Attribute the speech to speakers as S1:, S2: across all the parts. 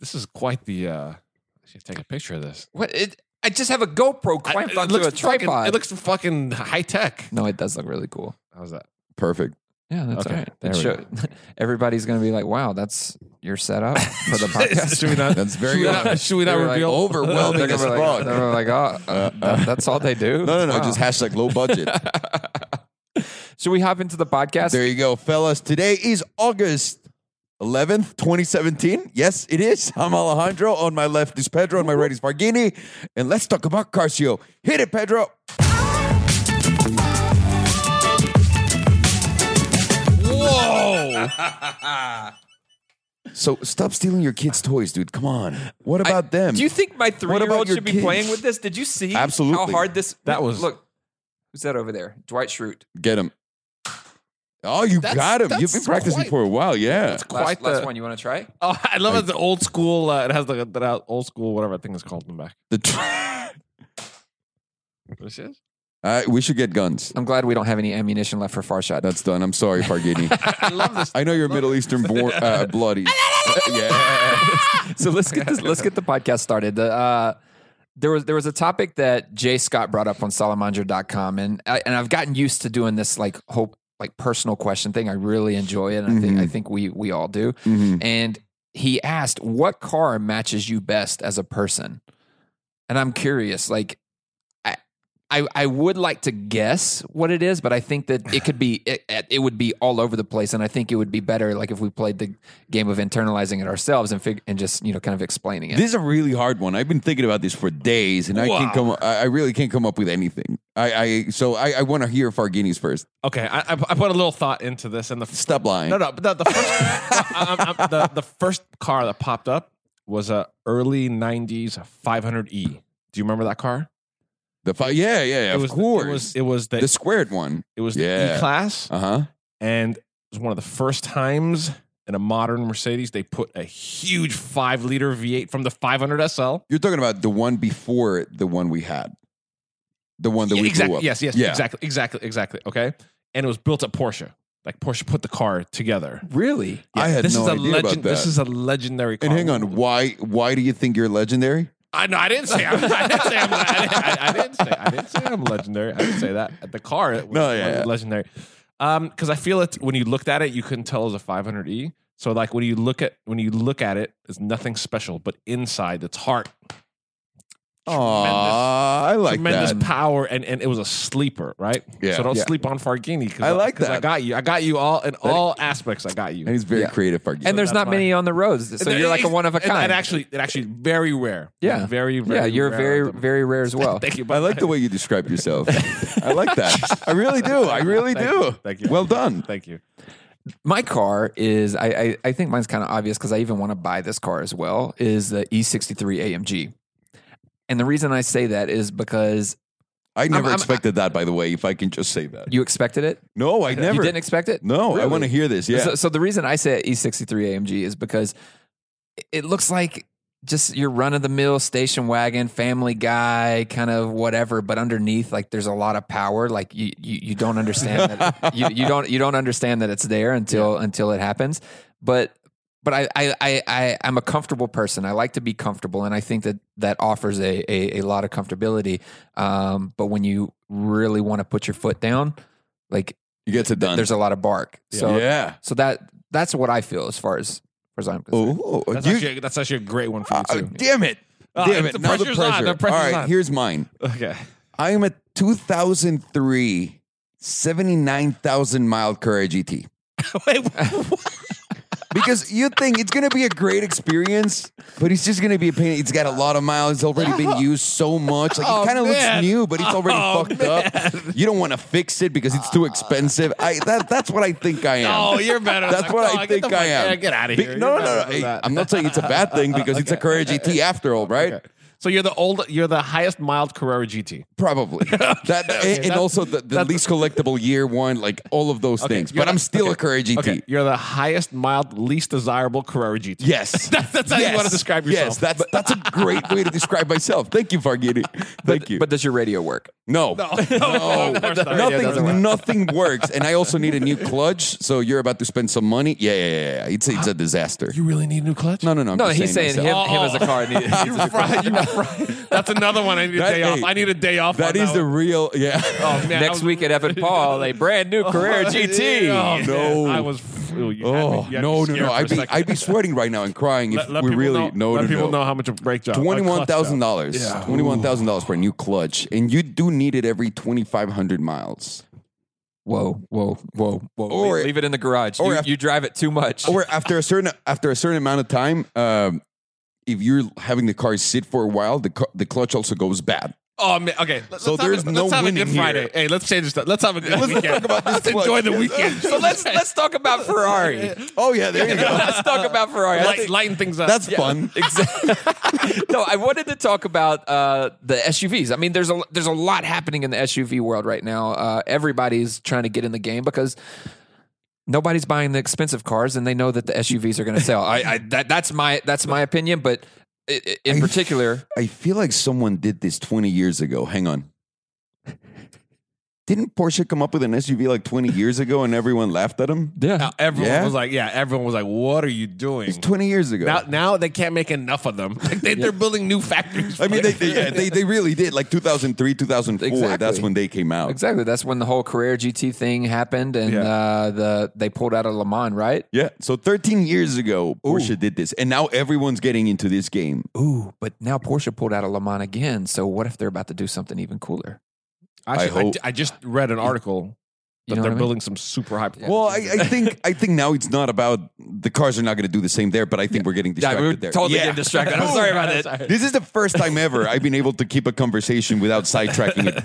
S1: This is quite the. uh I should take a picture of this.
S2: What? It, I just have a GoPro
S1: I-
S2: clamped onto a
S1: fucking,
S2: tripod.
S1: It looks fucking high tech.
S2: no, it does look really cool.
S1: How's that?
S3: Perfect.
S2: Yeah, that's
S1: Okay,
S2: all right.
S1: there
S2: That
S1: we
S2: show, everybody's going to be like, wow, that's your setup for the podcast.
S1: should we not?
S3: That's very
S1: should we not, should we not
S2: They were like,
S1: reveal?
S3: overwhelming
S2: They're
S3: as
S2: gonna be like,
S3: fuck.
S2: they're gonna be like, oh, uh, that- that's all they do.
S3: No, no, no.
S2: Wow.
S3: Just hashtag low budget.
S2: Should we hop into the podcast?
S3: there you go, fellas. Today is August 11th, 2017. Yes, it is. I'm Alejandro. On my left is Pedro. On my right is Varghini. And let's talk about Carcio. Hit it, Pedro.
S1: Whoa!
S3: So stop stealing your kids' toys, dude. Come on. What
S2: I-
S3: about them?
S2: Do you think my
S3: about
S2: three-year-old
S3: your
S2: should be
S3: kids?
S2: playing with this? Did you see how
S3: Absolutely.
S2: hard this?
S1: That was-
S2: look. Who's that over there? Dwight Schrute.
S3: get him? Oh, you
S1: That's-
S3: got him. You've
S1: that's
S3: been practicing
S1: quite-
S3: for a while. Yeah.
S2: Last,
S1: Quite
S2: last
S1: the-
S2: one. You want to try?
S1: Oh, I love it. The old school. Uh, it has the, the old school whatever I think it's called in the back.
S3: The tr-
S1: What is it?
S3: All right, we should get guns.
S2: I'm glad we don't have any ammunition left for far shot.
S3: That's done. I'm sorry, Farghini.
S1: I love this.
S3: I know you're Middle Eastern born, uh, bloody. yeah.
S2: so let's get this, let's get the podcast started. The, uh, there was there was a topic that Jay Scott brought up on salamandra.com and I, and I've gotten used to doing this like hope like personal question thing. I really enjoy it and I think I think we we all do.
S3: Mhm.
S2: And he asked what car matches you best as a person. And I'm curious like I I, I would like to guess what it is, but I think that it could be it, it would be all over the place, and I think it would be better like if we played the game of internalizing it ourselves and fig- and just you know kind of explaining it.
S3: This is a really hard one. I've been thinking about this for days, and I
S1: Wow.
S3: can't come. I I really can't come up with anything. I, I so I, I want to hear Farghini's first.
S1: Okay, I, I I put a little thought into this, and the f-
S3: Stop lying.
S1: no, no, but the, the first I, I'm- I'm- the the first car that popped up was a early '90s 500e. E. Do you remember that car?
S3: The fi- yeah, yeah, yeah.
S1: it was,
S3: of course.
S1: It was it was the,
S3: the squared one.
S1: it was
S3: yeah.
S1: the E class,
S3: Uh huh.
S1: and it was one of the first times in a modern Mercedes they put a huge five liter V8 from the 500 SL.
S3: You're talking about the one before the one we had, the one that
S1: Yeah,
S3: we
S1: exactly.
S3: blew up.
S1: Yes, yes,
S3: Yeah.
S1: exactly, exactly, exactly. Okay, and it was built at Porsche. Like Porsche put the car together.
S2: Really?
S3: I had
S1: this
S3: no
S1: is a
S3: idea about
S1: legend. This
S3: that.
S1: is a legendary. Car.
S3: And hang on, why why do you think you're legendary?
S1: I no, I didn't say. I'm, I didn't say. I'm, I, I, I didn't say. I didn't say I'm legendary. I didn't say that. The car was,
S3: No, yeah,
S1: was
S3: yeah.
S1: legendary. Um, because I feel it when you looked at it, you couldn't tell it was a 500e. So like when you look at when you look at it, it's nothing special, but inside its heart,
S3: Aw, I like
S1: tremendous
S3: that.
S1: power, and and it was a sleeper, right?
S3: Yeah.
S1: So don't
S2: Yeah.
S1: sleep on Farghini. 'cause
S3: I like
S1: 'cause I
S3: that.
S1: got you. I got you all in all aspects. I got
S3: And
S1: you.
S3: he's very
S2: Yeah.
S3: creative, Farghini.
S2: and there's
S1: that's
S2: not many on the roads, so you're like a one of a
S1: And,
S2: kind.
S1: and actually, it actually very rare.
S2: Yeah.
S1: Very very.
S2: yeah, you're
S1: rare
S2: very
S1: of them.
S2: very rare as well.
S1: Thank you.
S3: I like the way you describe yourself. I like that. I really do. I really
S1: Thank
S3: do.
S1: you. Thank you.
S3: Well done.
S1: Thank you.
S2: My car is I I, I think mine's kind of obvious because I even want to buy this car as well. Is the E E63 AMG, and the reason I say that is because
S3: I never
S2: I'm-
S3: expected that, by the way, if I can just say that.
S2: you expected it.
S3: No, I never.
S2: You didn't expect it.
S3: no, I
S2: Really?
S3: want to hear this. Yeah.
S2: So, so the reason I say E E63 AMG is because it- it looks like just your run of the mill station wagon, family guy, kind of whatever, but underneath, like there's a lot of power. Like you, you, you don't understand that you, you don't, you don't understand that it's there until, until it happens. But, but I, I, I, I, I'm a comfortable person. I like to be comfortable. And I think that that offers a, a, a lot of comfortability. Um, but when you really want to put your foot down, like
S3: you get it done.
S2: there's a lot of bark. So
S3: yeah.
S2: so that that's what I feel as far as, as far as I'm concerned.
S3: Oh,
S1: That's,
S3: you-
S1: actually, that's actually a great one for
S3: uh,
S1: you
S3: uh,
S1: too.
S3: damn it.
S1: Uh,
S3: damn
S1: it's-
S3: it.
S1: the
S3: now the
S1: pressure's
S3: pressure.
S1: on, the pressure's
S3: All right,
S1: on.
S3: here's mine.
S1: okay.
S3: I am a 2003 79,000 mile Carrera GT.
S1: Wait, what?
S3: Because you think it's going to be a great experience, but it's just going to be a pain. It's got a lot of miles. It's already been used so much. Like
S1: Oh,
S3: it kind of looks
S1: man.
S3: new, but it's already
S1: Oh,
S3: fucked up. You don't want to fix it because it's too expensive. I that that's what I think I am.
S1: No, Oh, you're better. than
S3: That's
S1: that.
S3: what
S1: Come
S3: I
S1: on,
S3: think
S1: get the
S3: I
S1: fuck-
S3: am.
S1: yeah, Get out of
S3: Be-
S1: here.
S3: no,
S1: You're
S3: no,
S1: better
S3: no.
S1: than
S3: Hey,
S1: that.
S3: I'm not saying it's a bad thing because it's a Carrera GT after all, right?
S1: Okay. So you're the old. You're the highest mild Carrera GT.
S3: Probably. That and
S1: that's-
S3: also the, the least collectible year one, like all of those things.
S1: you're
S3: But
S1: the-
S3: I'm still a Carrera GT.
S1: Okay. You're the highest mild, least desirable Carrera GT.
S3: Yes.
S1: That's- that's how you wanna describe yourself.
S3: Yes, that's that's a great way to describe myself. Thank you, Farghini. Thank you.
S2: But does your radio work?
S3: No.
S1: Oh, No, no, of course not.
S2: it
S3: nothing,
S2: doesn't work.
S3: nothing works, and I also need a new clutch. So you're about to spend some money. Yeah, yeah, yeah. yeah. It's it's a disaster.
S1: You really need a new clutch?
S3: No, no, no. I'm
S2: No,
S3: just
S2: he's saying him,
S3: myself.
S1: myself.
S2: him as a car. Needed,
S1: You're right. You're right. That's another one. I need a
S3: That-
S1: day off.
S3: hey,
S1: I need a day off.
S3: Oh, That
S1: on
S3: is the
S1: one.
S3: real. Yeah.
S1: Oh, man, I
S2: Next
S1: was-
S2: week at Evan Paul, a brand new Carrera GT.
S1: Oh,
S3: No.
S1: man, I was. Ew, you had me-
S3: Oh
S1: you had
S3: no,
S1: me
S3: no,
S1: scared
S3: no!
S1: for a
S3: I'd be
S1: second.
S3: I'd be sweating right now and crying if
S1: Let, let
S3: we
S1: people
S3: really
S1: know,
S3: no
S1: let
S3: no
S1: people
S3: no.
S1: know how much a brake
S3: Oh,
S1: job. a clutch
S3: Twenty-one thousand
S1: job.
S3: dollars.
S1: Yeah.
S3: Twenty-one thousand dollars for a new clutch, and you do need it every twenty-five hundred miles.
S2: Whoa, whoa, whoa, whoa!
S3: Or-
S2: leave, leave it in the garage.
S3: or
S2: you,
S3: after-
S2: you drive it too much.
S3: Or after a certain after a certain amount of time, um, if you're having the car sit for a while, the cu- the clutch also goes bad.
S1: Oh man, okay. Let- Let's
S3: So
S1: have
S3: there's
S1: a,
S3: no
S1: let's have a
S3: winning
S1: good
S3: here.
S1: Friday. Hey, let's change this. Let's have a good weekend.
S3: talk about this
S1: let's
S3: one.
S1: enjoy the weekend.
S2: so let's let's talk about Ferrari.
S3: Oh yeah, there you go.
S2: let's talk about Ferrari. I
S1: Light,
S2: think-
S1: lighten things up.
S3: That's fun.
S2: Exactly. no, I wanted to talk about uh, the SUVs. I mean, there's a there's a lot happening in the SUV world right now. Uh, everybody's trying to get in the game because nobody's buying the expensive cars, and they know that the SUVs are going to sell. I, I that, that's my that's my opinion, but i- i- in particular,
S3: I feel like someone did this twenty years ago. Hang on. Didn't Porsche come up with an SUV like twenty years ago, and everyone laughed at him?
S2: yeah,
S1: Now, everyone
S3: Yeah.
S1: was like, yeah, everyone was like, what are you doing?
S3: It's twenty years ago.
S1: Now, now they can't make enough of them. Like, they, They're building new factories.
S3: I mean, they,
S1: Like,
S3: they, yeah, they, they really did. Like 2003, 2004, that's
S2: Exactly.
S3: when they came out.
S2: exactly. That's when the whole career GT thing happened, and
S1: Yeah.
S2: uh, the they pulled out of Le Mans, right?
S3: Yeah. So 13 years ago, Porsche did this. And now everyone's getting into this game.
S2: Ooh, but now Porsche pulled out of Le Mans again. So what if they're about to do something even cooler?
S1: Actually,
S3: I hope-
S1: I, I just read an article that
S2: You know
S1: they're
S2: what I mean?
S1: building some super high.
S2: Yeah.
S3: Well, I, I think I think now it's not about the cars are not going to do the same there, but I think we're getting distracted there.
S1: Oh,
S2: totally
S3: Yeah.
S2: getting distracted. I'm sorry about that.
S3: This is the first time ever I've been able to keep a conversation without sidetracking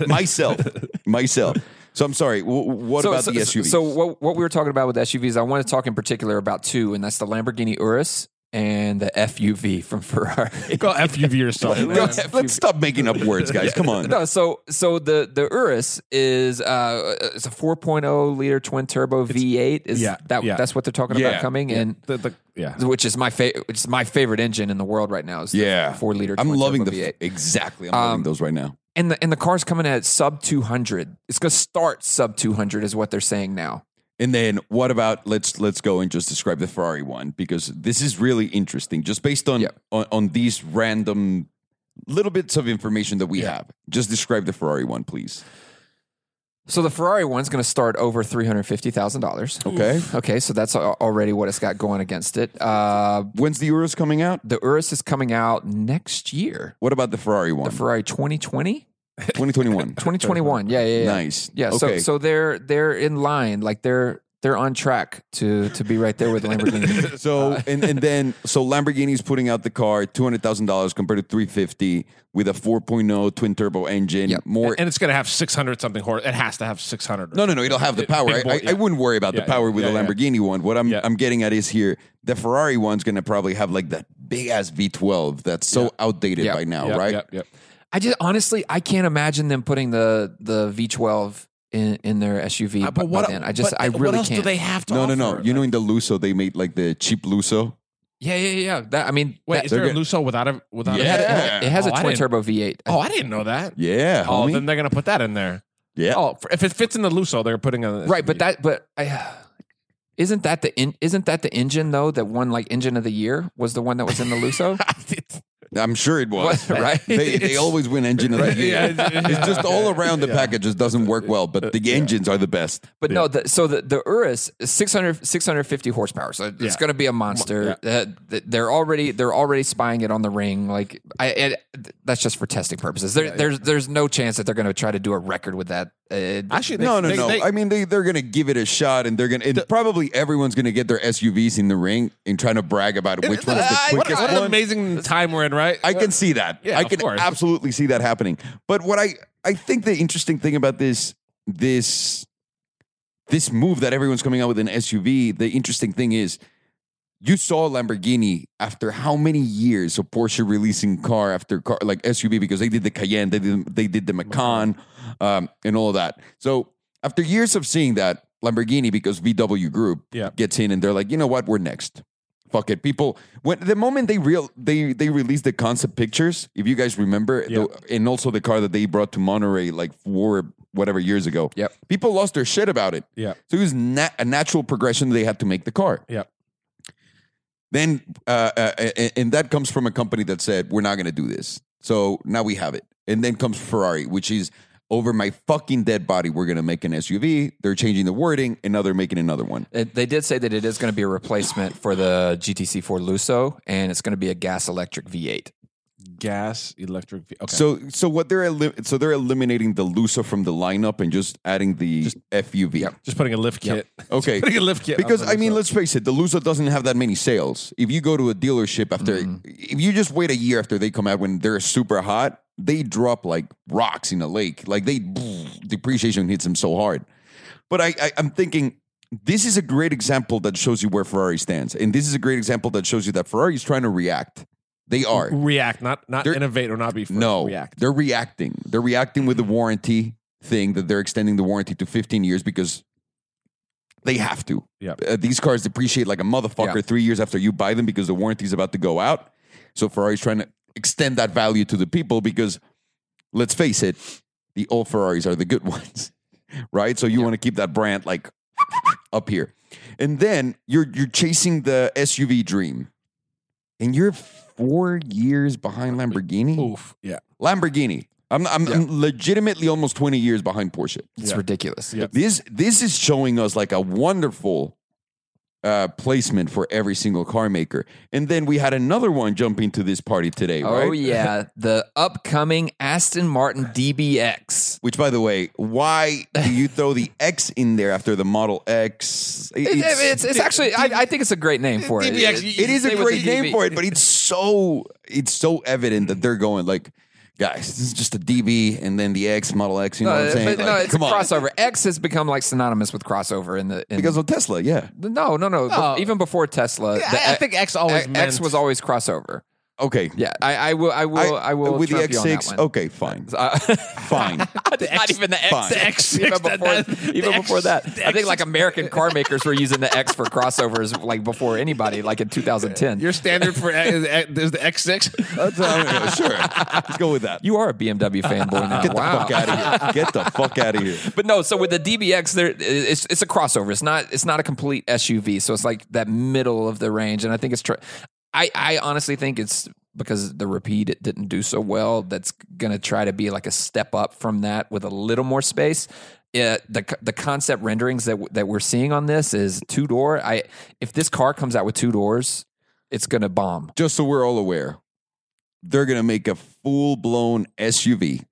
S3: it myself. Myself. So I'm sorry. W- what about the SUV?
S2: So what, what we were talking about with SUVs, I want to talk in particular about two, and that's the Lamborghini Urus and the FUV from Ferrari.
S1: Go FUV yourself.
S3: Go-
S1: man.
S3: let's stop making up words, guys. Come on.
S2: No, so so the the Urus is uh it's a 4.0 liter twin turbo V8 is
S1: yeah,
S2: that
S1: yeah.
S2: that's what they're talking
S3: Yeah,
S2: about coming and
S1: The- the- yeah.
S2: which is my favorite which is my favorite engine in the world right now is the
S3: Yeah.
S2: 4 liter
S3: I'm
S2: twin
S3: loving
S2: turbo
S3: the
S2: V8.
S3: f- exactly.
S2: Um,
S3: I'm loving those right now.
S2: and the and the car's coming at sub 200. It's going to start sub 200 is what they're saying now.
S3: And then what about let's let's go and just describe the Ferrari one because this is really interesting just based on
S2: Yeah.
S3: on, on these random little bits of information that we have. Just describe the Ferrari one, please.
S2: So the Ferrari one's going to start over three hundred fifty thousand dollars.
S3: Okay.
S2: Okay, so that's al- already what it's got going against it. Uh,
S3: When's the Urus coming out?
S2: the Urus is coming out next year.
S3: What about the Ferrari one?
S2: The Ferrari 2020?
S3: 2021.
S2: 2021. Yeah, yeah, yeah.
S3: Nice.
S2: Yeah, so
S3: Okay.
S2: so they're they're in line, like they're they're on track to to be right there with Lamborghini.
S3: So and and then so Lamborghini's putting out the car two hundred thousand dollars compared to three fifty with a 4.0 twin turbo engine.
S2: Yep.
S3: More
S1: and it's going to have 600 something horse. It has to have 600.
S3: No, no, no. It'll have the
S1: It-
S3: power.
S1: big
S3: I,
S1: boy,
S3: I,
S1: yeah.
S3: I wouldn't worry about
S1: Yeah,
S3: the power
S1: yeah,
S3: with
S1: yeah, yeah.
S3: the Lamborghini one. What I'm
S1: Yeah.
S3: I'm getting at is here the Ferrari one's going to probably have like that big ass V12 that's so
S1: Yeah.
S3: outdated
S2: Yeah.
S3: by now,
S1: Yep,
S3: right?
S1: Yep, yep.
S2: I just honestly I can't imagine them putting the the V12 in, in their SUV
S1: Uh,
S2: but by,
S1: what-
S2: then. I just
S1: but
S2: I
S1: what
S2: really
S1: else
S2: can't.
S1: do they have to
S3: No, no, no.
S1: offer?
S3: You know, in the Luso, they made like the cheap Luso.
S2: Yeah, yeah, yeah. That I mean,
S1: Wait,
S2: that-
S1: is there a
S3: they're
S1: Lusso without a without a
S3: Yeah.
S1: head?
S2: it has
S1: Oh, I
S2: a twin
S1: didn't-
S2: turbo V8.
S1: Oh, I didn't know that.
S3: Yeah,
S1: Oh,
S3: homie.
S1: then they're going to put that in there.
S3: yeah.
S1: Oh, f- if it fits in the Lusso, they're putting a
S2: right, but that but I, isn't that the in, isn't that the engine though that won like engine of the year was the one that was in the Lusso?
S3: I'm sure it was.
S2: What, right?
S3: They, they
S1: It's-
S3: always win engine of the year.
S1: yeah, it's-
S3: It's just all around the
S1: Yeah.
S3: package just doesn't work well, but the engines are the best.
S2: But no, the, so the, the Urus is 600, 650 horsepower. So
S1: Yeah.
S2: it's going to be a monster. Uh, th- they're already they're already spying it on the ring. Like I, it, that's just for testing purposes. There, There's there's no chance that they're going to try to do a record with that. Uh,
S1: Actually,
S3: No, no,
S1: they-
S3: no.
S1: they-
S3: I mean, they they're gonna give it a shot, and they're gonna and probably everyone's gonna get their SUVs in the ring and trying to brag about which one's the
S1: I- what,
S3: quickest
S1: what
S3: one.
S1: an amazing time we're in, right?
S3: I can see that.
S1: Uh, Yeah,
S3: I
S1: of
S3: can
S1: course.
S3: absolutely see that happening. But what I I think the interesting thing about this this this move that everyone's coming out with an SUV, the interesting thing is you saw Lamborghini after how many years of Porsche releasing car after car like SUV because they did the Cayenne, they did they
S1: Oh
S3: did the Macan, um, and all of that. So after years of seeing that Lamborghini because VW Group
S1: Yeah.
S3: gets in and they're like, you know what, we're next. fuck it. People when the moment they real they they released the concept pictures, if you guys remember,
S1: Yeah.
S3: the, and also the car that they brought to Monterey like four whatever years ago.
S2: Yep.
S3: People lost their shit about it.
S1: Yeah.
S3: So it was na- a natural progression they had to make the car.
S1: Yep.
S3: Then uh, uh, and, and that comes from a company that said we're not going to do this. So now we have it. And then comes Ferrari, which is over my fucking dead body. We're going to make an SUV. They're changing the wording, and now they're making another one.
S2: It, uh, they did say that it is going to be a replacement for the GTC Ford Luso, and it's going to be a gas electric V8.
S1: Gas, electric. ve- Okay.
S3: So so what they're elim- so they're eliminating the Lusa from the lineup and just adding the FUV.
S1: just putting a lift kit.
S3: Okay.
S1: putting a lift kit. on
S3: Because
S1: the
S3: I mean,
S1: Lusso.
S3: let's face it, the Lusa doesn't have that many sales. If you go to a dealership after, if you just wait a year after they come out when they're super hot, they drop like rocks in a lake. Like they depreciation hits them so hard. But I, I I'm thinking this is a great example that shows you where Ferrari stands, and this is a great example that shows you that Ferrari is trying to react. They are
S1: react, not not
S3: They're-
S1: innovate or not be first.
S3: no,
S1: react.
S3: they're reacting. They're reacting with the warranty thing that they're extending the warranty to 15 years because they have to.
S1: Yeah.
S3: Uh, these cars depreciate like a motherfucker
S2: Yeah.
S3: three years after you buy them because the warranty's about to go out. So Ferrari's trying to extend that value to the people because let's face it, the old Ferraris are the good ones, right? So you want to keep that brand like up here. And then you're you're chasing the SUV dream. And you're 4 years behind Lamborghini.
S1: Oof. Yeah.
S3: Lamborghini. I'm, I'm, I'm legitimately almost 20 years behind Porsche.
S2: It's
S1: Yeah.
S2: ridiculous.
S1: Yeah.
S3: This this is showing us like a wonderful uh, placement for every single car maker. And then we had another one jumping to this party today,
S2: Oh
S3: right?
S2: yeah, the upcoming Aston Martin DBX.
S3: Which, by the way, why do you throw the X in there after the Model X? It-
S2: It- it's, it's, actually, I, I think it's a great name for it.
S1: DBX,
S2: It-
S3: it is a
S2: stay with
S3: great
S2: the
S3: name
S2: DB.
S3: for it, but it's so it's so evident that they're going like, guys, this is just a DB and then the X Model X. You know what I'm
S2: No,
S3: saying?
S2: but no,
S3: Like,
S2: it's a
S3: come on,
S2: crossover. X has become like synonymous with crossover in the in,
S3: because of Tesla, yeah.
S2: no, no, no.
S1: No.
S2: Bef- even before Tesla, the
S1: I, I think E X always
S2: X,
S1: meant-
S2: was always crossover.
S3: Okay,
S2: Yeah, I, I will, I will, I, will
S3: with the oh,
S2: trump you on that
S3: X6.
S2: one.
S3: Okay, fine,
S2: Uh,
S3: fine.
S2: the not even the X,
S3: fine.
S1: The X6,
S2: even
S1: that-
S2: before,
S1: that- the
S2: even
S1: X-
S2: before that.
S1: the
S2: I think like
S1: X6.
S2: American car makers were using the X for crossovers like before anybody, like in 2010.
S1: your standard for E, there's the X6.
S3: That's I mean, sure. Let's go with that.
S2: you are a BMW fanboy now.
S3: Get the
S2: wow.
S3: fuck out of here. Get the fuck out of here.
S2: But no, so with the DBX, there it's it's a crossover. It's not it's not a complete SUV. So it's like that middle of the range, and I think it's. Tr- I I honestly think it's because the repeat it didn't do so well. That's gonna try to be like a step up from that with a little more space. Yeah, the co- the concept renderings that w- that we're seeing on this is two door. I if this car comes out with two doors, it's gonna bomb.
S3: Just so we're all aware, they're going to make a full blown SUV,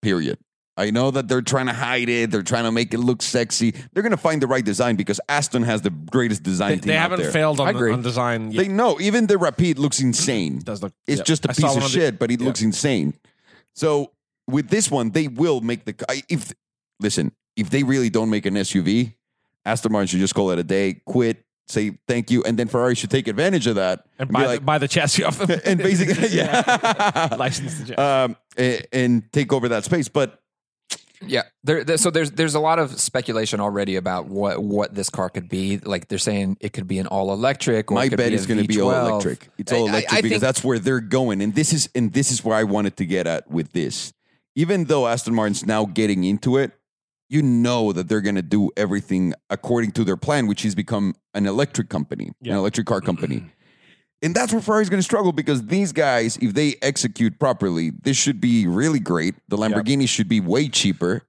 S3: period. I know that they're trying to hide it. They're trying to make it look sexy. They're going to find the right design because Aston has the greatest design
S1: They,
S3: team
S1: they
S3: out
S1: haven't
S3: there.
S1: failed
S2: I
S1: on, the,
S2: agree.
S1: on design yet.
S3: They know even the Rapide looks insane.
S1: It does look,
S3: It's
S1: yeah.
S3: just a
S1: I saw
S3: piece
S1: one
S3: of
S1: on the-
S3: shit, but it
S1: yeah.
S3: looks insane. So with this one, they will make the I- if listen if they really don't make an SUV, Aston Martin should just call it a day, quit, say thank you, and then Ferrari should take advantage of that
S1: and
S3: be
S1: buy,
S3: like
S1: the, buy the chassis off them.
S3: and basically yeah,
S1: License the chassis.
S3: um, and, and take over that space. But
S2: Yeah, there, there. So there's there's a lot of speculation already about what what this car could be. Like they're saying it could be an all electric. Or
S3: my
S2: it could
S3: bet
S2: be
S3: is going to be all electric. It's all electric because that's where they're going, and this is and this is where I wanted to get at with this. Even though Aston Martin's now getting into it, you know that they're going to do everything according to their plan, which is become an electric company,
S1: Yeah.
S3: an electric car company. And that's where Ferrari's going to struggle because these guys, if they execute properly, this should be really great. The Lamborghini should be way cheaper.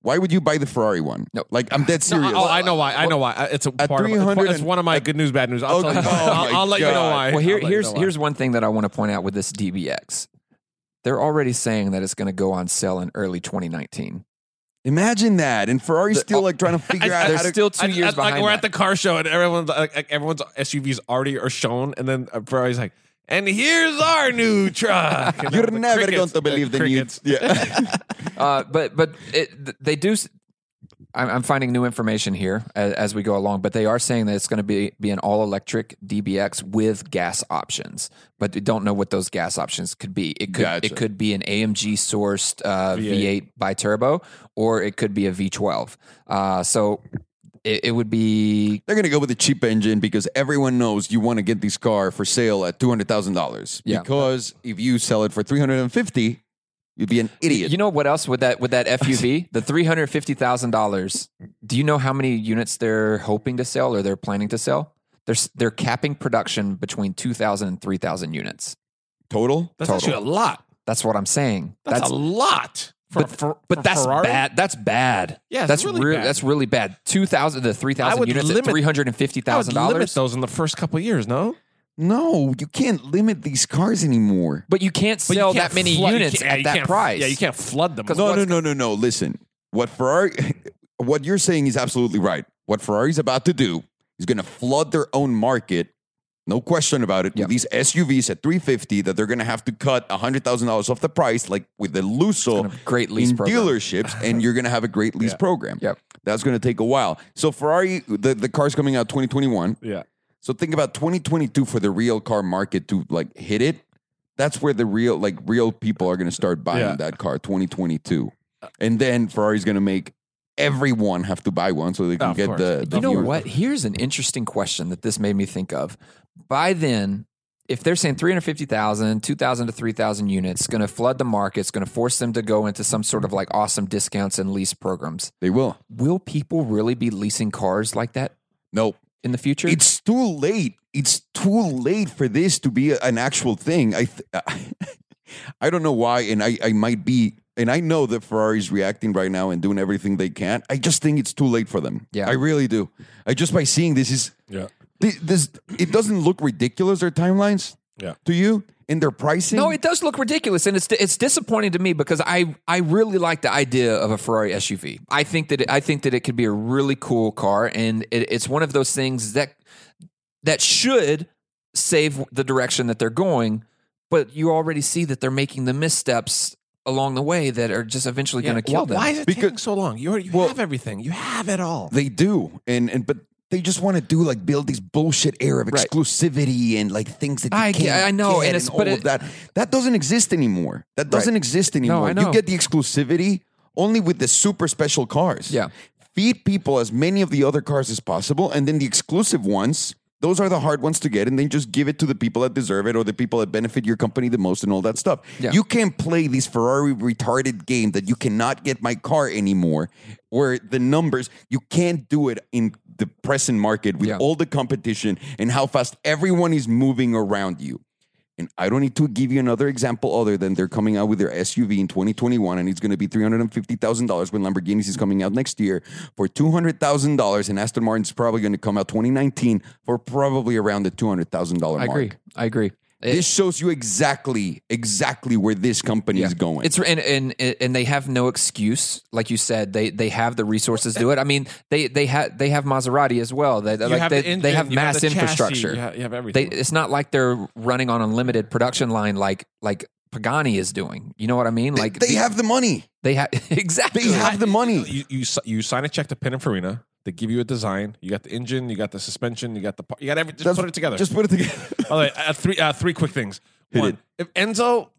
S3: Why would you buy the Ferrari one?
S2: No.
S3: Like I'm dead
S1: No,
S3: serious.
S1: oh, I know why. I know why. I- It's a part of my,
S3: 300
S1: it's one of my good news, bad news. I'll,
S3: Oh,
S1: tell you,
S3: oh my
S1: I'll, I'll let you know
S3: God.
S1: why.
S2: Well,
S1: I'll
S2: here
S1: let you
S2: here's
S1: know why.
S2: here's one thing that I want to point out with this DBX. They're already saying that it's going to go on sale in early 2019.
S3: Imagine that. And Ferrari's still
S2: oh,
S3: like trying to figure out
S2: They're
S3: how to
S2: still two
S1: I-
S2: years
S1: I- like
S2: behind.
S1: we're
S2: that.
S1: at the car show and everyone's like, like, everyone's SUVs already are shown, and then uh, Ferrari's like, and here's our new truck. And
S3: You're
S1: the
S3: never going
S1: crickets-
S3: to believe the
S1: crickets.
S3: news. Yeah.
S2: Uh, but but it, th- they do. s- I'm, I'm finding new information here as, as we go along, but they are saying that it's going to be be an all electric DBX with gas options, but they don't know what those gas options could be. It could
S3: Gotcha.
S2: it could be an AMG sourced uh,
S1: V8.
S2: V8 by turbo, or it could be a V12. Uh, so it, it would be
S3: They're going to go with a cheap engine because everyone knows you want to get this car for sale at $200,000.
S2: Yeah.
S3: Because if you sell it for 350, you'd be an idiot.
S2: You know what else with that with that FUV, the three hundred fifty thousand dollars. Do you know how many units they're hoping to sell or they're planning to sell? They're s- they're capping production between 2,000 and 3,000 units.
S3: Total?
S1: That's
S3: Total.
S1: actually a lot.
S2: That's what I'm saying.
S1: That's, a lot. For,
S2: but,
S1: for,
S2: but
S1: for
S2: that's
S1: Ferrari.
S2: bad. That's bad.
S1: Yeah, it's
S2: that's
S1: really
S2: rea-
S1: bad.
S2: that's really bad. Two thousand to three
S1: I
S2: thousand
S1: would
S2: units
S1: limit-
S2: at three hundred and fifty
S1: I would
S2: thousand
S1: limit
S2: dollars.
S1: those in the first couple of years. No,
S3: No, you can't limit these cars anymore.
S2: But you can't
S1: But you
S2: sell
S1: can't
S2: that many
S1: flood- you
S2: units
S1: can't- yeah,
S2: at
S1: you
S2: that
S1: can't-
S2: price.
S1: Yeah, you can't flood them.
S2: 'Cause
S3: No, no,
S2: what's
S3: no, no, no. Listen, what Ferrari, what you're saying is absolutely right. What Ferrari's about to do is going to flood their own market, no question about it,
S2: Yeah.
S3: with these SUVs at 350 that they're going to have to cut $100,000 off the price, like with the Lusso.
S2: Great lease
S3: in
S2: program.
S3: dealerships, and you're going to have a great lease
S1: Yeah.
S3: program.
S2: Yep.
S3: That's going to take a while. So Ferrari, the, the car's coming out 2021.
S1: Yeah.
S3: So think about 2022 for the real car market to like hit it. That's where the real like real people are going to start buying
S1: Yeah.
S3: that car 2022, and then Ferrari's going to make everyone have to buy one so they can
S1: Of
S3: get
S1: course.
S3: the. the
S2: You know
S3: viewer-
S2: what? Here's an interesting question that this made me think of. By then, if they're saying 350,000, 2,000 to 3,000 units, going to flood the market, it's going to force them to go into some sort of like awesome discounts and lease programs.
S3: They will.
S2: Will people really be leasing cars like that
S3: No,
S2: in the future?
S3: it's too late. It's too late for this to be an actual thing. I, th- I don't know why, and I, I might be, and I know that Ferrari's reacting right now and doing everything they can. I just think it's too late for them.
S2: Yeah.
S3: I really do. I just by seeing this is
S1: Yeah.
S3: thi- this. It doesn't look ridiculous their timelines.
S1: Yeah.
S3: To you and their pricing.
S2: no, it does look ridiculous, and it's it's disappointing to me because I I really like the idea of a Ferrari SUV. I think that it, I think that it could be a really cool car, and it, it's one of those things that that should save the direction that they're going. But you already see that they're making the missteps along the way that are just eventually going to kill
S1: why,
S2: them.
S1: Why is it
S3: Because-
S1: taking so long? You, already- you
S3: Well-
S1: have everything. You have it all.
S3: They do, and and but they just want to do like build these bullshit air of
S2: Right.
S3: exclusivity and like things that you
S2: I get-
S3: can't
S2: I know,
S3: get
S2: and it's-
S3: all
S2: but
S3: of
S2: it-
S3: that that doesn't exist anymore. That doesn't exist anymore.
S2: I
S3: You
S2: know.
S3: get the exclusivity only with the super special cars.
S2: Yeah.
S3: feed people as many of the other cars as possible, and then the exclusive ones. Those are the hard ones to get, and then just give it to the people that deserve it or the people that benefit your company the most and all that stuff.
S2: Yeah.
S3: You can't play this Ferrari retarded game that you cannot get my car anymore, where the numbers, you can't do it in the present market with
S2: Yeah.
S3: all the competition and how fast everyone is moving around you. And I don't need to give you another example other than they're coming out with their SUV in 2021 and it's going to be $350,000 when Lamborghinis is coming out next year for $200,000 and Aston Martin's probably going to come out 2019 for probably around the $200,000 mark.
S2: I agree. I agree. It-
S3: This shows you exactly exactly where this company is going.
S2: It's and, and and they have no excuse, like you said. They they have the resources to do it. I mean, they they have they have Maserati as well. They
S1: You
S2: like
S1: have
S2: they,
S1: the engine,
S2: they have
S1: you the
S2: mass
S1: chassis,
S2: infrastructure.
S1: you have, you have
S2: they
S1: everything.
S2: it's not like they're running on a limited production line like like Pagani is doing. You know what I mean? Like
S3: they have the money.
S2: they have exactly.
S3: They have the money.
S1: you, you si- you sign a check to Pininfarina. They give you a design. You got the engine. You got the suspension. You got the par- you got everything. Just
S3: That's-
S1: put it together.
S3: Just put it together.
S1: By the way, uh, three uh, three quick things.
S3: Hit
S1: One,
S3: it.
S1: if Enzo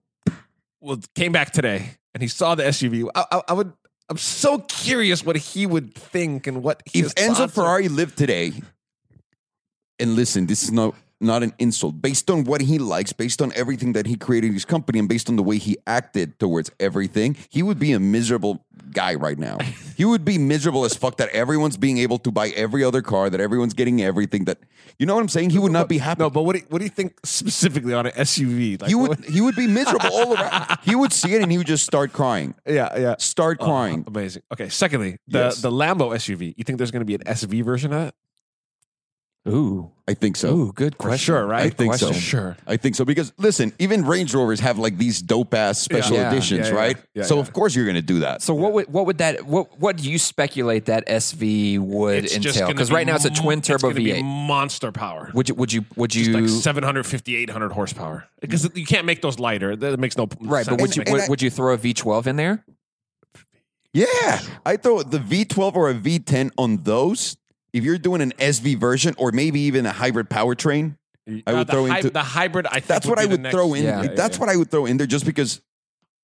S1: well, came back today and he saw the SUV, I, I, I would. I'm so curious what he would think and what his
S3: if Enzo
S1: thoughts are.
S3: Ferrari lived today, and listen, this is not not an insult. Based on what he likes, based on everything that he created in his company, and based on the way he acted towards everything, he would be a miserable guy right now. he would be miserable as fuck that everyone's being able to buy every other car, that everyone's getting everything. That you know what I'm saying? He would not be happy.
S1: No, but what do you, what do you think specifically on an SUV? Like,
S3: he
S1: what
S3: would he would be miserable all around. He would see it and he would just start crying,
S1: yeah, yeah.
S3: start crying.
S1: Amazing. Okay. Secondly, the
S3: Yes.
S1: the Lambo SUV. You think there's going to be an SV version of that?
S2: Ooh,
S3: I think so.
S2: ooh, good
S1: For
S2: question.
S1: sure, right?
S3: I think
S1: For
S3: so.
S1: sure.
S3: I think so because listen, even Range Rovers have like these dope ass special
S2: Yeah. Yeah,
S3: editions,
S1: yeah, yeah.
S3: right?
S1: Yeah,
S3: so
S1: yeah.
S3: of course you're gonna do that.
S2: So what would what would that what what do you speculate that SV would
S1: It's just
S2: entail?
S1: gonna
S2: Because
S1: be
S2: right now it's a
S1: m-
S2: twin turbo
S1: it's gonna be
S2: V8.
S1: monster power.
S2: Would you would you would
S1: Just
S2: you
S1: like 750, 800 horsepower. Because you can't make those lighter. That makes no
S2: right? But would
S1: sense.
S2: you
S3: And- and
S2: would,
S3: I-
S2: would you throw a V12 in there?
S3: Yeah, I throw the V12 or a V10 on those. If you're doing an SV version or maybe even a hybrid powertrain, I would
S1: the
S2: uh,
S3: throw
S1: hy-
S3: into-
S1: the hybrid. I think
S3: that's what
S1: be
S3: I
S1: the
S3: would
S1: next-
S3: throw in.
S2: Yeah,
S3: that's what I would throw in there just because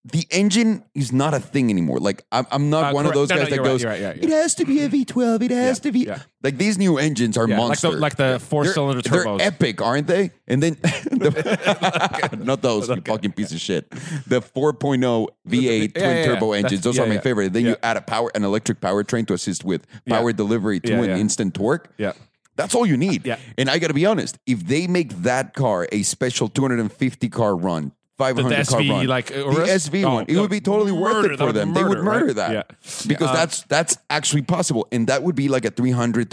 S3: the engine is not a thing anymore. Like I'm, I'm not
S1: Uh,
S3: one of
S1: correct.
S3: those
S1: No, no,
S3: guys that
S1: you're right,
S3: goes.
S1: you're right, you're right,
S3: It has to be a V12. It has to be
S1: yeah.
S3: like these new engines are
S1: Yeah, like the
S3: monster.
S1: like the four cylinder
S3: they're
S1: turbos.
S3: epic, aren't they? And then the- not those, you fucking piece of shit. The 4.0 V8
S1: Yeah,
S3: twin
S1: yeah,
S3: turbo
S1: yeah.
S3: engines, those
S1: Yeah,
S3: are my
S1: yeah.
S3: favorite. Then
S1: Yeah.
S3: you add a power, an electric powertrain to assist with
S1: Yeah.
S3: power delivery to
S1: Yeah,
S3: an
S1: yeah.
S3: instant torque.
S1: yeah,
S3: That's all you need.
S1: Yeah.
S3: And I got to be honest, if they make that car a special 250 car run,
S1: The-
S3: 500
S1: the
S3: car
S1: SV,
S3: run,
S1: like,
S3: the
S1: Urus?
S3: SV
S1: Oh,
S3: one, it
S1: no.
S3: would be totally worth
S1: Murder,
S3: it
S1: that
S3: for
S1: would
S3: them. They would
S1: murder, right?
S3: murder that
S1: Yeah.
S3: because
S1: Uh,
S3: that's that's actually possible, and that would be like a 300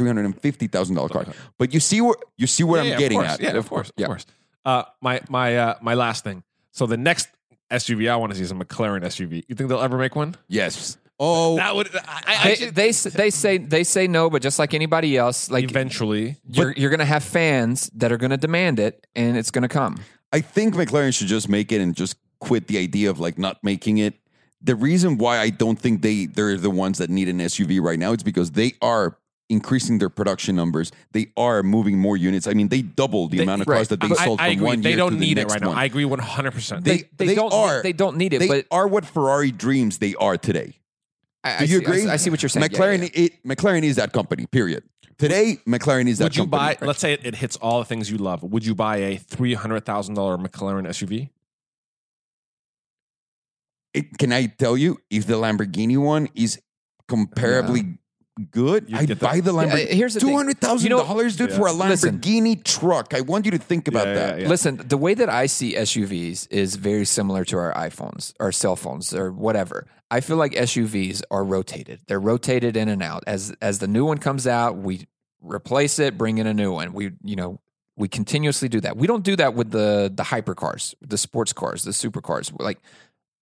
S3: thousand dollar car. But you see where you see where
S1: Yeah, yeah,
S3: I'm
S1: of
S3: getting
S1: course.
S3: at.
S1: Yeah, of course,
S3: Yeah.
S1: of course. Uh, my my uh, my last thing. So the next SUV I want to see is a McLaren SUV. You think they'll ever make one?
S3: Yes. Oh,
S1: That would I, I, I
S2: They,
S1: just-
S2: they s- they say they say no, but just like anybody else, like
S1: eventually.
S2: you're you're gonna have fans that are gonna demand it, and it's gonna come.
S3: I think McLaren should just make it and just quit the idea of like not making it. The reason why I don't think they they're the ones that need an SUV right now is because they are increasing their production numbers. They are moving more units. I mean, they doubled the
S1: They-
S3: amount of
S2: right.
S3: cars that they
S1: I,
S3: sold
S1: I
S3: from
S1: agree.
S3: one
S1: they
S3: year
S1: don't
S3: to the
S1: need it
S3: next
S1: right
S3: one.
S1: now. I agree one hundred percent.
S3: They-
S2: They,
S3: They
S2: don't
S3: are.
S2: they don't need it,
S3: They
S2: but
S3: are what Ferrari dreams they are today.
S2: I, I
S3: Do you
S2: see, I
S3: agree?
S2: see- I, see what you're saying. Yeah,
S3: McLaren,
S2: yeah, yeah.
S3: It, McLaren is that company. Period. Today, McLaren is that
S1: Would you
S3: company.
S1: buy? Let's say it, it hits all the things you love. Would you buy a three hundred thousand dollar McLaren SUV?
S3: It- can I tell you if the Lamborghini one is comparably good?
S1: You'd
S3: I'd
S1: get the-
S3: buy the
S2: Yeah,
S3: Lamborghini.
S2: here's the
S3: Two
S2: thing.
S3: hundred thousand dollars, dude,
S1: Yeah.
S3: for a
S2: Listen.
S3: Lamborghini truck. I want you to think about
S1: Yeah, yeah,
S3: that.
S1: yeah.
S2: Listen, the way that I see SUVs is very similar to our iPhones, our cell phones, or whatever. I feel like SUVs are rotated. They're rotated in and out. As as the new one comes out, we replace it, bring in a new one. We you know we continuously do that. We don't do that with the the hypercars, the sports cars, the supercars. Like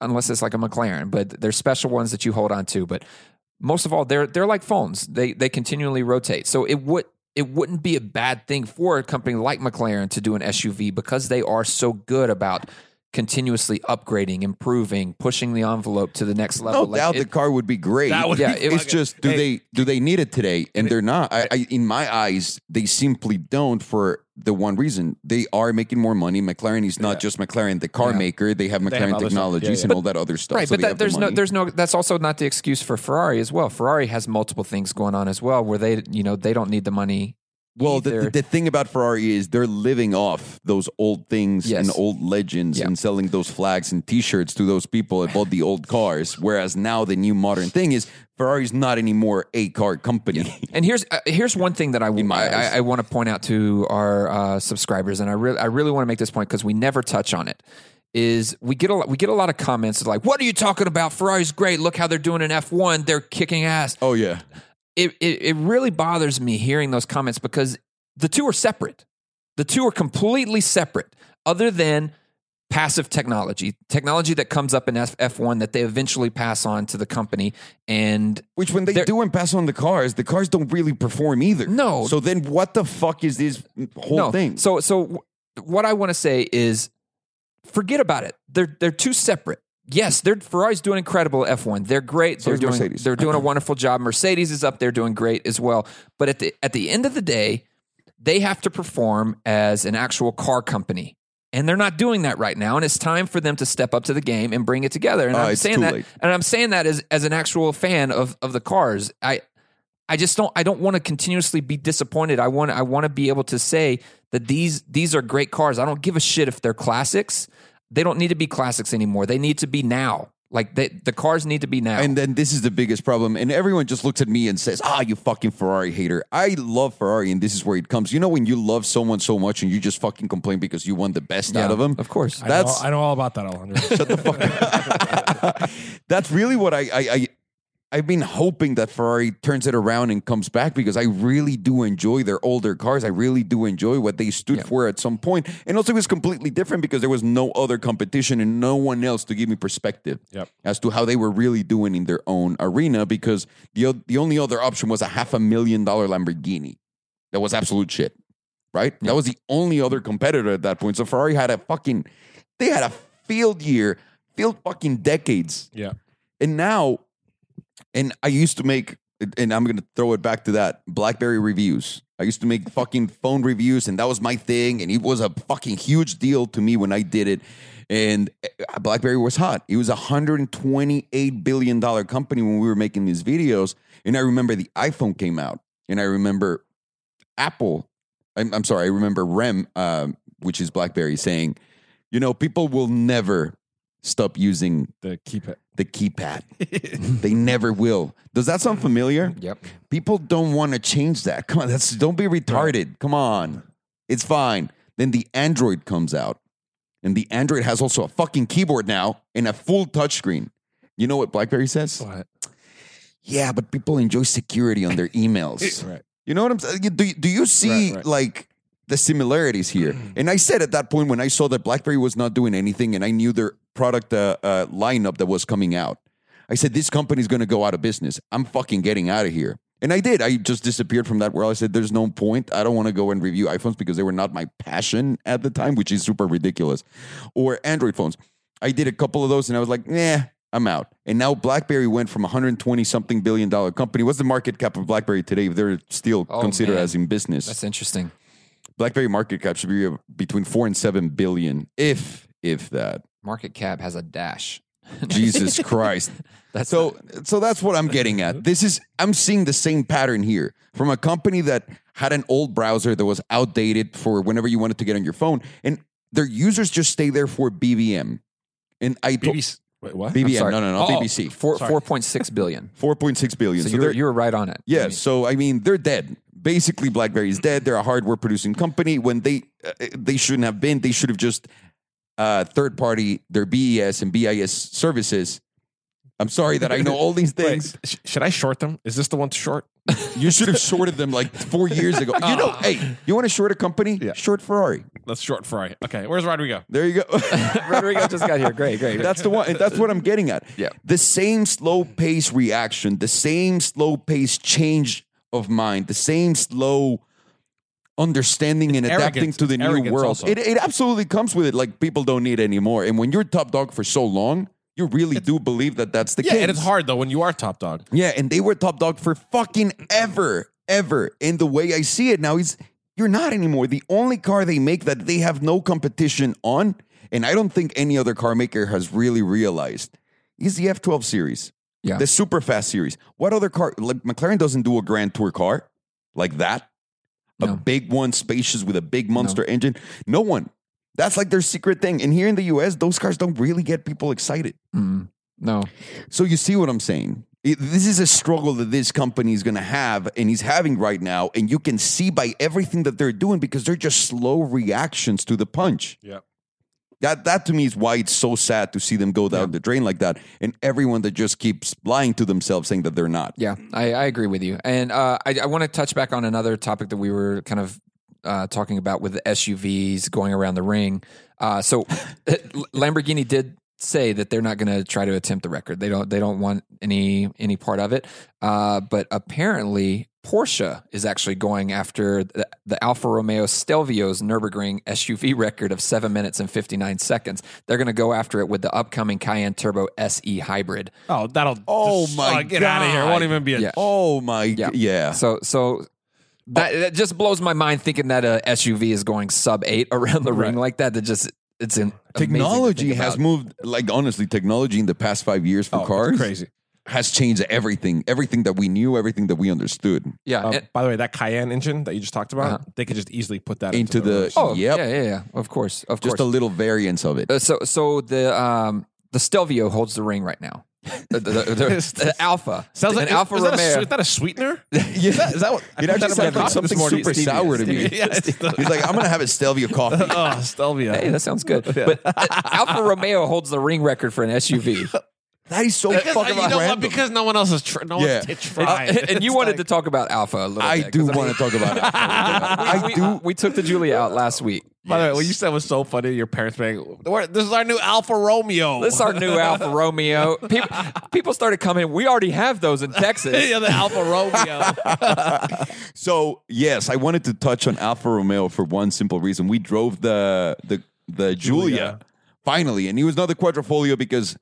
S2: unless it's like a McLaren, but they're special ones that you hold on to. But most of all, they're they're like phones. They they continually rotate. So it would it wouldn't be a bad thing for a company like McLaren to do an SUV because they are so good about continuously upgrading, improving, pushing the envelope to the next level.
S3: No doubt
S2: it-
S3: the car would be great.
S1: That would
S2: Yeah,
S1: be
S2: it
S3: it's
S1: fucking-
S3: just do
S1: Hey,
S3: they do they need it today? And they're not. I, I in my eyes, they simply don't for the one reason they are making more money. McLaren is not just McLaren, the car
S2: Yeah.
S3: maker. They have McLaren
S1: have other stuff.
S3: technologies
S1: Yeah, yeah.
S3: and all that other stuff.
S2: Right,
S3: so
S2: but
S3: they
S2: that,
S3: have the
S2: there's no,
S3: money.
S2: there's no. That's also not the excuse for Ferrari as well. Ferrari has multiple things going on as well, where they, you know, they don't need the money.
S3: Well, the, the,
S2: either.
S3: the thing about Ferrari is they're living off those old things
S2: Yes.
S3: and old legends
S2: Yeah.
S3: and selling those flags and T-shirts to those people that bought the old cars. Whereas now the new modern thing is Ferrari's not anymore a car company.
S2: And here's uh, here's one thing that I
S3: In my
S2: I,
S3: eyes.
S2: I, I want to point out to our uh, subscribers, and I really I really want to make this point because we never touch on it. Is we get a lot, we get a lot of comments like, "What are you talking about? Ferrari's great. Look how they're doing in F one. They're kicking ass."
S3: oh yeah,
S2: It, it it really bothers me hearing those comments because the two are separate. The two are completely separate, other than passive technology, technology that comes up in F one that they eventually pass on to the company, and
S3: which when they
S2: They're-
S3: do and pass on the cars, the cars don't really perform either.
S2: No.
S3: So then what the fuck is this whole thing?
S2: So so w- what I want to say is forget about it. They're they're too separate. Yes, they're Ferrari's doing incredible F1. They're great.
S3: So
S2: they're
S3: is
S2: doing
S3: Mercedes.
S2: they're doing a wonderful job. Mercedes is up there doing great as well. But at the at the end of the day, they have to perform as an actual car company. And they're not doing that right now. And it's time for them to step up to the game and bring it together. And
S3: Uh,
S2: I'm
S3: it's
S2: saying
S3: too
S2: that
S3: late.
S2: and I'm saying that as as an actual fan of of the cars. I I just don't I don't want to continuously be disappointed. I want I want to be able to say that these these are great cars. I don't give a shit if they're classics. They don't need to be classics anymore. They need to be now. Like they, the cars need to be now.
S3: And then this is the biggest problem. And everyone just looks at me and says, ah, you fucking Ferrari hater. I love Ferrari, and this is where it comes. You know, when you love someone so much and you just fucking complain because you want the best
S2: Yeah,
S3: out of them?
S2: Of course.
S1: I know-
S3: That's-
S1: I know, all about that, Alejandro.
S3: That's really what I, I, I, I've been hoping that Ferrari turns it around and comes back because I really do enjoy their older cars. I really do enjoy what they stood for at some point. And also, it was completely different because there was no other competition and no one else to give me perspective
S1: Yep.
S3: as to how they were really doing in their own arena because the, o- the only other option was a half a million dollar Lamborghini. That was absolute shit, right? That was the only other competitor at that point. So Ferrari had a fucking, they had a field year, field fucking decades
S1: yeah,
S3: and now, and I used to make and I'm gonna throw it back to that BlackBerry reviews. I used to make fucking phone reviews, and that was my thing, and it was a fucking huge deal to me when I did it. And uh, BlackBerry was hot. It was a hundred and twenty-eight billion dollar company when we were making these videos. And I remember the iPhone came out, and I remember Apple. I'm, I'm sorry, I remember REM, um, which is BlackBerry, saying, "You know, people will never stop using
S1: The keep it.
S3: the keypad. they never will. Does that sound familiar?
S2: Yep.
S3: People don't want to change that. Come on, that's don't be retarded. Come on. It's fine. Then the Android comes out. And the Android has also a fucking keyboard now and a full touchscreen. You know what BlackBerry says?
S1: What?
S3: Yeah, but people enjoy security on their emails.
S1: Right.
S3: You know what I'm saying? Do, do you see
S1: Right, right.
S3: like the similarities here? And I said at that point when I saw that BlackBerry was not doing anything and I knew their product uh, uh, lineup that was coming out, I said, this company's going to go out of business. I'm fucking getting out of here. And I did. I just disappeared from that world. I said, there's no point. I don't want to go and review iPhones because they were not my passion at the time, which is super ridiculous, or Android phones. I did a couple of those and I was like, nah, I'm out. And now BlackBerry went from 120 something billion dollar company. What's the market cap of BlackBerry today if they're still
S2: Oh,
S3: considered
S2: man.
S3: as in business?
S2: That's interesting.
S3: BlackBerry market cap should be between four and seven billion, if if that.
S2: Market cap has a dash.
S3: Jesus Christ.
S2: That's
S3: So so that's what I'm getting
S2: Mm-hmm.
S3: at. This is I'm seeing the same pattern here from a company that had an old browser that was outdated for whenever you wanted to get on your phone, and their users just stay there for BBM. And I told
S1: BBC. Wait, what?
S3: BBM,
S2: sorry.
S3: no, no, no,
S2: Oh,
S3: BBC,
S2: four
S1: Sorry.
S2: four point six billion.
S3: four point six billion.
S2: So,
S3: So,
S2: you're
S3: they're
S2: you're right on it.
S3: yeah. so I mean, they're dead. Basically, BlackBerry is dead. They're a hardware producing company. When they uh, they shouldn't have been. They should have just uh, third party their BES and BIS services. I'm sorry that I know all these
S1: Wait,
S3: things.
S1: sh- should I short them? Is this the one to short?
S3: You should have shorted them like four years ago. You know, hey, you want to short a company?
S1: Ah. Yeah.
S3: Short Ferrari.
S1: Let's short Ferrari. Okay, where's Rodrigo?
S3: There you go.
S2: Rodrigo just got here. Great, great.
S3: that's the one. That's what I'm getting at.
S2: Yeah.
S3: The same slow pace reaction, the same slow pace change of mind, the same slow understanding and adapting
S1: Arrogance.
S3: to the new
S1: Arrogance
S3: world.
S1: also.
S3: It, it absolutely comes with it. Like people don't need it anymore. And when you're top dog for so long, you really do believe that that's the
S1: Yeah,
S3: case.
S1: and it's hard though when you are top dog.
S3: Yeah, and they were top dog for fucking ever, ever. And the way I see it now is you're not anymore. The only car they make that they have no competition on, and I don't think any other car maker has really realized, is the F12 series.
S2: Yeah.
S3: The super fast series. What other car? Like McLaren doesn't do a grand tour car like that.
S2: No.
S3: A big one, spacious with a big monster engine. No one. That's like their secret thing. And here in the US, those cars don't really get people excited.
S2: Mm. no.
S3: So you see what I'm saying? It- this is a struggle that this company is going to have and he's having right now. And you can see by everything that they're doing because they're just slow reactions to the punch.
S1: Yeah.
S3: That, that to me is why it's so sad to see them go down the drain like that. And everyone that just keeps lying to themselves saying that they're not.
S2: Yeah, I, I agree with you. And uh, I, I want to touch back on another topic that we were kind of uh, talking about with the SUVs going around the ring. Uh, so Lamborghini did say that they're not going to try to attempt the record. They don't. They don't want any any part of it. Uh, but apparently. Porsche is actually going after the, the Alfa Romeo Stelvio's Nurburgring SUV record of seven minutes and fifty nine seconds. They're going to go after it with the upcoming Cayenne Turbo SE Hybrid.
S1: Oh, that'll.
S3: Oh
S1: just-
S3: my
S1: get out of here! It
S3: God.
S1: Won't even be a.
S2: Yeah.
S3: Oh my.
S2: Yeah.
S3: Yeah. yeah.
S2: So so that, that just blows my mind thinking that a SUV is going sub eight around the ring like that. That just it's an
S3: Technology has moved, like honestly, technology in the past five years for
S1: Oh, it's
S3: cars
S1: crazy.
S3: has changed everything, everything that we knew, everything that we understood.
S2: yeah.
S1: Uh,
S2: and-
S1: by the way, that Cayenne engine that you just talked about,
S2: Uh-huh.
S1: they could just easily put that
S3: Into
S1: into,
S3: the-
S1: reverse.
S2: oh
S3: yep.
S2: yeah yeah yeah of course of
S3: Just a
S2: course.
S3: little variance of it.
S2: Uh, so so the um the Stelvio holds the ring right now. the, the, the- the Alpha
S1: Sounds
S2: an
S1: like
S2: Alfa
S1: is,
S2: Romeo.
S1: That a, swe- is that a sweetener?
S3: yeah.
S1: Is that, is that what? I
S3: It
S1: put that
S3: actually
S1: in my
S3: sounds like
S1: coffee
S3: something
S1: this morning.
S3: super
S1: Stevia.
S3: sour to me.
S1: Yeah, it's the-
S3: He's like, I'm gonna have a Stelvio coffee.
S1: oh, Stelvio.
S2: Hey, that sounds good. But uh, Alfa Romeo holds the ring record for an SUV.
S3: That is so
S1: because, uh,
S3: fucking
S1: you know what?
S3: random.
S1: Because no one else is. Tr- no
S3: Yeah.
S1: one's it's
S2: Uh,
S1: fried.
S2: and you
S1: It's
S2: wanted
S1: like-
S2: to talk about Alpha a little
S3: I
S2: bit.
S3: do
S2: 'cause
S3: want to talk about it. I
S2: we,
S3: do.
S2: We took the Julia out last week.
S1: By the way, what you said was so funny. Your parents being, "We're- "This is our new Alfa Romeo."
S2: This is our new Alfa Romeo. People, people started coming. We already have those in Texas.
S1: yeah, the Alfa Romeo.
S3: So yes, I wanted to touch on Alfa Romeo for one simple reason. We drove the the the Julia,
S1: Julia.
S3: finally, and it was not the Quadrifoglio because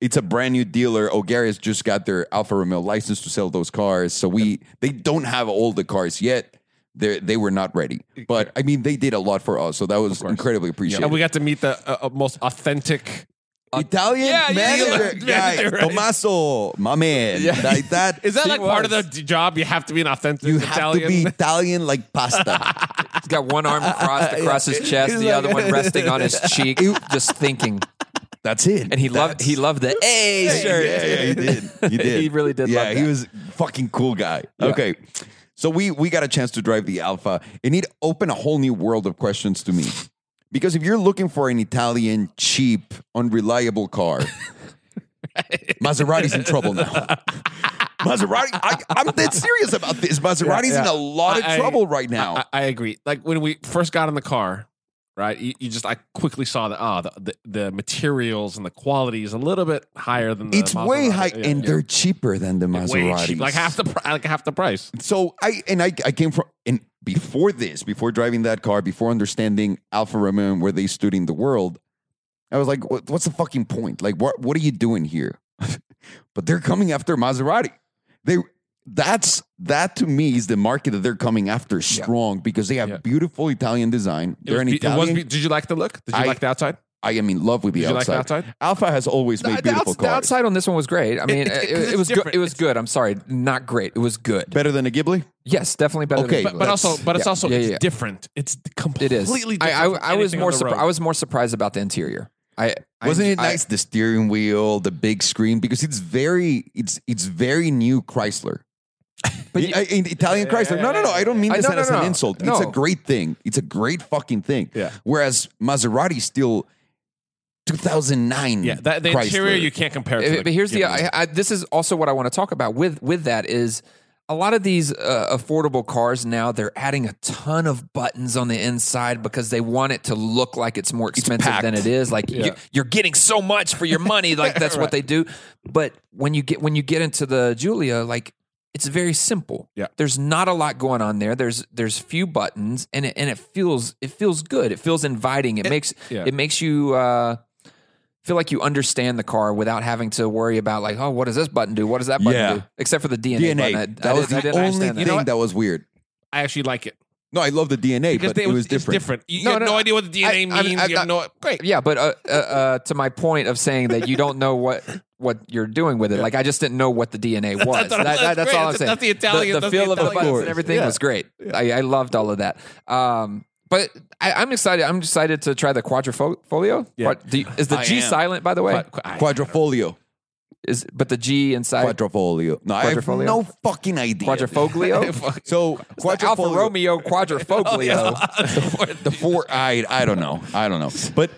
S3: it's a brand new dealer. Ogarius just got their Alfa Romeo license to sell those cars. So we they don't have all the cars yet. They they were not ready. But I mean, they did a lot for us. So that was
S1: course.
S3: incredibly appreciated.
S1: And we got to meet the uh, uh, most authentic.
S3: Italian
S2: Yeah, yeah,
S3: manager
S1: yeah.
S3: guy,
S1: Manager, right.
S3: Tommaso, my man.
S2: Yeah.
S3: Like that.
S1: Is that
S2: He
S1: like part of the
S2: was.
S1: d- job? You have to be an authentic
S3: you have
S1: Italian.
S3: to be Italian like pasta.
S2: He's got one arm crossed across his chest,
S3: He's
S2: the
S3: like-
S2: other one resting on his cheek, just thinking.
S3: That's it.
S2: And he loved
S3: That's-
S2: he loved the A shirt.
S3: Yeah, yeah, he did. He did.
S2: He really did
S3: Yeah,
S2: love
S3: he
S2: that.
S3: was fucking cool guy. Okay. So we we got a chance to drive the Alpha, and it opened a whole new world of questions to me. Because if you're looking for an Italian cheap, unreliable car, Maserati's in trouble now. Maserati, I, I'm dead serious about this. Maserati's in
S1: yeah.
S3: a lot of
S1: I- I-
S3: trouble right now.
S1: I, I agree. Like when we first got in the car, right? You, you just I quickly saw that ah the, the the materials and the quality is a little bit higher than the
S3: it's way
S1: Maserati.
S3: high,
S1: Yeah,
S3: and
S1: yeah.
S3: they're cheaper than the
S1: Way
S3: Maserati.
S1: cheap, like half the pri- like half the price.
S3: so I and I, I came from and before this, before driving that car, before understanding Alfa Romeo and where they stood in the world, I was like, what, "What's the fucking point? Like, what what are you doing here?" but they're coming after Maserati. They that's that to me is the market that they're coming after strong because they have
S1: Yeah.
S3: beautiful Italian design.
S1: It
S3: They're
S1: was
S3: an
S1: be- it was
S3: Italian.
S1: be- did you like the look? Did you
S3: I-
S1: like the outside?
S3: I am in love with the
S1: Did you like
S3: outside.
S1: the outside?
S3: Alfa has always
S2: The, the
S3: made
S2: outs-
S3: beautiful
S2: the
S3: cars.
S2: outside on this one was great. I mean,
S1: it-
S2: it,
S1: 'cause
S2: it
S1: it's
S2: was good.
S1: different.
S2: It was good. I'm sorry, not great. It was good.
S3: Better than a Ghibli?
S2: Yes, definitely better.
S3: Okay,
S2: than
S1: But, but also, but it's
S2: yeah,
S1: also
S2: yeah,
S1: it's
S2: yeah.
S1: different. It's
S2: it
S1: completely
S2: is.
S1: different.
S2: I,
S1: from
S2: I, I was
S1: anything
S2: more
S1: on the
S2: surprised.
S1: road.
S2: I was more surprised about the interior. I I-
S3: Wasn't it
S2: I-
S3: nice the steering wheel, the big screen? Because it's very, it's it's very new Chrysler.
S2: But
S3: But
S2: you-
S3: Italian Chrysler. No, no, no. I don't mean
S2: I-
S3: this
S2: no, no,
S3: as
S2: no.
S3: an insult. It's
S2: No.
S3: a great thing. It's a great fucking thing.
S1: Yeah.
S3: Whereas Maserati still 2009.
S1: yeah. That, the
S3: Chrysler.
S1: interior you can't compare.
S2: Uh,
S1: to
S2: but here's the
S1: Ghibli.
S2: I, I, this is also what I want to talk about with with that is a lot of these uh, affordable cars now they're adding a ton of buttons on the inside because they want it to look like it's more expensive than it
S3: packed.
S2: is like
S1: Yeah.
S2: you, you're getting so much for your money like that's what they do but when you get when you get into the Julia like it's very simple
S1: Yeah.
S2: there's not a lot going on there there's there's few buttons and it, and it feels it feels good it feels inviting it, makes
S1: yeah.
S2: it makes you uh feel like you understand the car without having to worry about like, oh, what does this button do? What does that button
S3: Yeah.
S2: do? Except for the DNA,
S3: DNA.
S2: button. I,
S3: that
S2: I
S3: was
S2: didn't- I
S3: the
S2: didn't
S3: only
S2: understand
S3: thing
S2: that.
S1: know
S3: that.
S1: what?
S3: was weird.
S1: I actually like it
S3: No, I love the DNA,
S1: because
S3: but
S1: they-
S3: it was
S1: it's
S3: different.
S1: You
S2: No,
S1: have
S2: no,
S1: no, idea what the
S2: I-
S1: DNA
S2: I'm-
S1: means.
S2: I'm
S1: you have no, great.
S2: Yeah, but uh, uh, uh, to my point of saying that you don't know what what you're doing with it, like I just didn't know what the DNA was.
S1: that's what-
S2: That- that-
S1: that's
S2: that's all I'm
S1: great.
S2: saying.
S1: That's the Italian-
S2: the,
S1: that's the
S2: feel of the
S1: Italian
S2: buttons
S1: course.
S2: and everything
S1: Yeah.
S2: was great. I, I loved all of that. Um, but I, I'm excited. I'm excited to try the quadrifolio.
S1: Yeah.
S2: Quad- do you- is the
S3: I
S2: G
S3: am.
S2: silent? By the way,
S1: But- I-
S3: Quadrifoglio.
S2: is but the G inside
S3: Quadrifoglio. No, I have
S2: Quadrifoglio?
S3: no fucking idea.
S2: quadrifoglio.
S1: Fuck.
S3: So
S2: It's the Alfa
S3: quadrifoglio-
S2: Romeo
S1: Oh,
S2: quadrifoglio.
S3: the four eyed. I don't know. I don't know. But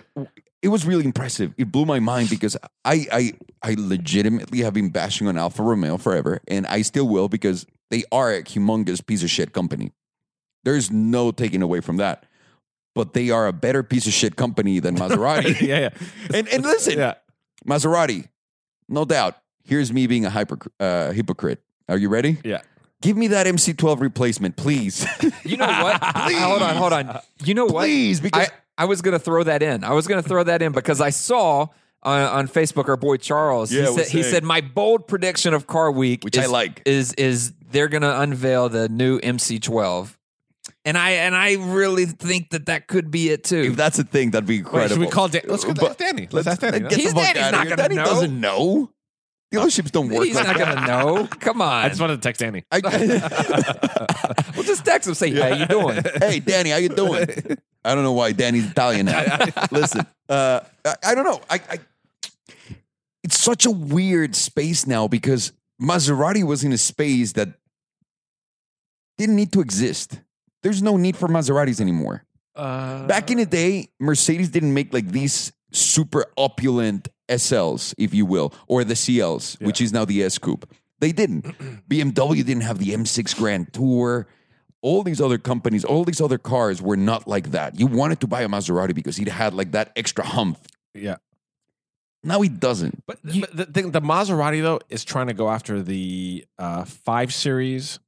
S3: it was really impressive. It blew my mind because I I I legitimately have been bashing on Alfa Romeo forever, and I still will because they are a humongous piece of shit company. There's no taking away from that. But they are a better piece of shit company than Maserati.
S1: yeah, yeah.
S3: and and listen,
S1: Yeah.
S3: Maserati, no doubt. Here's me being a hyper, uh, hypocrite. Are you ready?
S1: Yeah.
S3: Give me that MC12 replacement, please.
S2: You know what? Hold on, hold on. You know what?
S3: please,
S2: I,
S3: because
S2: I was gonna throw that in. I was gonna throw that in because I saw on, on Facebook our boy Charles.
S3: Yeah,
S2: he,
S3: was
S2: said, he
S3: saying-
S2: said my bold prediction of Car Week,
S3: Which
S2: is,
S3: I like.
S2: is is they're gonna unveil the new MC12, and I and I really think that that could be it too.
S3: If that's a thing, that'd be
S1: Wait,
S3: incredible.
S1: should we call Dan? Let's go to
S3: But-
S1: Danny. Let's ask Danny.
S3: Get
S2: He's
S3: the fuck
S2: Danny's
S3: out of
S2: not
S3: here.
S2: gonna
S3: Danny
S2: know.
S3: doesn't know. Dealerships don't work
S2: He's
S3: like
S2: not gonna
S3: that.
S2: know. Come
S1: I
S2: on,
S1: just wanted to text Danny.
S2: we'll just text him. Say, how you doing?
S3: I- hey, Danny, how you doing? I don't know why Danny's Italian now. Listen, uh, I, I don't know. I, I it's such a weird space now because Maserati was in a space that didn't need to exist. There's no need for Maseratis anymore.
S1: Uh,
S3: Back in the day, Mercedes didn't make like these super opulent SLs, if you will, or the CLs, which is now the S Coupe. They didn't. BMW didn't have the M6 Grand Tour. All these other companies, all these other cars were not like that. You wanted to buy a Maserati because it had like that extra hump.
S1: yeah.
S3: Now it doesn't.
S1: But, but the thing, the Maserati though is trying to go after the uh, five series,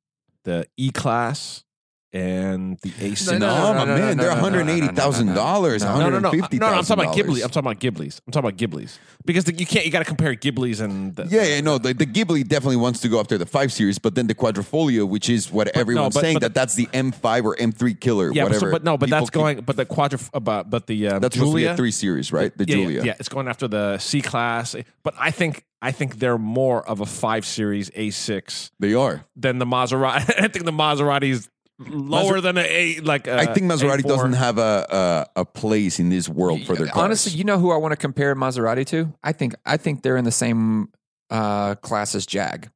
S1: the E class, and the Ace.
S2: No,
S3: No,
S1: in-
S2: no, no,
S3: my
S2: no, no,
S3: man,
S2: no,
S3: they're
S2: no, no, no, no, no, no,
S3: $180,000,
S1: no,
S2: no,
S1: no, no, no,
S3: $150,000.
S1: no, I'm talking about Ghibli. I'm talking about Ghibli's. I'm talking about Ghibli's because the, you can't. You got to compare Ghibli's and the,
S3: Yeah, yeah, no, the, the Ghibli definitely wants to go after the five series, but then the Quadrifoglio, which is what everyone's
S1: but-
S3: saying
S1: but
S3: that that's the M5 or M3 killer,
S1: yeah. But, so-
S3: whatever.
S1: but no, but
S3: People
S1: that's
S3: keep-
S1: going. But the quadra. But but the um,
S3: That's supposed to be
S1: Julia
S3: a three series, right? The
S1: yeah, yeah,
S3: Julia.
S1: Yeah, it's going after the C class. But I think I think they're more of a five series A six
S3: They are.
S1: than the Maserati. I think the Maserati's lower than an A. Like I
S3: I think Maserati doesn't have a, a a place in this world for their cars.
S2: Honestly, you know who I want to compare Maserati to? I think I think they're in the same uh, class as Jag.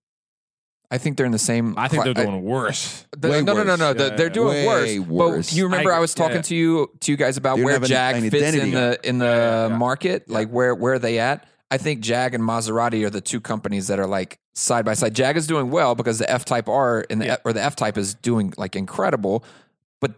S2: I think they're in the same.
S1: I think
S2: cla-
S1: they're doing worse.
S2: the-
S3: way
S2: no, no, no,
S3: worse.
S2: no, the-
S1: Yeah,
S2: They're doing
S3: way
S2: worse.
S3: worse.
S2: But you remember
S1: I-
S2: I, was talking
S1: yeah.
S2: to you, to you guys about
S3: They don't
S2: where
S3: have an-
S2: Jag
S3: an
S2: fits
S3: identity.
S2: in the in the
S1: Yeah, yeah.
S2: market, like where where are they at? I think Jag and Maserati are the two companies that are like side by side. Jag is doing well because the F Type R and the
S1: Yeah.
S2: F, or the F Type is doing like incredible, but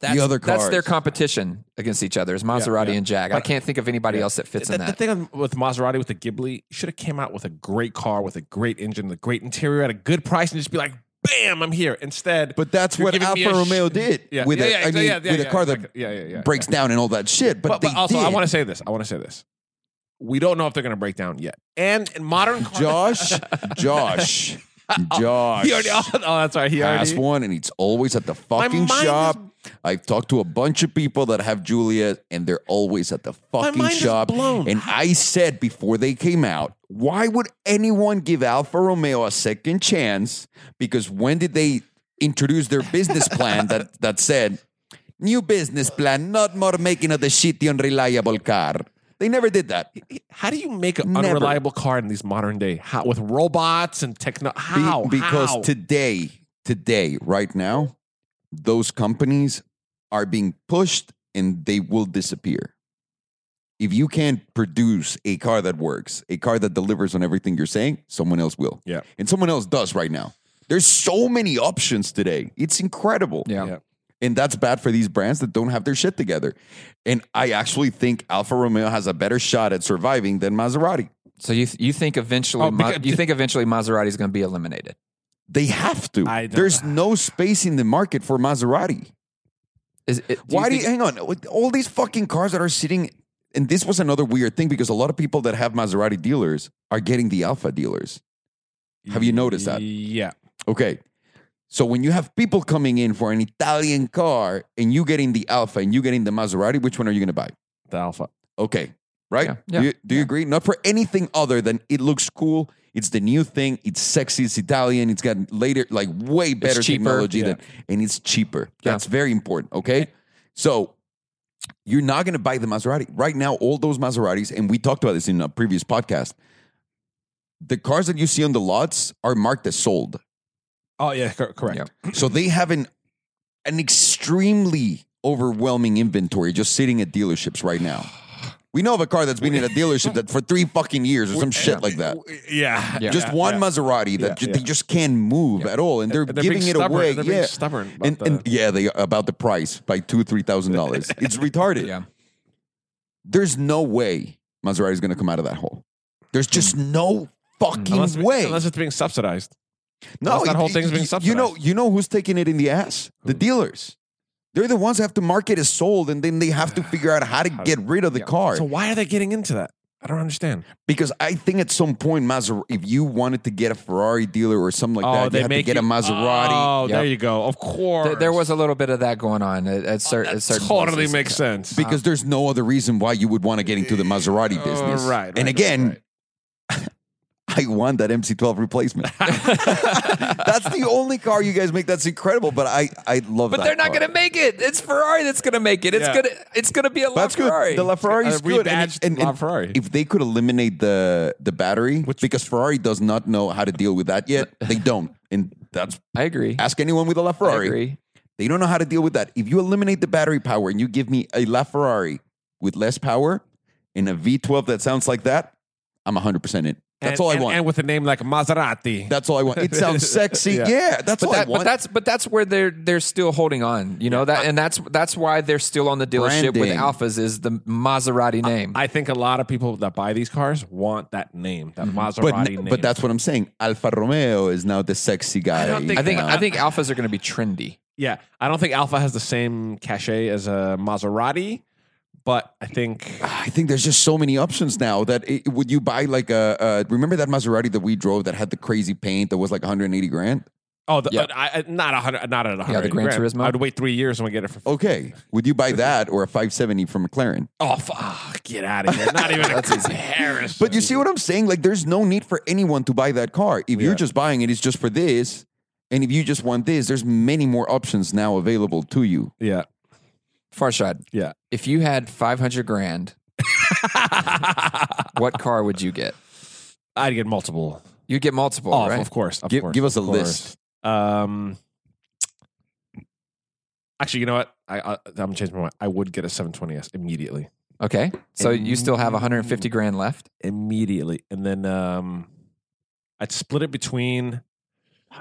S2: that's,
S3: other
S2: that's their
S3: cars.
S2: competition against each other is Maserati
S1: yeah.
S2: and Jag. I
S1: But-
S2: can't think of anybody
S1: Yeah.
S2: else that fits
S1: The,
S2: in
S1: the
S2: that.
S1: thing with Maserati with the Ghibli, you should have came out with a great car with a great engine, a great interior at a good price, and just be like, "Bam, I'm here." Instead,
S3: but that's
S1: you're
S3: what
S1: giving me
S3: Alfa
S1: a sh-
S3: Romeo did
S1: yeah,
S3: with
S1: yeah,
S3: a,
S1: yeah,
S3: I mean,
S1: yeah, yeah,
S3: with a
S1: yeah,
S3: car that
S1: exactly. Yeah, yeah, yeah,
S3: breaks down and all that shit. But,
S1: but,
S3: they
S1: but also, I
S3: did.
S1: want to say this. I want to say this. We don't know if they're going to break down yet. And in modern cars,
S3: Josh, Josh, Josh.
S1: he already. Oh, that's right. He
S3: has
S1: already.
S3: one, and it's always at the fucking
S1: mind is-
S3: shop. I've talked to a bunch of people that have Julia, and they're always at the fucking
S1: mind is
S3: shop.
S1: blown.
S3: And I said before they came out, why would anyone give Alfa Romeo a second chance? Because when did they introduce their business plan that that said new business plan, not more making of the shitty unreliable car? They never did that.
S1: How do you make an
S3: Never.
S1: unreliable car in these modern day? How with robots and techno?
S3: Be-
S1: How?
S3: because
S1: How?
S3: today, today, right now, those companies are being pushed and they will disappear. If you can't produce a car that works, a car that delivers on everything you're saying, someone else will.
S1: Yeah.
S3: And someone else does right now. There's so many options today. It's incredible.
S1: Yeah.
S3: And that's bad for these brands that don't have their shit together. And I actually think Alfa Romeo has a better shot at surviving than Maserati.
S2: So you you think eventually
S1: Oh,
S2: Ma-
S1: because-
S2: you think eventually Maserati is going to be eliminated?
S3: They have to.
S1: I don't-
S3: There's no space in the market for Maserati.
S2: Is it, do
S3: Why do you,
S2: think-
S3: hang on? With all these fucking cars that are sitting, and this was another weird thing because a lot of people that have Maserati dealers are getting the Alpha dealers. Have you noticed that?
S1: Yeah.
S3: Okay. So when you have people coming in for an Italian car and you getting the Alpha and you getting the Maserati, which one are you going to buy?
S1: The Alpha.
S3: Okay. Right?
S2: Yeah. Yeah.
S3: Do you, do you agree? Not for anything other than it looks cool. It's the new thing. It's sexy. It's Italian. It's got later, like way better
S2: cheaper.
S3: technology
S1: Yeah.
S3: than, and it's cheaper.
S2: Yeah.
S3: That's very important. Okay. So you're not going to buy the Maserati. Right now, all those Maseratis, and we talked about this in a previous podcast, the cars that you see on the lots are marked as sold.
S1: Oh yeah. cor- correct.
S2: Yeah.
S3: So they have an an extremely overwhelming inventory just sitting at dealerships right now. We know of a car that's been in a dealership that for three fucking years or some shit like that.
S1: Yeah.
S2: Yeah.
S3: Just one Maserati that
S1: Yeah,
S3: ju-
S1: yeah.
S3: they just can't move at all, and they're,
S1: And they're
S3: giving
S1: being
S3: it
S1: stubborn.
S3: away.
S1: They're
S3: yeah,
S1: being stubborn. About
S3: and,
S1: the,
S3: and yeah, they about the price by two three thousand dollars. It's retarded.
S2: Yeah.
S3: There's no way Maserati is going to come out of that hole. There's just no fucking
S1: Mm-hmm. unless,
S3: way.
S1: unless it's being subsidized.
S3: No,
S1: Unless that
S3: it-
S1: whole
S3: it-
S1: thing's being
S3: y- You know,
S1: subsidized.
S3: you know who's taking it in the ass? The
S1: Who?
S3: dealers. They're the ones that have to market as sold, and then they have to figure out how to
S1: How-
S3: get rid of the
S2: yeah.
S3: car.
S1: So why are they getting into that? I don't understand.
S3: because I think at some point, Maser- if you wanted to get a Ferrari dealer or something like
S1: oh,
S3: that,
S1: they
S3: you had
S1: make
S3: to get a
S1: you-
S3: Maserati.
S1: Oh, there
S2: Yep.
S1: you go. Of course.
S2: There, there was a little bit of that going on at, at, cer-
S1: That
S2: at certain
S1: totally
S2: places.
S1: makes sense.
S3: Because there's no other reason why you would want to get into the Maserati
S1: Uh,
S3: business.
S1: right, right,
S3: And
S1: right,
S3: again, I want that MC12 replacement. that's the only car you guys make that's incredible, but I, I love
S2: But
S3: that
S2: they're not
S3: car.
S2: going to make it. It's Ferrari that's going to make it. It's
S1: Yeah.
S2: gonna it's going to be a
S3: That's
S2: LaFerrari.
S3: good. The LaFerrari is
S1: A
S3: good. And,
S1: rebadged
S3: and, and
S1: LaFerrari.
S3: If they could eliminate the the battery,
S1: Which-
S3: because Ferrari does not know how to deal with that yet, they don't. And that's
S2: I agree.
S3: ask anyone with a
S2: I
S3: LaFerrari.
S2: agree.
S3: They don't know how to deal with that. If you eliminate the battery power and you give me a LaFerrari with less power and a V12 that sounds like that, I'm 100% in. That's
S1: And-
S3: all I
S1: and-
S3: want.
S1: And with a name like Maserati.
S3: that's all I want. It sounds sexy.
S1: Yeah.
S3: yeah. that's
S2: But,
S3: all
S2: that,
S3: I
S2: but
S3: want.
S2: that's but that's where they're they're still holding on, you know that, and that's that's why they're still on the dealership with
S3: Branding.
S2: Alphas is the Maserati name.
S1: I think a lot of people that buy these cars want that name, that Maserati
S3: Mm-hmm. but,
S1: name.
S3: n- but that's what I'm saying. Alfa Romeo is now the sexy guy.
S1: don't think-
S2: I think
S3: now.
S2: I think Alphas are going to be trendy.
S1: yeah, I don't think Alpha has the same cachet as a Maserati, but I think
S3: I think there's just so many options now that it, would you buy like a, a remember that Maserati that we drove that had the crazy paint that was like 180 grand?
S1: oh, the,
S2: Yeah.
S1: I, I- not a hundred, not at a hundred.
S2: Gran
S1: grand.
S2: Turismo.
S1: I'd wait three years and we get it for. Oh,
S3: Okay, would you buy that or a 570 from McLaren?
S1: fuck, get out of here! Not even
S2: That's
S1: a
S2: easy.
S1: comparison.
S3: But you see what I'm saying? Like, there's no need for anyone to buy that car. If
S1: Yeah.
S3: you're just buying it, it's just for this. And if you just want this, there's many more options now available to you.
S1: Yeah,
S2: Farshad,
S1: yeah.
S2: if you had 500 grand, what car would you get?
S1: I'd get multiple.
S2: You'd get multiple,
S1: Oh,
S2: right?
S1: of course, of
S3: Give-
S1: course,
S3: give us
S1: of
S3: a
S1: course.
S3: list.
S1: Um, actually, you know what? I, I I'm changing my mind. I would get a 720s immediately,
S2: Okay. So you still have 150
S3: mm.
S2: grand left.
S1: immediately, and then um, I'd split it between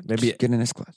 S1: maybe
S3: Just get an S class.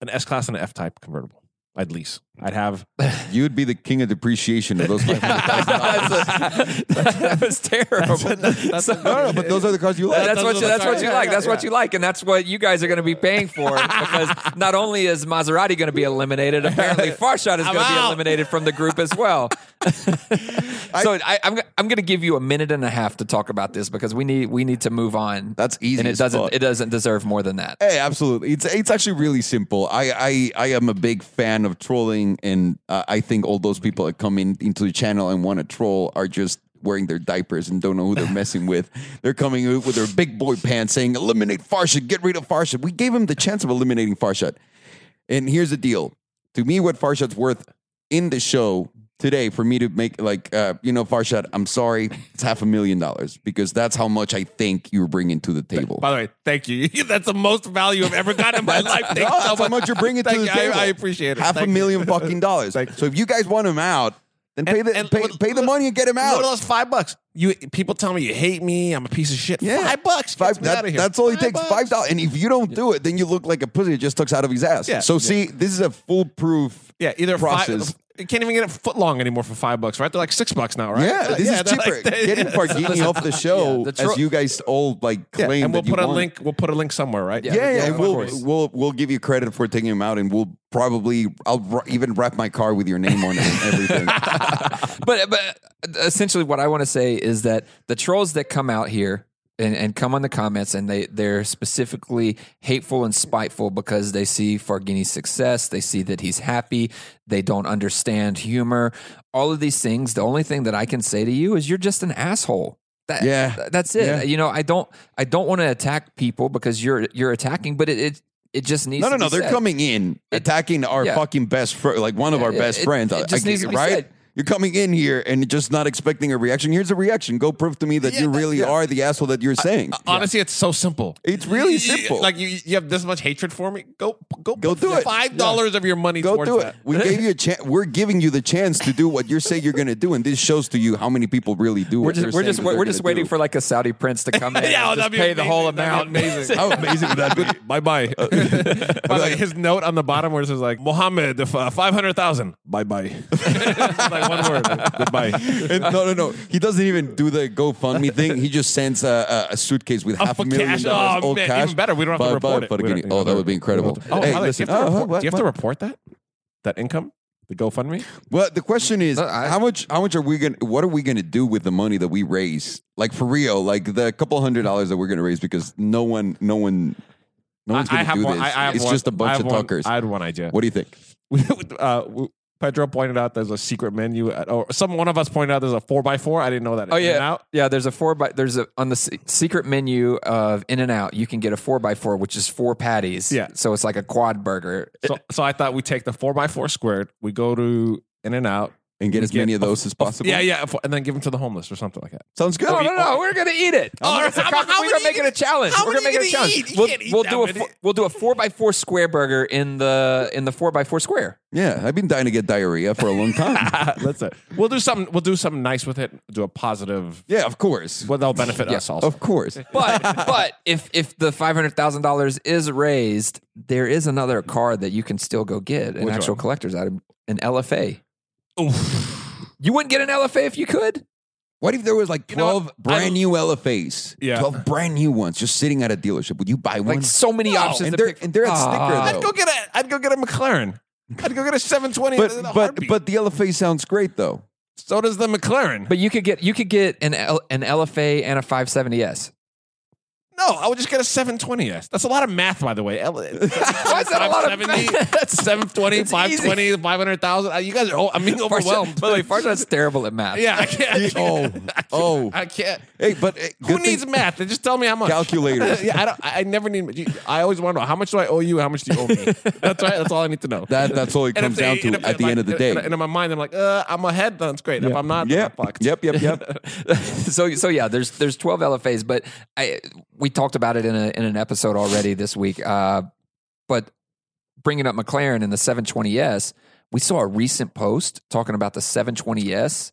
S1: an S class and an F type convertible. I'd lease. I'd have.
S3: You'd be the king of depreciation of those. $500,000.
S2: that was terrible.
S1: That's a- that's a-
S3: no, no, but those are the cars you like.
S2: That- that's,
S1: That's
S2: what
S1: what
S2: you,
S1: I'm
S2: that's what
S1: talking
S2: you
S1: about.
S2: like. That's what
S1: Yeah.
S2: you like, and that's what you guys are going to be paying for because not only is Maserati going to be eliminated, apparently Farshot is
S1: I'm
S2: going to be
S1: out.
S2: eliminated from the group as well. so I, I'm I'm going to give you a minute and a half to talk about this because we need we need to move on.
S3: That's easy
S2: and it
S3: as
S2: doesn't
S3: fuck.
S2: it doesn't deserve more than that.
S3: Hey, absolutely. It's it's actually really simple. I I, I am a big fan of trolling, and uh, I think all those people that come in into the channel and want to troll are just wearing their diapers and don't know who they're messing with. They're coming out with their big boy pants saying, "Eliminate Farshad, get rid of Farshad." We gave him the chance of eliminating Farshad, and here's the deal: to me, what Farshad's worth in the show today for me to make like uh, you know Farshad, I'm sorry, it's half a million dollars because that's how much I think you're bringing to the table.
S1: By the way, thank you. That's the most value I've ever gotten in my life. Thank
S3: No,
S1: you so
S3: that's how much you're bringing to
S1: Thank
S3: the
S1: you. I-
S3: table.
S1: I appreciate it.
S3: Half
S1: Thank
S3: a
S1: you.
S3: million fucking dollars.
S1: Thank you.
S3: so if you guys want him out, then pay the
S1: and
S3: pay,
S1: what-
S3: pay the money and get him out.
S1: What else? Five bucks. You people tell me you hate me. I'm a piece of shit.
S3: Yeah.
S1: Five bucks. Gets
S3: Five.
S1: me
S3: that-
S1: outta here.
S3: That's all he
S1: Five
S3: takes.
S1: bucks.
S3: Five dollars. And if you don't do it, then you look like a pussy that just tucks out of his ass.
S1: Yeah.
S3: So
S1: Yeah.
S3: see, this is a foolproof.
S1: Yeah, either
S3: process.
S1: five. You can't even get a foot long anymore for five bucks, right? They're like six bucks now, right?
S3: Yeah, this is
S1: they're
S3: cheaper.
S1: like-
S3: Getting Pargini off the show,
S2: the tro-
S3: as you guys all like
S1: Yeah,
S3: claim
S1: and we'll
S3: that you
S1: put a
S3: want.
S1: link. We'll put a link somewhere, right?
S2: Yeah.
S3: Yeah, yeah, and
S2: of
S3: we'll
S2: course.
S3: we'll we'll give you credit for taking him out, and we'll probably I'll r- even wrap my car with your name on it and everything.
S2: but but essentially what I want to say is that the trolls that come out here and, and come on the comments and they they're specifically hateful and spiteful because they see Farghini's success, they see that he's happy, they don't understand humor, all of these things. The only thing that I can say to you is you're just an asshole. That,
S3: Yeah.
S2: that's it.
S3: Yeah.
S2: You know, I don't I don't want to attack people because you're you're attacking, but it it, it just needs
S3: No, no,
S2: to
S3: no.
S2: be
S3: They're
S2: said.
S3: coming in, attacking our
S2: yeah.
S3: fucking best friend, like one of
S2: Yeah,
S3: our
S2: yeah,
S3: best
S2: it-
S3: friends.
S2: it just
S3: I-
S2: needs to be
S3: right?
S2: said.
S3: You're coming in here and just not expecting a reaction. Here's a reaction. Go prove to me that you really are the asshole that you're saying.
S1: Honestly, it's so simple.
S3: It's really
S1: You-
S3: simple.
S1: Like you, you have this much hatred for me. Go, go,
S3: Go
S1: put
S3: do it.
S1: Five dollars of your money.
S3: Go
S1: towards
S3: do it.
S1: that.
S3: We gave you a chance. We're giving you the chance to do what you say you're going to do, and this shows to you how many people really do.
S2: We're just we're just we're just waiting for like a Saudi prince to come in
S1: Yeah,
S2: and just
S1: that'd be
S2: pay the whole
S1: amazing.
S2: amount.
S1: That'd be amazing.
S3: How amazing would that be?
S1: Bye bye.
S3: Uh,
S1: By the way, his note on the bottom where it says like Mohammed uh, five hundred thousand. Bye bye. like one word. Goodbye.
S3: And no, no, no. He doesn't even do the GoFundMe thing. He just sends a, a, a suitcase with
S1: Oh,
S3: half
S1: for
S3: a million
S1: cash?
S3: dollars,
S1: Oh,
S3: all
S1: man,
S3: cash.
S1: even better. We don't have to report it. We
S3: Lamborghini.
S1: don't-
S3: Oh, that would be incredible.
S1: Oh, by
S3: hey,
S1: the way,
S3: listen.
S1: do you have to
S3: oh,
S1: report,
S3: what-
S1: do you have
S3: what-
S1: to report that that income, the GoFundMe?
S3: Well, the question is,
S2: Uh, I-
S3: how much? How much are we gonna? What are we gonna do with the money that we raise? Like for real, like the couple hundred dollars that we're gonna raise because no one, no one, no one's
S1: I,
S3: gonna
S1: I have
S3: do
S1: one.
S3: this.
S1: I, I have
S3: it's
S1: one-
S3: just a
S1: I
S3: bunch
S1: have
S3: of
S1: one-
S3: talkers.
S1: I had one idea.
S3: what do you think?
S1: we, uh, we- Pedro pointed out there's a secret menu, at, or some one of us pointed out there's a four by four. I didn't know that.
S2: Oh yeah,
S1: out.
S2: yeah. There's a four by there's a on the se- secret menu of In and Out. You can get a four by four, which is four patties.
S1: Yeah.
S2: so it's like a quad burger.
S3: Eh.
S1: So, so I thought we take the four by four squared. We go to In and Out.
S3: And get
S1: We
S3: as
S1: get
S3: many of those as possible.
S1: Yeah, yeah, and then give them to the homeless or something like that.
S3: sounds good.
S2: No, no, no. We're gonna eat it.
S1: Oh,
S2: It's a
S1: how-
S2: con-
S1: how
S2: we're
S1: many
S2: gonna
S1: you
S2: make it a
S1: gonna-
S2: challenge.
S1: how
S2: We're gonna
S1: many
S2: make it a
S1: you gonna eat?
S2: challenge.
S1: You
S2: We'll,
S1: can't eat
S2: we'll
S1: that
S2: do a
S1: many.
S2: four, we'll do a four by four square burger in the in the four by four square.
S3: Yeah, I've been dying to get diarrhea for a long time.
S1: That's it. We'll do something. We'll do something nice with it. Do a positive.
S3: yeah, of course,
S1: Well, that'll benefit
S2: Yeah,
S1: us also.
S3: of course.
S2: But but if if the five hundred thousand dollars is raised, there is another card that you can still go get an
S1: Which
S2: actual
S1: one?
S2: collector's item, an LFA.
S1: Oof.
S2: You wouldn't get an LFA if you could.
S3: What if there was like
S1: You know
S3: twelve
S1: what?
S3: brand
S1: I-
S3: new LFAs,
S1: Yeah.
S3: twelve brand new ones, just sitting at a dealership? Would you buy one?
S2: Like so many
S1: No.
S2: options.
S3: and
S2: to
S3: they're
S2: pick from.
S3: and they're at
S2: Ah.
S3: sticker
S1: I'd
S3: though.
S1: go get a I'd go get a McLaren. I'd go get a 720. in a
S3: but but
S1: heartbeat.
S3: but the LFA sounds great though.
S1: so does the McLaren.
S2: But you could get you could get an L, an LFA and a 570s.
S1: no, I would just get a 720s. That's a lot of math, by the way. L- Why
S2: is that a lot of math? That's-
S1: 720,
S2: it's
S1: 520, 500,000. Uh, You guys are. Oh, I'm being overwhelmed.
S2: By the way, Farshad's terrible at math.
S1: yeah, I can't. I
S3: Oh,
S1: can't- I can't-
S3: oh.
S1: I can't.
S3: Hey, but uh,
S1: Who
S3: good thing-
S1: needs math? They just tell me how much.
S3: Calculators.
S1: yeah, I don't. I I never need. I always want to know how much do I owe you? How much do you owe me? That's right. That's all I need to know.
S3: That that's all it
S1: And if
S3: comes
S1: they-
S3: down
S1: and
S3: to
S1: if-
S3: at the
S1: like,
S3: end of the
S1: and-
S3: day.
S1: And, in my mind, I'm like, uh, I'm ahead. That's great. If I'm not, then
S3: yep.
S1: I'm fucked.
S3: yep, yep, yep.
S2: so so yeah, there's there's 12 LFAs, but I we talked about it in a in an episode already this week. Uh, but bringing up McLaren and the 720s, we saw a recent post talking about the 720s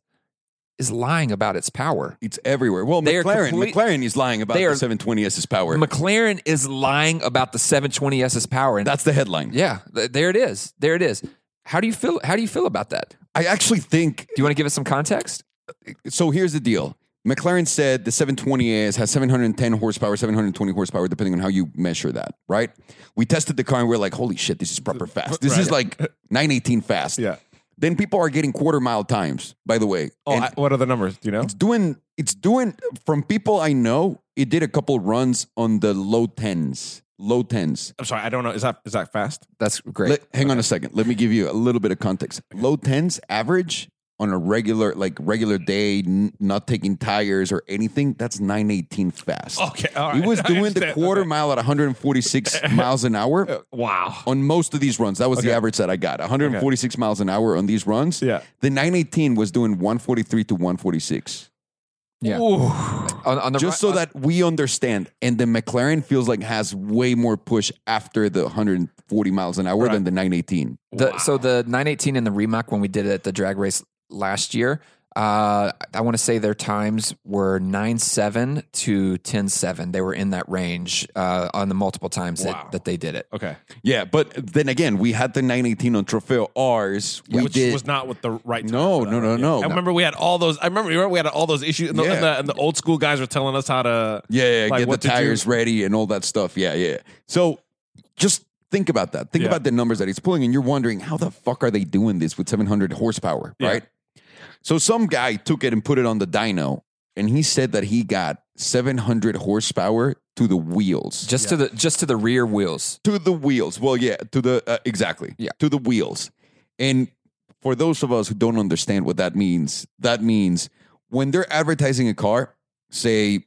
S2: is lying about its power.
S3: It's everywhere. Well,
S2: They are
S3: McLaren,
S2: complete-
S3: McLaren is lying about
S2: They are-
S3: the 720s's power.
S2: McLaren is lying about the 720s's power, and
S3: That's the headline.
S2: yeah, th- there it is. There it is. How do you feel? How do you feel about that?
S3: I actually think
S2: Do you want to give us some context?
S3: so. Here's the deal. McLaren said the 720S has 710 horsepower, 720 horsepower, depending on how you measure that, right? We tested the car and we're like, holy shit, this is proper fast. This
S1: Right.
S3: is like 918 fast.
S1: Yeah.
S3: Then people are getting quarter mile times, by the way.
S1: Oh,
S3: And
S1: I, what are the numbers? Do you know?
S3: it's doing, it's doing, from people I know, it did a couple runs on the low tens, low tens.
S1: I'm sorry. I don't know. Is that is that fast?
S2: That's great.
S3: Let, hang on a second. Let me give you a little bit of context. Low tens average on a regular, like regular day, n- not taking tires or anything. That's nine eighteen fast.
S1: Okay. All right.
S3: he was
S1: I
S3: doing the
S1: understand.
S3: quarter
S1: Okay.
S3: mile at one hundred and forty six miles an hour
S1: Uh, Wow.
S3: on most of these runs. That was the
S1: Okay.
S3: average that I got. One hundred and forty six miles an hour on these runs.
S1: Yeah.
S3: The nine eighteen was doing one forty three to one forty six.
S2: Yeah. on, on the
S3: Just
S2: ri-
S3: so that we understand, and the McLaren feels like has way more push after the 140 miles an hour
S1: Right.
S3: than the 918.
S2: The,
S1: Wow.
S2: So the 918 and the Rimac when we did it at the drag race last year, uh, I want to say their times were 9.7 to 10.7. They were in that range uh, on the multiple times
S1: Wow.
S2: that, that they did it.
S1: Okay.
S3: Yeah, but then again, we had the 918 on Trofeo R's. We
S1: Which
S3: did.
S1: was not with the right. time
S3: No,
S1: for that,
S3: no, no,
S1: right?
S3: no.
S1: I remember we had all those. I remember, remember we had all those issues, and the,
S3: Yeah.
S1: and, the, and the old school guys were telling us how to.
S3: yeah, yeah,
S1: like,
S3: get
S1: what
S3: the
S1: to do.
S3: tires ready and all that stuff. Yeah, yeah. So just think about that. Think
S1: Yeah.
S3: about the numbers that he's pulling, and you're wondering how the fuck are they doing this with 700 horsepower,
S1: Yeah.
S3: right? So some guy took it and put it on the dyno, and he said that he got 700 horsepower to the wheels.
S2: Just to the just to the rear wheels.
S3: to the wheels. Well, yeah, to the uh, exactly.
S2: Yeah.
S3: to the wheels. And for those of us who don't understand what that means, that means when they're advertising a car, say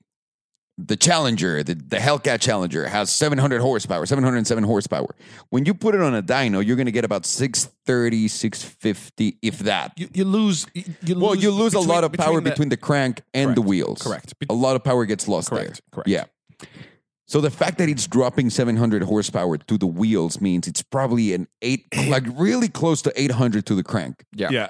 S3: the Challenger, the, the Hellcat Challenger has 700 horsepower, 707 horsepower. When you put it on a dyno, you're going to get about 630, 650, if that.
S1: You, you lose. You, you
S3: well,
S1: lose
S3: you lose
S1: between-
S3: a lot of power
S1: the-
S3: between the crank and the
S1: Correct.
S3: wheels.
S1: Correct. Be-
S3: A lot of power gets lost there.
S1: Correct. Correct.
S3: Yeah. So the fact that it's dropping 700 horsepower to the wheels means it's probably an eight, like really close to 800 to the crank,
S2: Yeah.
S1: Yeah.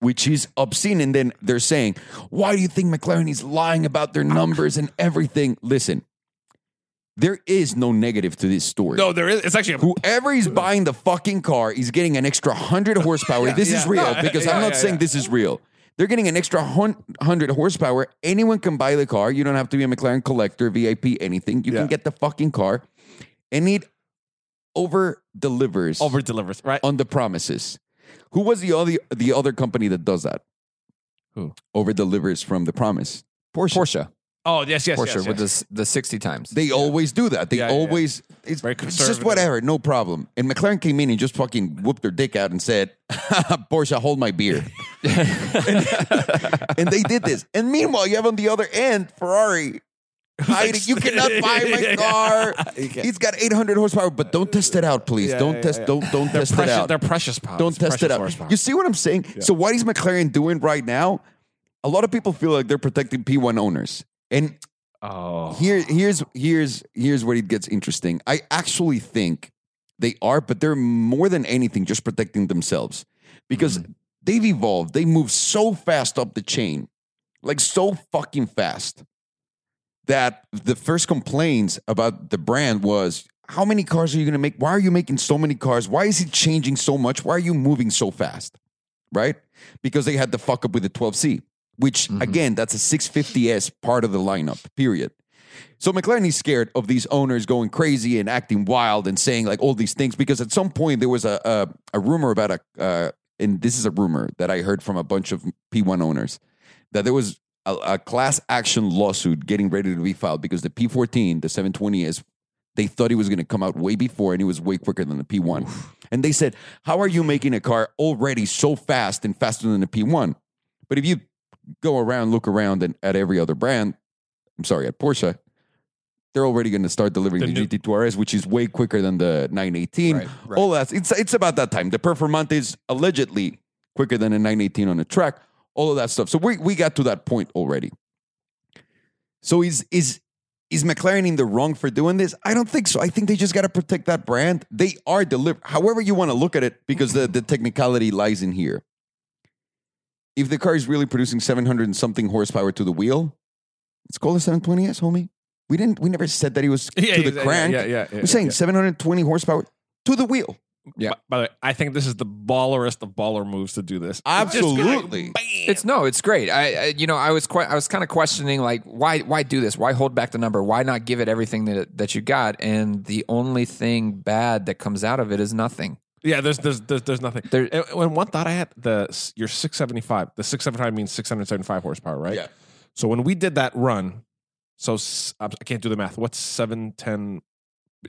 S3: which is obscene. And then they're saying, why do you think McLaren is lying about their numbers and everything? Listen, there is no negative to this story.
S1: No, there is. It's actually a
S3: Whoever is buying the fucking car is getting an extra 100 horsepower. this is
S1: yeah.
S3: real
S1: No,
S3: because
S1: yeah,
S3: I'm not
S1: yeah,
S3: saying
S1: yeah.
S3: this is real. They're getting an extra 100 horsepower. Anyone can buy the car. You don't have to be a McLaren collector, VIP, anything. You
S1: Yeah.
S3: can get the fucking car. And it over delivers
S1: over delivers. Right.
S3: on the promises. Who was the other, the other company that does that?
S1: Who?
S3: Over delivers from the promise.
S2: Porsche. Porsche.
S1: Oh yes, yes, yes,
S2: Porsche
S1: yes.
S2: with the, the 60 times.
S3: They always do that. They
S1: Yeah, yeah, yeah.
S3: always It's,
S1: Very
S3: it's just
S1: conservative.
S3: whatever, no problem. And McLaren came in and just fucking whooped their dick out and said, "Porsche, hold my beer." and, and they did this. And meanwhile, you have on the other end Ferrari. Hiding. You cannot buy my car. He's got 800 horsepower, but don't test it out, please.
S1: Yeah,
S3: don't
S1: yeah,
S3: test.
S1: yeah.
S3: Don't don't
S1: They're
S3: test
S1: precious,
S3: it out.
S1: They're precious power.
S3: Don't test it out. You see what I'm saying? So what is McLaren doing right now? A lot of people feel like they're protecting P1 owners, and
S1: oh,
S3: here here's here's here's where it gets interesting. I actually think they are, but they're more than anything just protecting themselves because they've evolved. They move so fast up the chain, like so fucking fast, that the first complaints about the brand was. How many cars are you going to make? Why are you making so many cars? Why is it changing so much? Why are you moving so fast? Right? Because they had the fuck up with the 12C which
S2: Mhm.
S3: again, that's a 650S part of the lineup, period. So McLaren is scared of these owners going crazy and acting wild and saying like all these things because at some point there was a a, a rumor about a uh, and this is a rumor that I heard from a bunch of P1 owners that there was a, a class action lawsuit getting ready to be filed because the P14, the 720S, they thought it was going to come out way before and it was way quicker than the P1. And they said, "How are you making a car already so fast and faster than the P1?" But if you go around, look around and at every other brand, I'm sorry, at Porsche, they're already going to start delivering
S1: The
S3: the,
S1: new-
S3: GT2RS, which is way quicker than the 918.
S2: Right, right.
S3: All that it's it's about that time. The Performante is allegedly quicker than a 918 on the track. All of that stuff. So we we got to that point already. So is is is McLaren in the wrong for doing this? I don't think so. I think they just got to protect that brand. They are deliver however you want to look at it, because the, the technicality lies in here. If the car is really producing 700 and something horsepower to the wheel, it's called a 720S, homie. We didn't. We never said that he was
S1: Yeah,
S3: to the
S1: yeah,
S3: crank.
S1: Yeah, yeah. yeah,
S3: We're saying 720 horsepower to the wheel.
S2: Yeah.
S1: By, by the way, I think this is the ballerest of baller moves to do this.
S3: Absolutely.
S2: It's no, it's great. I, I you know, I was quite, I was kind of questioning like why why do this? Why hold back the number? Why not give it everything that that you got? And the only thing bad that comes out of it is nothing.
S1: Yeah, there's there's there's, there's nothing.
S2: There-
S1: and, and one thought I had the your 675. The 675 means 675 horsepower, right?
S3: Yeah.
S1: So when we did that run, so s- I can't do the math. What's 710?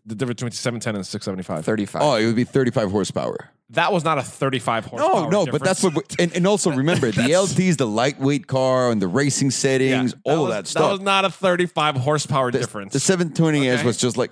S1: The difference between 710 and 675.
S2: Thirty five.
S3: Oh, it would be 35 horsepower.
S1: That was not a 35 horsepower.
S3: No, no, but
S1: difference.
S3: that's what. We, and, and also remember, the LT is the lightweight car and the racing
S1: Yeah,
S3: settings,
S1: was-
S3: all of that
S1: That
S3: stuff.
S1: was not a 35 horsepower
S3: the,
S1: difference.
S3: The 720S
S1: Okay.
S3: was just like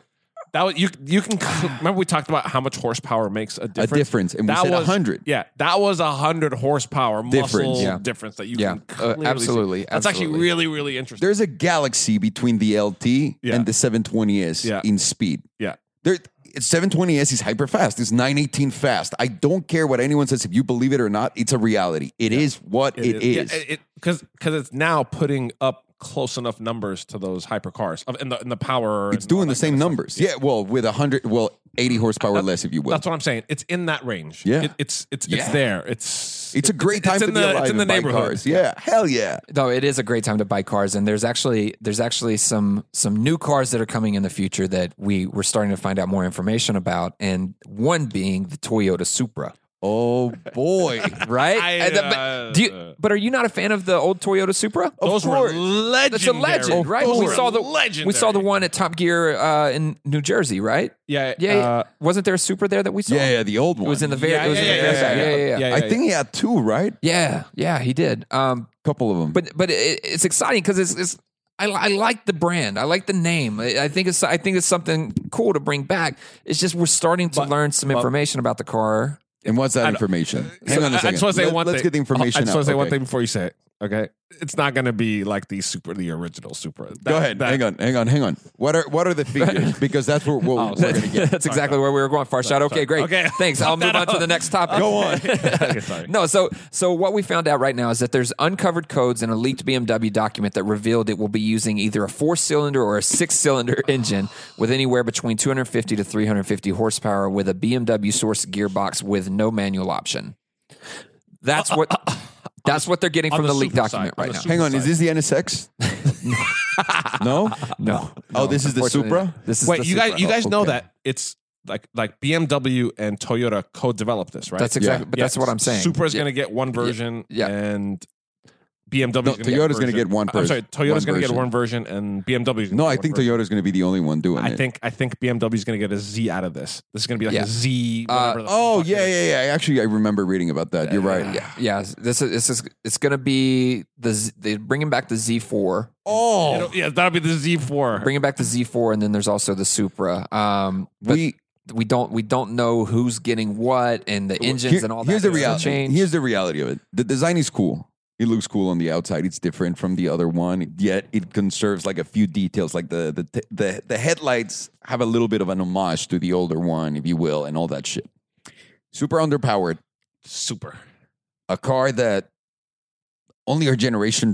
S1: that was, you you can remember we talked about how much horsepower makes a difference.
S3: a difference, and we
S1: That
S3: said
S1: was-
S3: 100.
S1: Yeah, that was a hundred horsepower
S3: Difference.
S1: muscle
S2: Yeah.
S1: difference that you
S2: Yeah,
S1: can
S2: uh,
S1: clearly
S2: absolutely.
S1: See. That's actually
S2: absolutely.
S1: really really interesting.
S3: There's a galaxy between the LT
S1: Yeah.
S3: and the 720S
S1: Yeah.
S3: in speed.
S1: Yeah.
S3: There, 720S is hyper fast. It's 918 fast. I don't care what anyone says. If you believe it or not, it's a reality. It is what it is.
S1: because it's now putting up close enough numbers to those hypercars of- and the and the power.
S3: It's
S1: and all
S3: doing the
S1: that
S3: same
S1: kind of stuff.
S3: numbers. Yeah. well, with a hundred, well, eighty horsepower less, if you will.
S1: That's what I'm saying. It's in that range.
S3: Yeah.
S1: It, it's it's it's
S2: Yeah.
S1: there. It's
S3: it's a great time
S1: it's
S3: to
S1: in
S3: be
S1: the-
S3: alive
S1: It's in the
S3: and buy
S1: neighborhood.
S3: Cars. Yeah, hell yeah.
S2: No, it is a great time to buy cars, and there's actually there's actually some some new cars that are coming in the future that we we're starting to find out more information about, and one being the Toyota Supra,
S3: Oh boy,
S2: right?
S1: I,
S2: And the-
S1: uh,
S2: but, do you, but are you not a fan of the old Toyota Supra?
S1: Those were
S3: course.
S1: legendary.
S2: That's a legend, right?
S1: Those
S2: we
S1: were
S2: saw the
S1: legendary.
S2: we saw the one at Top Gear uh, in New Jersey, right?
S1: Yeah,
S2: Yeah, yeah.
S1: uh,
S2: wasn't there a Supra there that we saw?
S3: yeah, yeah, the old
S2: it
S3: one.
S2: was in the very.
S1: Yeah,
S2: it was
S1: yeah,
S2: in the
S1: yeah,
S2: very
S1: yeah,
S2: back.
S1: yeah,
S2: yeah, yeah, yeah.
S1: yeah,
S3: I
S1: yeah,
S3: think he had two, right?
S2: Yeah, yeah, he did. Um,
S3: couple of them.
S2: but but it, it's exciting because it's, it's I, I like the brand. I like the name. I, I think it's I think it's something cool to bring back. It's just we're starting to
S1: But-
S2: learn some
S1: but-
S2: information about the car.
S3: and what's that
S1: I-
S3: information? Hang
S1: So
S3: on a
S1: I-
S3: second.
S1: I just want to say
S3: Let,
S1: one
S3: Let's
S1: thing.
S3: get the
S1: I
S3: information.
S1: just want to say
S3: out.
S1: one
S3: Okay.
S1: thing before you say it. Okay, it's not going to be like the super, the original super.
S3: Go ahead. hang on. Hang on. Hang on. What are what are the figures? Because that's what we're,
S1: Oh,
S3: we're
S1: sorry.
S3: going to get.
S2: That's exactly where we were going. Far shot. Okay, great.
S1: Okay.
S2: Thanks. I'll move
S1: That
S2: on to
S1: up.
S2: the next topic.
S3: Go on.
S1: okay, sorry.
S2: No, so so what we found out right now is that there's uncovered codes in a leaked BMW document that revealed it will be using either a four-cylinder or a six-cylinder engine with anywhere between 250 to 350 horsepower with a BMW source gearbox with no manual option. That's what that's what they're getting
S1: on
S2: from
S1: the
S2: the, leaked
S1: super
S2: document
S1: side, on
S2: right
S1: the
S2: now.
S1: super-
S3: Hang on. Is this the NSX? no.
S2: No.
S3: Oh, this is the
S2: unfortunately
S3: Supra? Oh,
S2: not. This is
S1: Wait,
S2: the
S1: you guys,
S2: Supra.
S1: you guys know
S3: okay.
S1: that it's like like BMW and Toyota co-developed this, right?
S2: That's exactly but
S1: Yeah,
S2: that's what I'm saying.
S1: Supra's
S2: Yeah.
S1: going to get one version,
S2: yeah.
S1: and BMW.
S3: No, Toyota's gonna get one
S1: I'm
S3: pers-
S1: sorry, Toyota's
S3: one
S1: going to get
S3: version.
S1: one version, and BMW's.
S3: No, I think
S1: Toyota.
S3: Toyota's going to be the only one doing
S1: I
S3: it.
S1: think I think BMW's going to get a Z out of this. This is going to be like
S2: Yeah.
S1: a Z.
S2: Uh,
S1: whatever the
S3: Oh
S1: fuck it
S3: yeah,
S1: is.
S3: yeah, yeah. Actually, I remember reading about that. You're right.
S2: Yeah, yeah. This is this is it's going to be the Z- they're bringing back the Z4
S3: Oh,
S1: It'll- yeah, that'll be the Z4.
S2: bringing back the Z4, and then there's also the Supra. Um, but we,
S3: we
S2: don't we don't know who's getting what and the engines
S3: here-
S2: and all that.
S3: here's the
S2: is gonna
S3: reality.
S2: Change.
S3: Here's the reality of it. The design is cool. It looks cool on the outside. It's different from the other one. Yet it conserves like a few details, like the the t- the, the headlights have a little bit of an homage to the older one, if you will, and all that shit. Super underpowered.
S1: Super.
S3: A car that only our generation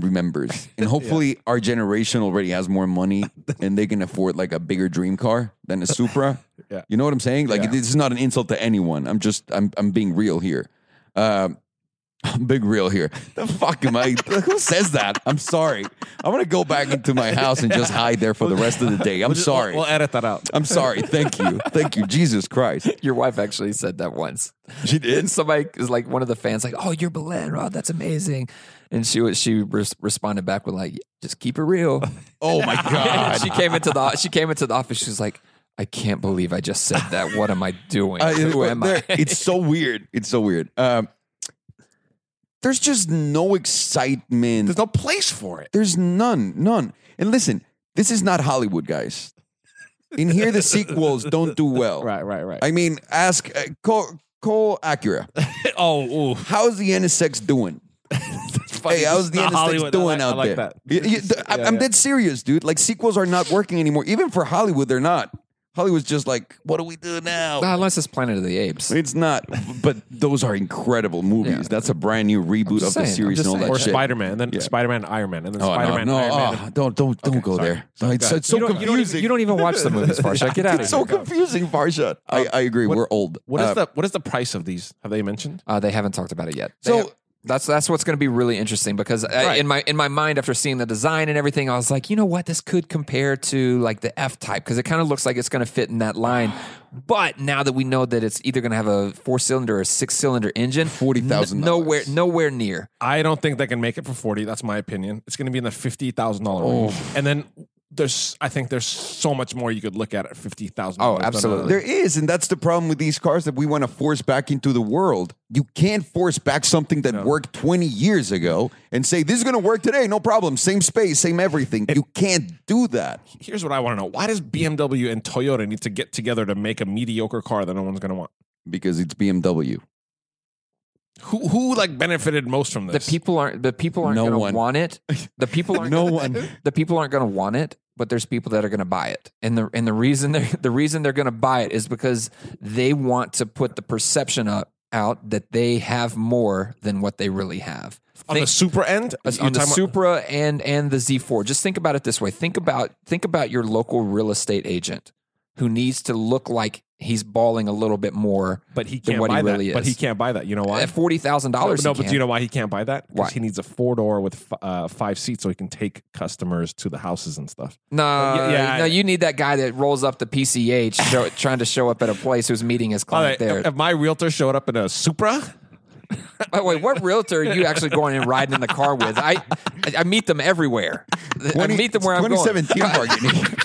S3: remembers, and hopefully our generation already has more money and they can afford like a bigger dream car than a Supra.
S1: Yeah.
S3: You know what I'm saying? Like
S1: Yeah.
S3: this is not an insult to anyone. I'm just I'm I'm being real here. Um, big real here. The fuck am I? who says that? I'm sorry. I'm gonna go back into my house and just hide there for the rest of the day. I'm
S1: We'll just-
S3: sorry.
S1: We'll, we'll edit that out.
S3: I'm sorry. Thank you. Thank you. Jesus Christ.
S2: Your wife actually said that once.
S3: She did.
S2: And somebody is like one of the fans, like, "Oh, you're Belen, Rod. That's amazing." And she was she res- responded back with like, "Just keep it real."
S3: Oh my
S2: And
S3: god.
S2: she came into the she came into the office. She was like, "I can't believe I just said that. What am I doing?
S3: Uh,
S2: Who
S3: it-
S2: am
S3: there-
S2: I?"
S3: It's so weird. It's so weird. Um, there's just no excitement.
S1: There's no place for it.
S3: There's none, none. And listen, this is not Hollywood, guys. In here, the sequels don't do well.
S1: Right, right, right.
S3: I mean, ask uh, Cole, Cole Acura.
S1: oh, ooh.
S3: How's the NSX doing?
S1: funny.
S3: Hey, how's the
S1: Not
S3: NSX
S1: Hollywood. I
S3: doing
S1: like- I
S3: out
S1: like
S3: there?
S1: that.
S3: Y- y- th- I-
S1: Yeah,
S3: I'm
S1: yeah.
S3: dead serious, dude. Like sequels are not working anymore. Even for Hollywood, they're not. Hollywood's just like, what do we do now?
S2: Well, unless it's Planet of the Apes.
S3: It's not, but those are incredible movies.
S2: Yeah.
S3: That's a brand new reboot
S2: just
S3: of the
S2: saying, I'm
S3: series
S2: just
S3: and all
S2: saying.
S3: that
S1: Or
S3: shit.
S1: Spider Man, and then
S3: Yeah.
S1: Spider Man, Iron Man, and then
S3: Oh,
S1: Spider Man,
S3: no, no,
S1: Iron Man.
S3: oh, don't, don't, don't go
S1: sorry.
S3: there. No, it's,
S1: ahead.
S3: it's so
S1: You don't- you don't even-
S3: confusing.
S2: You don't even watch the movies, Farsha. Get out of
S3: it's
S2: here.
S3: so confusing, Farshad. I, I agree.
S1: what-
S3: We're old.
S1: What is
S3: Uh,
S1: the what is the price of these? Have they mentioned?
S2: Uh, they haven't talked about it yet. They
S3: So-
S2: have- that's that's what's going to be really interesting because I,
S1: Right.
S2: in my in my mind after seeing the design and everything, I was like, you know what, this could compare to like the F type because it kind of looks like it's going to fit in that line. But now that we know that it's either going to have a four cylinder or six cylinder engine,
S3: forty thousand?
S2: nowhere nowhere near.
S1: I don't think they can make it for forty. That's my opinion. It's going to be in the fifty thousand dollar range. And then there's, I think there's so much more you could look at at fifty thousand.
S2: Oh, absolutely.
S3: There is, and that's the problem with these cars that we want to force back into the world. You can't force back something that worked 20 years ago and say, this is going to work today, no problem, same space, same everything. you can't do that.
S1: Here's what I want to know: Why does BMW and Toyota need to get together to make a mediocre car that no one's going to want?
S3: Because it's BMW.
S1: Who who like benefited most from
S2: The
S1: this?
S2: people aren't the people aren't
S3: No
S2: going
S3: one.
S2: to want it. The people aren't
S3: No
S2: gonna-
S3: one.
S2: the people aren't going to want it, but there's people that are going to buy it, and the and the reason they the reason they're going to buy it is because they want to put the perception up, out that they have more than what they really have.
S1: on the
S2: Think-
S1: super end,
S2: as-
S1: You're
S2: on the
S1: talking about-
S2: Supra and and the Z4. Just think about it this way. Think about think about your local real estate agent who needs to look like he's balling a little bit more.
S1: but he
S2: than
S1: can't
S2: what
S1: buy
S2: he
S1: that.
S2: really
S1: But
S2: is.
S1: he can't buy that. You know why?
S2: At forty thousand dollars,
S1: No, but do you know why he can't buy that?
S2: Why?
S1: Because he needs a four door with f- uh, five seats so he can take customers to the houses and stuff.
S2: No,
S1: Y- yeah,
S2: no,
S1: I-
S2: you need that guy that rolls up the PCH show, trying to show up at a place who's meeting his
S1: All
S2: client
S1: right,
S2: there.
S1: if, if my realtor showed up in a Supra,
S2: By the way, what realtor are you actually going and riding in the car with? I I- I meet them everywhere. I
S3: 20
S2: meet them where
S3: it's
S2: I'm going.
S3: 2017 bargaining.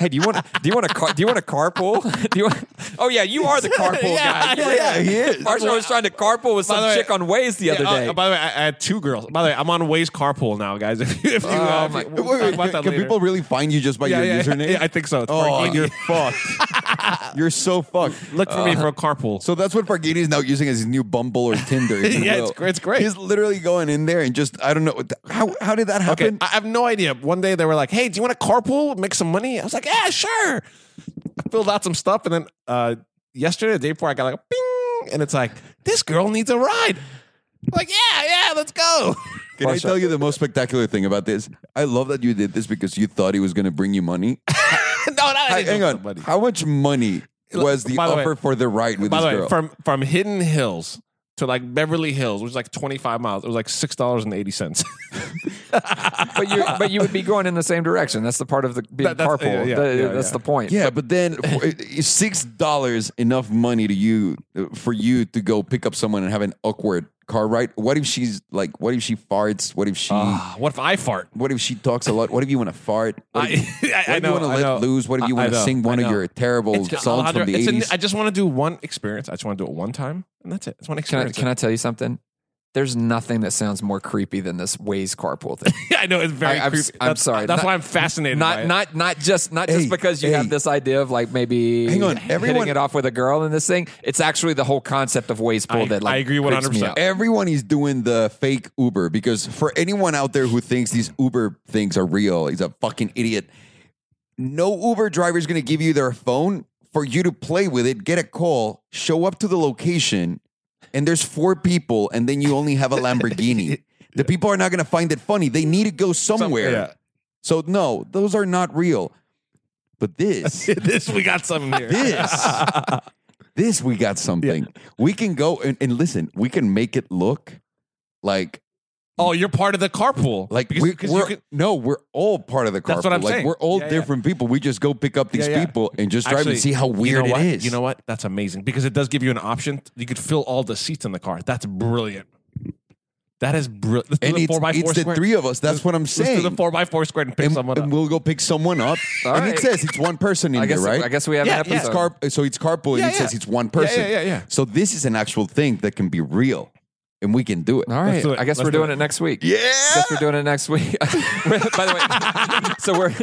S2: Hey, do you want do you want a car, do you want a carpool? Do you want, oh yeah, you are the carpool
S1: Yeah,
S2: guy.
S3: yeah, he is.
S2: Marsha was trying to carpool with some
S1: the way-
S2: chick on Waze the other
S1: Yeah, oh,
S2: day.
S1: by the way, I, I had two girls. By the way, I'm on Waze carpool now, guys. If you, if you, uh, if
S2: my-
S1: you-
S3: Wait,
S1: we'll talk
S3: wait,
S1: about
S3: can
S1: that
S3: can
S1: later.
S3: people really find you just by
S1: yeah,
S3: your
S1: yeah,
S3: username?
S1: yeah, I think so. It's
S3: oh,
S1: Pargini.
S3: you're fucked. you're so fucked.
S1: Look for me for a carpool.
S3: So that's what Pargini is now using as his new Bumble or Tinder. if you
S1: Yeah, it's
S3: will.
S1: gr- it's great.
S3: He's literally going in there and just I don't know what the- how how did that
S1: okay,
S3: happen.
S1: I have no idea. One day they were like, "Hey, do you want a carpool? Make some money." I was like, "Yeah, sure." I filled out some stuff, and then uh, yesterday, the day before, I got like a ping, and it's like, "This girl needs a ride." I'm like, yeah, yeah, let's go.
S3: Can I
S2: Marsha.
S3: tell you the most spectacular thing about this? I love that you did this because you thought he was going to bring you money.
S1: no, no, I
S3: Hi-
S1: didn't
S3: hang
S1: know
S3: on.
S1: somebody.
S3: How much money was the
S1: By the way-
S3: offer for the ride with
S1: By
S3: this
S1: the way,
S3: girl?
S1: from from Hidden Hills to like Beverly Hills, which is like 25 miles, it was like six dollars and eighty cents.
S2: but you but you would be going in the same direction. That's the part of the being
S1: That- that's-
S2: carpool.
S1: yeah, yeah,
S2: The-
S1: yeah,
S2: that's
S1: yeah.
S2: the point.
S3: yeah, but then for- is six dollars enough money to you for you to go pick up someone and have an awkward car ride? What if she's like? What if she farts? Ah, What if she?
S1: what if I fart?
S3: what if she talks a lot? What if you want to fart? What
S1: I-
S3: if,
S1: I- I
S3: what if
S1: know,
S3: you want to
S1: I
S3: let
S1: know.
S3: loose? What if you
S1: I- I
S3: want to
S1: know,
S3: sing one
S1: I
S3: of
S1: know.
S3: your terrible songs from
S1: Alejandro,
S3: the
S1: it's a-
S3: eighties?
S1: I just want to do one experience. I just want to do it one time, and that's it. It's one
S2: Can I
S1: experience.
S2: can I tell you something? There's nothing that sounds more creepy than this Waze carpool thing.
S1: Yeah, I know it's very.
S2: I- I'm
S1: creepy.
S2: s- I'm
S1: That's-
S2: sorry.
S1: That's
S2: Not-
S1: why I'm fascinated. by
S2: not
S1: it.
S2: not not just not
S3: Hey,
S2: just because you
S3: hey.
S2: have this idea of like maybe
S3: Hang on,
S2: hitting
S3: everyone-
S2: it off with a girl in this thing. It's actually the whole concept of ways
S1: I-
S2: pull that like
S1: I agree
S2: creeps
S1: 100%.
S2: me out.
S3: Everyone is doing the fake Uber because for anyone out there who thinks these Uber things are real, he's a fucking idiot. No Uber driver is going to give you their phone for you to play with it, get a call, show up to the location, and there's four people, and then you only have a Lamborghini. the people are not going to find it funny. They need to go somewhere.
S1: Yeah.
S3: So, no, those are not real. But this.
S1: this we got something here.
S3: this this we got something we can go and, and listen we can make it look Like,
S1: Oh, you're part of the carpool.
S3: like
S1: because,
S3: we,
S1: because
S3: are
S1: you could,
S3: no, we're all part of the carpool.
S1: That's what I'm
S3: like,
S1: saying.
S3: We're all
S1: Yeah, yeah.
S3: different people. We just go pick up these
S1: Yeah, yeah.
S3: people and just drive
S1: Actually,
S3: and see how
S1: you
S3: weird
S1: know what?
S3: it is.
S1: You know what? That's amazing because it does give you an option. You could fill all the seats in the car. That's brilliant. That is brilliant. Let's do
S3: and
S1: the
S3: it's,
S1: four by
S3: it's
S1: four
S3: the
S1: square.
S3: three of us. That's what I'm
S1: Let's
S3: saying.
S1: do the four by four square and pick
S3: and,
S1: someone
S3: and
S1: up.
S3: we'll go pick someone up.
S2: All
S3: and it
S2: right.
S3: says it's one person in
S2: I guess
S3: there, right?
S2: I guess we have
S1: Yeah,
S2: an
S1: yeah.
S2: episode.
S3: it's car, so it's carpool, and
S1: Yeah,
S3: it says
S1: yeah.
S3: it's one
S1: Yeah,
S3: person.
S1: yeah, yeah, yeah.
S3: So this is an actual thing that can be real, and we can do it.
S2: All right.
S1: do it.
S2: I guess
S1: Let's
S2: we're
S1: do
S2: doing
S1: it.
S2: it. next week.
S3: Yeah.
S2: I guess we're doing it next week. We're- by the way, so we're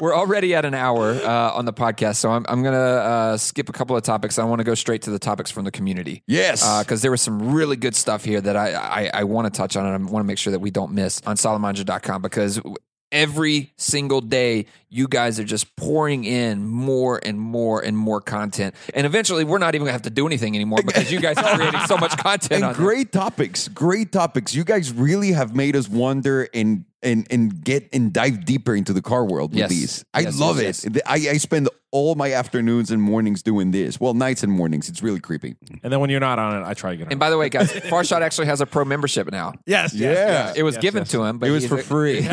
S2: we're already at an hour uh, on the podcast. So I'm I'm gonna uh, skip a couple of topics. I want to go straight to the topics from the community.
S3: Yes.
S2: because there was some really good stuff here that I I, I want to touch on, and I want to make sure that we don't miss on Salamanja.com because w- every single day you guys are just pouring in more and more and more content, and eventually we're not even gonna have to do anything anymore because you guys are creating so much content.
S3: and
S2: on there.
S3: great topics, great topics. You guys really have made us wonder and and and get and dive deeper into the car world with
S2: Yes.
S3: these. I
S2: Yes,
S3: love
S2: yes,
S3: it. I, I spend all my afternoons and mornings doing this. Well, nights and mornings. It's really creepy.
S1: and then when you're not on it, I try again.
S2: And by the way, guys, Farshot actually has a pro membership now.
S1: yes, yes,
S3: Yeah.
S1: yes,
S2: It was
S1: yes,
S2: given
S1: yes.
S2: to him, but
S3: It was
S2: he's
S3: for
S2: a-
S3: free.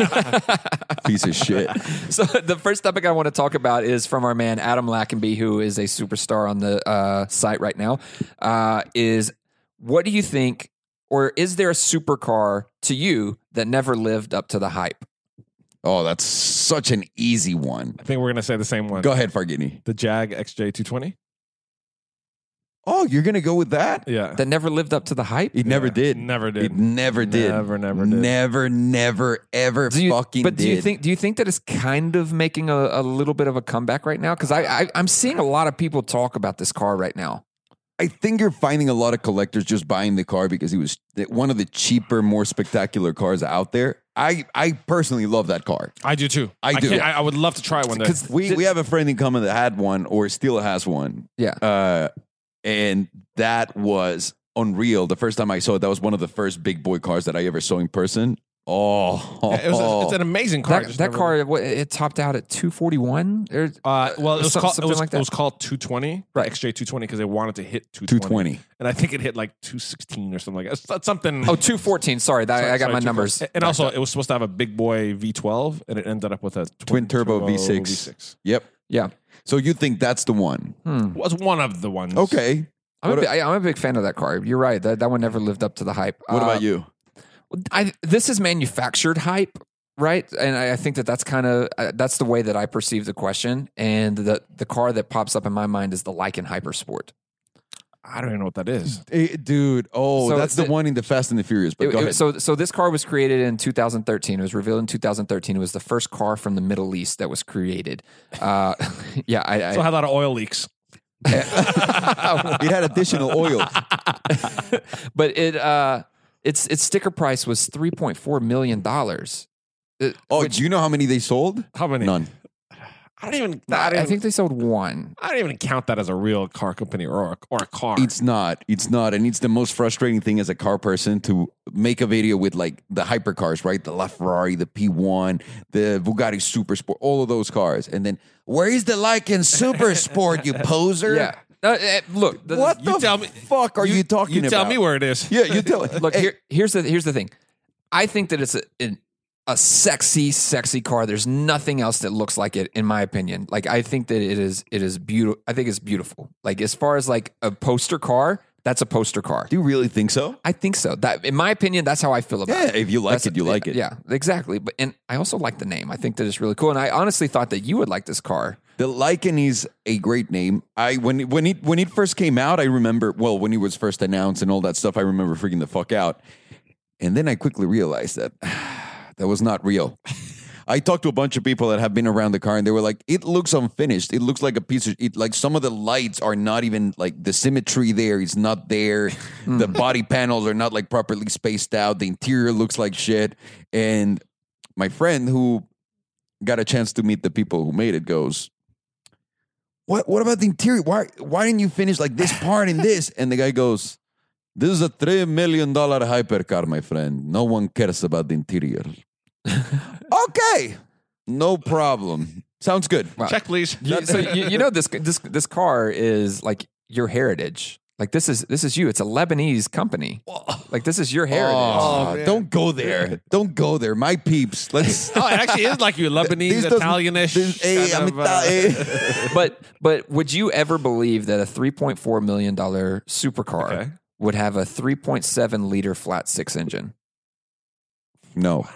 S3: Piece of shit.
S2: So the first topic I want to talk about is from our man Adam Lackenby, who is a superstar on the uh, site right now. Uh, is what do you think, or is there a supercar to you that never lived up to the hype?
S3: Oh, that's such an easy one.
S1: I think we're gonna say the same one.
S3: Go ahead, Fargini.
S1: The Jag XJ220.
S3: Oh, you're gonna go with that?
S1: Yeah,
S2: That never lived up to the hype.
S3: It never
S1: Yeah.
S3: did.
S1: Never did.
S3: It never did.
S1: Never, never did.
S3: Never, never, ever
S2: Do you-
S3: fucking
S2: but
S3: did.
S2: do you think do you think that it's kind of making a, a little bit of a comeback right now? Because I, I I'm seeing a lot of people talk about this car right now.
S3: I think you're finding a lot of collectors just buying the car because it was one of the cheaper, more spectacular cars out there. I, I personally love that car.
S1: I do too.
S3: I do.
S1: can't- I, I would love to try it one day.
S2: 'Cause
S3: We,
S2: Did-
S3: we have a friend in common that had one or still has one.
S2: Yeah.
S3: Uh, and that was unreal. The first time I saw it, that was one of the first big boy cars that I ever saw in person. Oh,
S1: Yeah, it was a- it's an amazing car.
S2: That,
S1: Just
S2: that
S1: never-
S2: car what, it topped out at 241. Or-
S1: Uh, well, it was
S2: Some-
S1: called it
S2: something
S1: was,
S2: like
S1: it
S2: that.
S1: was called 220, right? XJ220 because they wanted to hit 220.
S3: 220.
S1: and I think it hit like 216 or something like that. So- Something.
S2: Oh, 214. Sorry, that,
S1: sorry,
S2: I got
S1: sorry, Eh.
S2: my
S1: 220.
S2: numbers.
S1: And also, it was supposed to have a big boy V12, and it ended up with a
S3: Twin turbo V6. Yep.
S2: Yeah.
S3: So you think that's the one?
S2: Hmm.
S1: Was one of the ones.
S3: Okay.
S2: I'm,
S3: What
S2: a, bi- I- I'm a big fan of that car. You're right. That, that one never lived up to the hype.
S3: What
S2: Uh,
S3: about you?
S2: I, this is manufactured hype, right? And I, I think that that's kind of uh, that's the way that I perceive the question. And the the car that pops up in my mind is the Lycan Hypersport.
S1: I don't even know what that is.
S3: Eh, dude, oh,
S2: So
S3: that's the
S2: the-
S3: one in the Fast and the Furious. But
S2: It-
S3: go
S2: it-
S3: ahead.
S2: so so this car was created in 2013. It was revealed in 2013. It was the first car from the Middle East that was created. Uh, yeah, I, I Eh.
S1: So it had a lot of oil leaks.
S3: it had additional oil.
S2: but it uh its its sticker price was 3.4 million dollars.
S3: Oh, do you know how many they sold?
S1: How many?
S3: None.
S1: I don't even. I, don't
S2: I
S1: even
S2: think they sold one.
S1: I don't even count that as a real car company or a, or a car.
S3: It's not. It's not. And it's the most frustrating thing as a car person to make a video with like the hypercars, right? The LaFerrari, the P1, the Bugatti Super Sport, all of those cars. And then, where is the Lycan Super Sport, you poser?
S2: Yeah. Uh, uh, look, the,
S3: What
S1: You
S3: the
S1: tell me-
S3: fuck are you, talking
S1: You
S3: about?
S1: tell me where it is.
S3: Yeah, you tell
S2: Look, here, here's the here's the thing. I think that it's a an, a sexy, sexy car. There's nothing else that looks like it, in my opinion. Like I think that it is it is beautiful. I think it's beautiful. Like as far as like a poster car, that's a poster car.
S3: Do you really think so?
S2: I think so. That in my opinion, that's how I feel about
S3: Yeah,
S2: it.
S3: if you like
S2: That's-
S3: it, you like it.
S2: Yeah, exactly. But and I also like the name. I think that it's really cool. And I honestly thought that you would like this car.
S3: The Lycan is a great name. I when when it when it first came out, I remember well when it was first announced and all that stuff. I remember freaking the fuck out, and then I quickly realized that that was not real. I talked to a bunch of people that have been around the car, and they were like, "It looks unfinished. It looks like a piece of it. Like some of the lights are not even like the symmetry there. It's not there. the body panels are not like properly spaced out. The interior looks like shit." And my friend who got a chance to meet the people who made it goes, what what about the interior? Why why didn't you finish like this part and this? And the guy goes, This is a three million dollar hypercar, my friend. No one cares about the interior. okay. No problem. Sounds good.
S2: Wow.
S1: Check please.
S2: You, so you, you know this this this car is like your heritage. Like this is this is you. It's a Lebanese company. Like this is your heritage.
S3: Oh,
S1: man.
S3: don't go there. Don't go there. My peeps. Let's.
S1: Oh, it actually is like you Lebanese,
S3: These doesn't-
S1: Italianish.
S3: this- hey,
S1: kind
S3: I'm
S1: of, uh,
S3: Italian.
S2: But but would you ever believe that a 3.4 million dollar supercar
S1: Okay.
S2: would have a 3.7 liter flat six engine?
S3: no.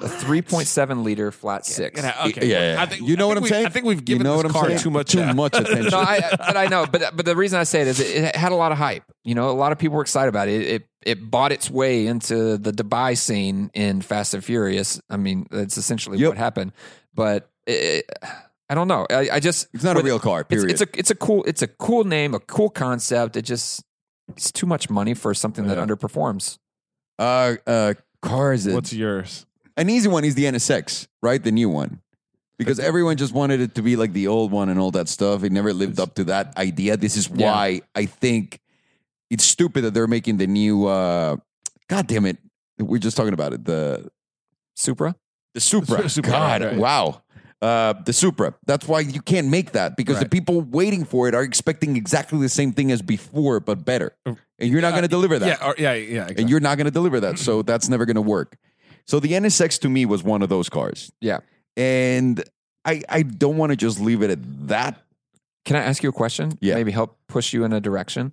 S2: A 3.7 liter flat six.
S1: Yeah, okay.
S3: Yeah, yeah.
S1: I think,
S3: you know
S1: I
S3: what
S1: think
S3: I'm
S1: we-
S3: saying?
S1: I think we've
S3: you
S1: given
S3: know
S1: this
S3: what I'm
S1: car
S3: saying?
S1: too much.
S3: too
S1: uh,
S3: much attention.
S2: No, I, I- but I know, but but the reason I say it is it, it had a lot of hype. You know, a lot of people were excited about it. It it bought its way into the Dubai scene in Fast and Furious. I mean, that's essentially
S3: Yep.
S2: what happened. But it, I don't know. I, I just
S3: it's not a
S2: with-
S3: real car.
S2: It's,
S3: Period.
S2: it's a it's a cool it's a cool name, a cool concept. It just it's too much money for something
S1: Yeah.
S2: that underperforms.
S3: uh, uh, cars. is-
S1: What's yours?
S3: an easy one is the NSX, right? The new one. Because everyone just wanted it to be like the old one and all that stuff. It never lived up to that idea. This is
S2: Yeah.
S3: why I think it's stupid that they're making the new uh God damn it. We We're just talking about it. The
S2: Supra.
S3: the Supra.
S1: Su- Supra,
S3: God,
S1: right.
S3: wow. Uh, the Supra. That's why you can't make that because the
S1: Right.
S3: people waiting for it are expecting exactly the same thing as before, but better. And you're not going to deliver that
S1: Oh. Uh, Yeah, or, yeah, yeah. Exactly.
S3: and you're not going to deliver that. So that's never going to work. So the NSX to me was one of those cars.
S2: Yeah.
S3: And I I don't want to just leave it at that.
S2: Can I ask you a question?
S3: Yeah.
S2: Maybe help push you in a direction.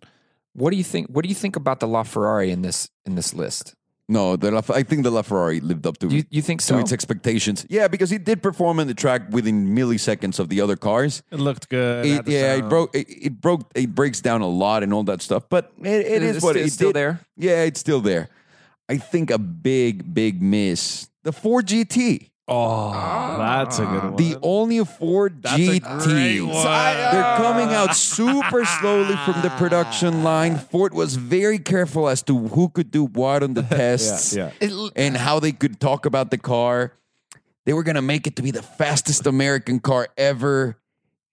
S2: What do you think? What do you think about the LaFerrari in this in this list?
S3: No, the La, I think the LaFerrari lived up to,
S2: You you think
S3: to
S2: so?
S3: its expectations. Yeah, because it did perform on the track within milliseconds of the other cars.
S1: it looked good.
S3: It-
S1: had the
S3: yeah, it
S1: sound.
S3: broke. It, it broke. It breaks down a lot and all that stuff. But it, it is
S2: It's
S3: what
S2: sti-
S3: it
S2: still
S3: did-
S2: there.
S3: Yeah, it's still there. I think a big, big miss. The 4GT.
S1: Oh, that's a good one.
S3: The only Ford
S1: That's a great
S3: GT.
S1: one. Ah.
S3: They're coming out super slowly from the production line. Ford was very careful as to who could do what on the tests
S1: yeah.
S3: and how they could talk about the car. They were going to make it to be the fastest American car ever.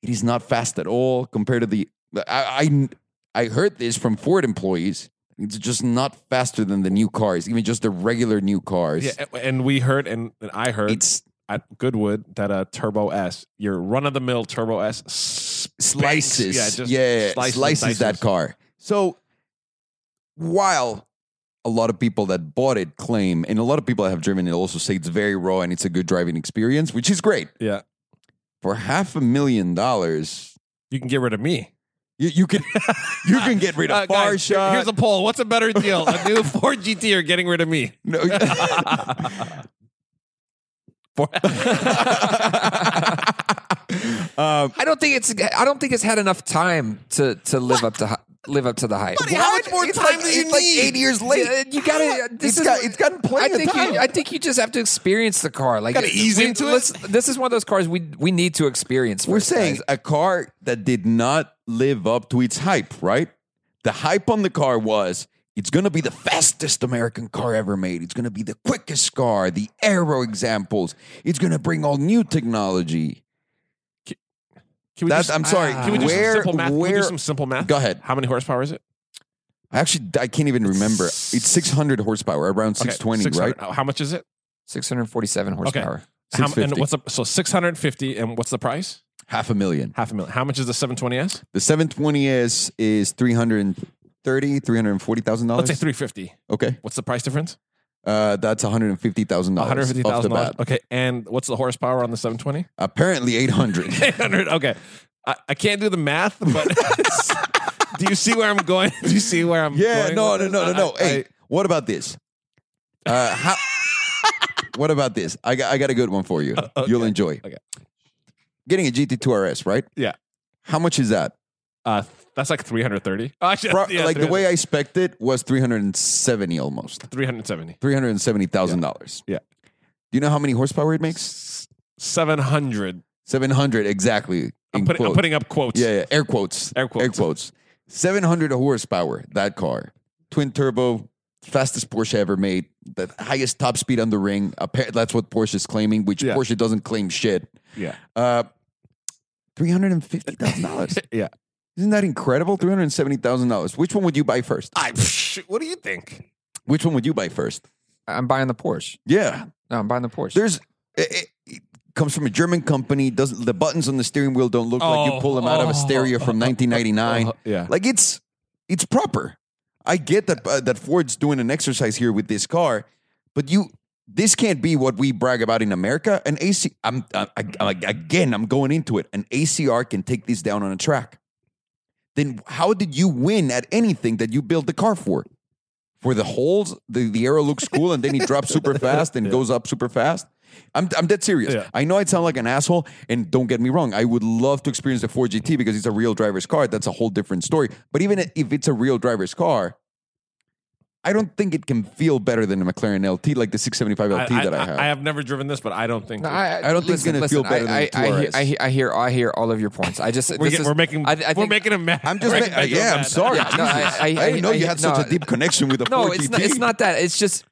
S3: It is not fast at all compared to the. I, I, I heard this from Ford employees. It's just not faster than the new cars, even just the regular new cars.
S1: Yeah, and we heard, and, and I heard
S3: It's
S1: at Goodwood that a Turbo S, your run of the mill Turbo S, spanks-
S3: slices.
S1: yeah, just
S3: yeah, yeah,
S1: slices,
S3: slices
S1: dices.
S3: that car. So while a lot of people that bought it claim, and a lot of people that have driven it also say it's very raw and it's a good driving experience, which is great.
S1: Yeah,
S3: For half a million dollars,
S1: you can get rid of me.
S3: you, you can you can get rid of
S1: Uh,
S3: far
S1: guys, here-
S3: shot.
S1: Here's a poll. What's a better deal? A new Ford GT or getting rid of me?
S3: no,
S1: For-
S3: um,
S2: I don't think it's. I don't think it's had enough time to to live up to hi- live up to the hype.
S3: how much more
S1: It's
S3: time
S1: like-
S3: do you
S1: it's
S3: like
S1: like
S3: eight
S1: eight
S3: years late?
S2: Yeah, you gotta. This
S3: It's
S2: is,
S3: got- it's gotten plenty
S2: I
S3: of
S2: think
S3: time.
S2: You, I think you just have to experience the car. Like
S1: Gotta ease
S2: we-
S1: into it.
S2: let's- This is one of those cars we we need to experience.
S3: We're
S2: first,
S3: saying
S2: guys.
S3: a car that did not live up to its hype, right? The hype on the car was it's going to be the fastest American car ever made. It's going to be the quickest car, the aero examples. It's going to bring all new technology.
S1: Can we
S3: That,
S1: just-
S3: I'm sorry.
S2: ah.
S1: Can we do
S3: where,
S1: some simple math? Can we
S3: where-
S1: do some simple math?
S3: Go ahead.
S1: How many horsepower is it?
S3: Actually, I can't even remember. It's 600 horsepower, around
S1: Okay,
S3: 620, right?
S1: 600. Uh, How much is it?
S2: 647 horsepower.
S1: How, and
S3: 650.
S1: what's the, so 650 and what's the price?
S3: Half a million.
S1: Half a million. How much is the 720S?
S3: The 720S is 330, 340,000
S1: Let's say
S3: dollars.
S1: 350.
S3: Okay,
S1: What's the price difference?
S3: uh, that's 150,000 dollars.
S1: 150,000.
S3: off Oh, the
S1: dollars.
S3: bat.
S1: Okay, and what's the horsepower on the 720?
S3: Apparently 800.
S1: 800. Okay, I, I can't do the math, but do you see where I'm going? Do you see where I'm?
S3: Yeah,
S1: going
S3: no,
S1: with
S3: no,
S1: this?
S3: no, no,
S1: I-
S3: no.
S1: I-
S3: hey, what about this? Uh, how, what about this? I got, I got a good one for you.
S1: Uh, okay.
S3: You'll enjoy.
S1: Okay.
S3: Getting a GT2 RS, right?
S1: Yeah.
S3: How much is that?
S1: uh, that's like 330. Oh, actually,
S3: Pro-
S1: yeah,
S3: like the way I spec'd it was three hundred and seventy almost
S1: 370.
S3: three hundred and seventy thousand dollars.
S1: Yeah.
S3: Do you know how many horsepower it makes?
S1: 700.
S3: Seven hundred exactly.
S1: I'm
S3: in
S1: putting, I'm
S3: quotes.
S1: putting up quotes.
S3: yeah, yeah, air quotes,
S1: Air quotes.
S3: air quotes. Seven hundred horsepower. That car, twin turbo, fastest Porsche ever made. The highest top speed on the ring. Appa- That's what Porsche is claiming, which
S1: Yeah.
S3: Porsche doesn't claim shit.
S1: Yeah.
S3: Uh, three hundred and fifty thousand dollars.
S1: Yeah.
S3: Isn't that incredible? Three hundred seventy thousand dollars. Which one would you buy first?
S1: I, psh, what do you think?
S3: Which one would you buy first?
S2: I'm buying the Porsche.
S3: Yeah,
S2: No, I'm buying the Porsche.
S3: there's. It, it, it comes from a German company. Doesn't the buttons on the steering wheel don't look like you
S1: Oh,
S3: pull them out of a
S1: oh,
S3: stereo from
S1: oh, oh,
S3: 1999?
S1: oh, yeah.
S3: Like it's it's proper. I get that uh, that Ford's doing an exercise here with this car, but you this can't be what we brag about in America. An AC, I'm, I, I, I- again, I'm going into it. An ACR can take this down on a track. Then how did you win at anything that you built the car for? For the holes, the, the arrow looks cool, and then he drops super fast and goes up super fast. I'm I'm dead serious.
S1: Yeah.
S3: I know I sound like an asshole, and don't get me wrong. I would love to experience the 4GT because it's a real driver's car. That's a whole different story. But even if it's a real driver's car, I don't think it can feel better than a McLaren LT like the 675 LT that I have.
S1: I have never driven this, but I don't think.
S2: No, I,
S3: I don't think it's
S2: listen,
S3: gonna feel
S2: listen,
S3: better than
S2: I, I, I, hear,
S3: Torres.
S2: I, hear, I hear I hear all of your points. I just
S1: we're,
S2: this
S1: get-
S2: is,
S1: we're making.
S2: I, I think,
S1: we're making him mad.
S3: I'm just,
S1: We're
S3: ma-
S1: making him
S3: yeah, I'm
S1: mad.
S3: sorry.
S2: Yeah, no,
S3: Jesus.
S2: I-
S3: I,
S2: I-
S3: didn't know
S2: I-
S3: you
S2: I-
S3: had
S2: no,
S3: such
S2: I-
S3: a deep connection with the
S2: no,
S3: 4GT.
S2: it's not, it's not that. It's just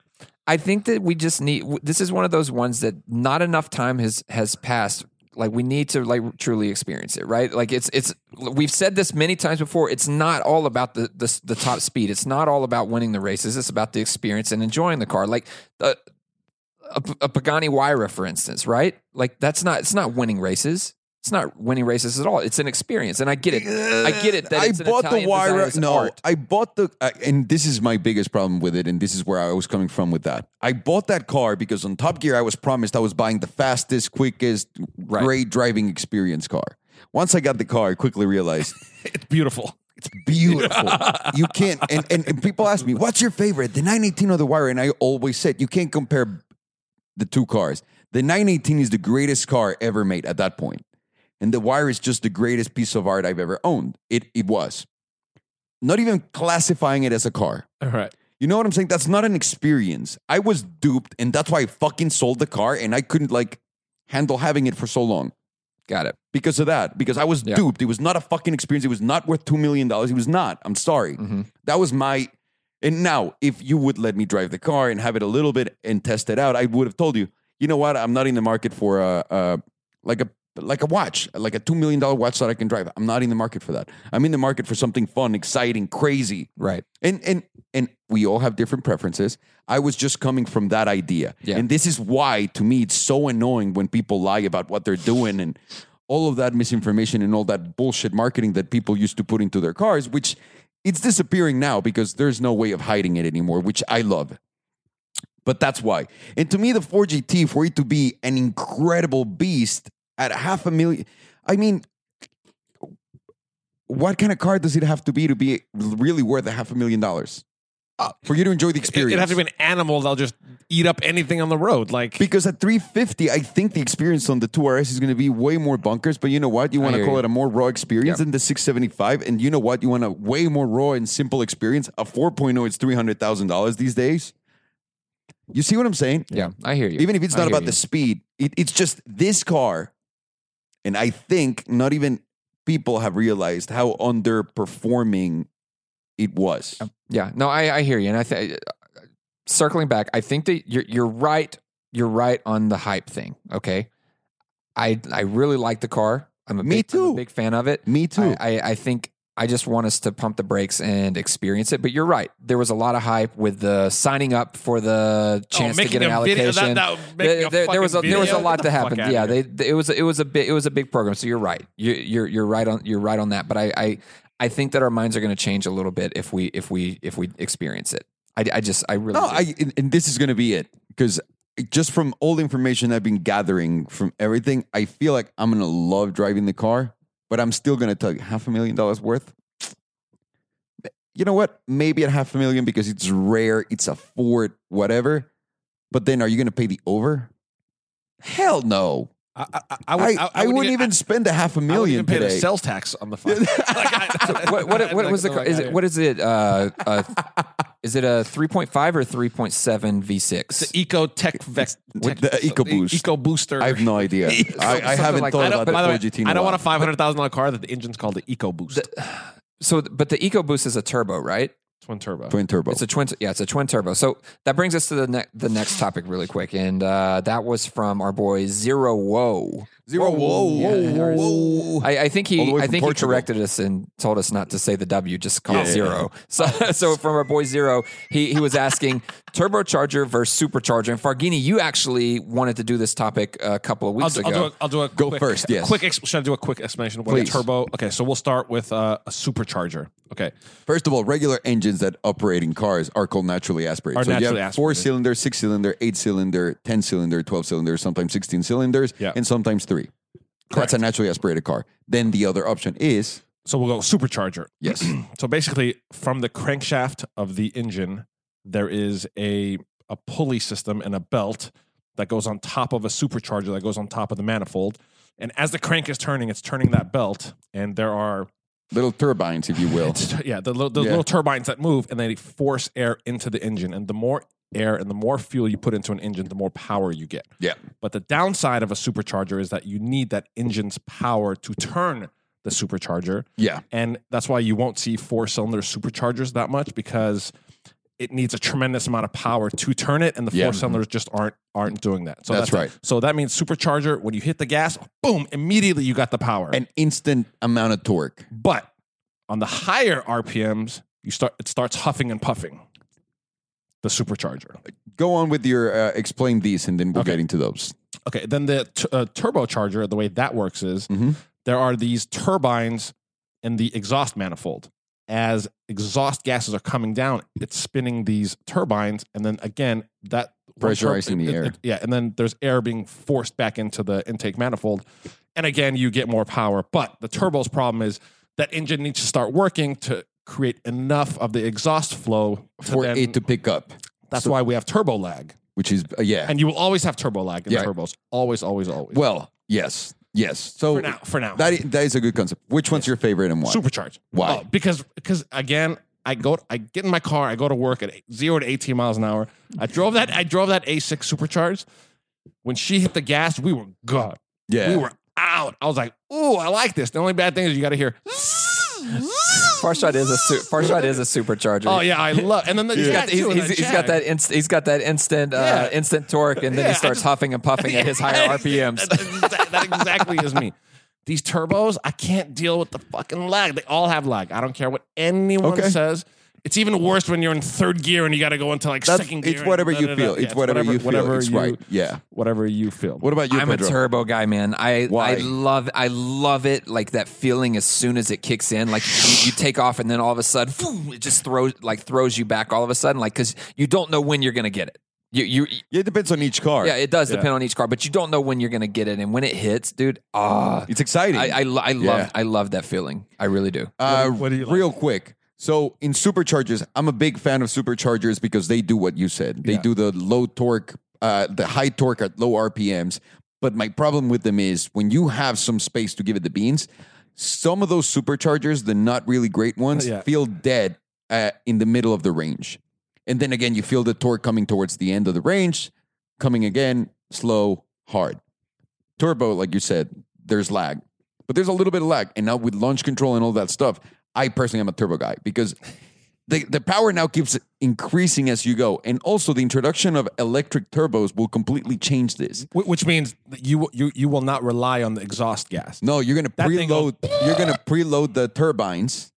S2: I think that we just need. w- This is one of those ones that not enough time has has passed. Like we need to like truly experience it, right? Like it's it's we've said this many times before. It's not all about the the, the top speed. It's not all about winning the races. It's about the experience and enjoying the car. Like uh, a, a Pagani Huayra, for instance, right? Like that's not it's not winning races. It's not winning races at all. It's an experience, and I get it. I get it. That
S3: I
S2: it's an
S3: bought
S2: Italian
S3: the wire.
S2: designer's
S3: No,
S2: art.
S3: I bought the, uh, and this is my biggest problem with it, and this is where I was coming from with that. I bought that car because on Top Gear, I was promised I was buying the fastest, quickest,
S2: Right.
S3: great driving experience car. Once I got the car, I quickly realized
S1: It's beautiful.
S3: It's beautiful. you can't. And, and, and people ask me, what's your favorite, the 918 or the Wire? And I always said, you can't compare the two cars. The 918 is the greatest car ever made at that point. And the Wire is just the greatest piece of art I've ever owned. It, it was. Not even classifying it as a car.
S1: All right.
S3: You know what I'm saying? That's not an experience. I was duped, and that's why I fucking sold the car, and I couldn't like handle having it for so long
S2: Got it.
S3: because of that. Because I was
S2: Yeah.
S3: duped. It was not a fucking experience. It was not worth two million dollars. It was not. I'm sorry.
S2: Mhm.
S3: That was my. And now, if you would let me drive the car and have it a little bit and test it out, I would have told you. You know what? I'm not in the market for a, a like a like a watch, like a two million dollar watch that I can drive. I'm not in the market for that. I'm in the market for something fun, exciting, crazy.
S2: Right.
S3: And and and we all have different preferences. I was just coming from that idea.
S2: Yeah.
S3: And this is why to me it's so annoying when people lie about what they're doing and all of that misinformation and all that bullshit marketing that people used to put into their cars, which it's disappearing now because there's no way of hiding it anymore, which I love. But that's why. And to me, the 4GT, for it to be an incredible beast at half a million, I mean, what kind of car does it have to be to be really worth a half a million dollars? Uh, for you to enjoy the
S1: It,
S3: experience.
S1: would have to be an animal that'll just eat up anything on the road. Like
S3: because at 350, I think the experience on the 2RS is going to be way more bunkers. But you know what? You want to
S2: hear
S3: call
S2: you.
S3: it a more raw experience
S2: Yeah.
S3: than the 675. And you know what? You want a way more raw and simple experience. A 4.0, it's $300,000 these days. You see what I'm saying?
S2: Yeah, I hear you.
S3: even if it's
S2: I
S3: not
S2: hear
S3: about
S2: you.
S3: the speed it, it's just this car and i think not even people have realized how underperforming it was
S2: Um, Yeah, no, I, I hear you, and I think circling back, I think that you're you're right. You're right on the hype thing. Okay, I I really like the car. I'm a
S3: Me
S2: big, I'm a
S3: too.
S2: big fan of it.
S3: me too
S2: I, I, I think I just want us to pump the brakes and experience it. But you're right. There was a lot of hype with the signing up for the
S1: oh,
S2: chance to
S1: making
S2: get an
S1: a video- that,
S2: allocation.
S1: that, making
S2: There,
S1: a
S2: there- there was a,
S1: fucking
S2: there was a
S1: video?
S2: lot
S1: Get
S2: that
S1: the fuck
S2: happened.
S1: outta
S2: Yeah,
S1: here.
S2: they, they- it was it was a big it was a big program. So you're right. You, you're you're right on you're right on that. But I I, I think that our minds are going to change a little bit if we if we if we experience it. I, I just I really
S3: no
S2: do.
S3: i and, and this is going to be it because just from all the information i've been gathering from everything i feel like i'm going to love driving the car but i'm still going to tell you half a million dollars worth you know what maybe at half a million because it's rare it's a ford whatever but then are you going to pay the over hell no
S1: I, I, I, would,
S3: I,
S1: I,
S3: I wouldn't even spend a half
S1: I
S3: a
S1: wouldn't
S3: million
S1: even pay
S3: today.
S1: the sales tax on the fuck. like, I,
S2: what what, what was the car- is it what is it uh, uh is it a 3.5 or 3.7
S1: It's
S2: V6
S1: the E Eco Tech Vex.
S3: With the EcoBoost.
S1: Eco Booster.
S3: I have no idea. I, I
S2: Something
S3: haven't
S2: like
S3: thought
S2: that.
S1: I don't,
S3: about the
S1: by the way,
S3: 4GT. in
S1: I
S3: a
S1: don't
S3: while.
S1: want a five hundred thousand dollar car that the engine's called the Eco Boost.
S2: so but the EcoBoost is a turbo right
S1: Twin turbo.
S3: twin turbo.
S2: It's a twin. Yeah, it's a twin turbo. So that brings us to the ne- the next topic really quick, and uh, that was from our boy Zero Woe.
S3: Zero. Whoa, whoa,
S2: Yeah,
S3: whoa,
S2: Harris.
S3: whoa.
S2: I, I think
S3: All the
S2: he
S3: way
S2: I
S3: from
S2: think he
S3: Portugal.
S2: corrected us and told us not to say the W, just call
S3: Yeah,
S2: it
S3: yeah,
S2: zero. So so from our boy Zero, he he was asking turbocharger versus supercharger. And Farghini, you actually wanted to do this topic a couple of
S1: I'll
S2: weeks
S1: do, I'll
S2: ago.
S1: do a, I'll do a
S3: Go
S1: quick,
S3: first, yes.
S1: Quick. Ex- should I do a quick explanation of what
S3: Please.
S1: a turbo? Okay. So we'll start with uh, a supercharger. Okay.
S3: First of all, regular engines that operate in cars are called naturally aspirated.
S1: Are
S3: so you have
S1: naturally aspirated.
S3: four cylinder, six cylinder, eight cylinder, ten cylinder, twelve cylinder, sometimes sixteen cylinders,
S1: Yeah.
S3: and sometimes three. That's a naturally aspirated car. Then the other option is
S1: So we'll go supercharger.
S3: yes,
S1: So basically, from the crankshaft of the engine, there is a a pulley system and a belt that goes on top of a supercharger that goes on top of the manifold. And as the crank is turning, it's turning that belt, and there are
S3: little turbines, if you will.
S1: yeah the, little- the
S3: Oh. Yeah.
S1: little turbines that move, and they force air into the engine. And the more air and the more fuel you put into an engine, the more power you get.
S3: Yeah.
S1: But the downside of a supercharger is that you need that engine's power to turn the supercharger.
S3: Yeah.
S1: And that's why you won't see four cylinder superchargers that much because it needs a tremendous amount of power to turn it and the
S3: Yeah. Mm-hmm.
S1: four cylinders just aren't aren't doing that. So
S3: That's right.
S1: So that means supercharger when you hit the gas, boom, immediately you got the power.
S3: An instant amount of torque.
S1: but on the higher RPMs, you start it starts huffing and puffing. The supercharger.
S3: Go on with your uh, explain these, and then we'll
S1: Okay.
S3: get into those.
S1: Okay, then the t- uh, turbocharger, the way that works is
S3: Mhm.
S1: there are these turbines in the exhaust manifold. As exhaust gases are coming down, it's spinning these turbines, and then again that one tur-
S3: Pressurizing the
S1: it-
S3: air.
S1: it- yeah, and then there's air being forced back into the intake manifold, and again you get more power. But the turbo's problem is that engine needs to start working to create enough of the exhaust flow to
S3: for
S1: then-
S3: it to pick up,
S1: that's why we have turbo lag,
S3: which is uh, yeah.
S1: and you will always have turbo lag in
S3: Yeah.
S1: turbos, always, always, always.
S3: well, yes, yes. So
S1: for now, for now,
S3: that i- that is a good concept. Which one's your favorite and why?
S1: Supercharged.
S3: Why?
S1: Oh, because because again, I go I get in my car, I go to work at eight- zero to eighteen miles an hour. I drove that I drove that A6 supercharged. When she hit the gas, we were gone.
S3: yeah,
S1: We were out. I was like, ooh, I like this. The only bad thing is you gotta hear
S2: Farshad is a su- Farshad is a supercharger.
S1: Oh yeah, I love and then the,
S2: He's got,
S1: that,
S2: he's,
S1: too, in
S2: he's,
S1: that
S2: he's got
S1: Jag.
S2: that inst- he's got that instant uh,
S1: Yeah.
S2: instant torque, and then
S1: Yeah, I
S2: he starts
S1: just-
S2: huffing and puffing at his higher RPMs.
S1: That's exa- that exactly is me. These turbos, I can't deal with the fucking lag. They all have lag. I don't care what anyone
S3: Okay.
S1: says. It's even worse when you're in third gear and you got to go into like
S3: That's,
S1: second gear.
S3: it's
S1: and
S3: whatever you
S1: da-da-da.
S3: feel.
S1: Yeah,
S3: It's whatever, you feel.
S1: Whatever
S3: it's
S1: you,
S3: right. Yeah.
S1: Whatever you feel.
S3: What about you,
S2: I'm
S3: Pedro?
S2: a turbo guy, man. I
S3: Why?
S2: I love I love it. Like that feeling as soon as it kicks in, like you, you take off, and then all of a sudden, boom, it just throws like throws you back. All of a sudden, like because you don't know when you're gonna get it. You you
S3: Yeah, it depends on each car.
S2: yeah, it does depend on each car, but you don't know when you're gonna get it, and when it hits, dude, ah,
S3: it's exciting.
S2: I I, lo- I love
S3: Yeah.
S2: I love that feeling. I really do.
S3: uh,
S1: What do you like?
S3: Real quick. So in superchargers, I'm a big fan of superchargers because they do what you said. They
S1: Yeah.
S3: do the low torque, uh, the high torque at low RPMs. But my problem with them is when you have some space to give it the beans, some of those superchargers, the not really great ones,
S1: Yeah.
S3: feel dead uh, in the middle of the range. And then again, you feel the torque coming towards the end of the range, coming again, slow, hard. Turbo, like you said, there's lag, but there's a little bit of lag. And now with launch control and all that stuff, I personally am a turbo guy because the, the power now keeps increasing as you go. And also, the introduction of electric turbos will completely change this.
S1: Wh- Which means that you you you will not rely on the exhaust gas.
S3: No, you're gonna
S1: That thing goes-
S3: preload. You're gonna preload the turbines,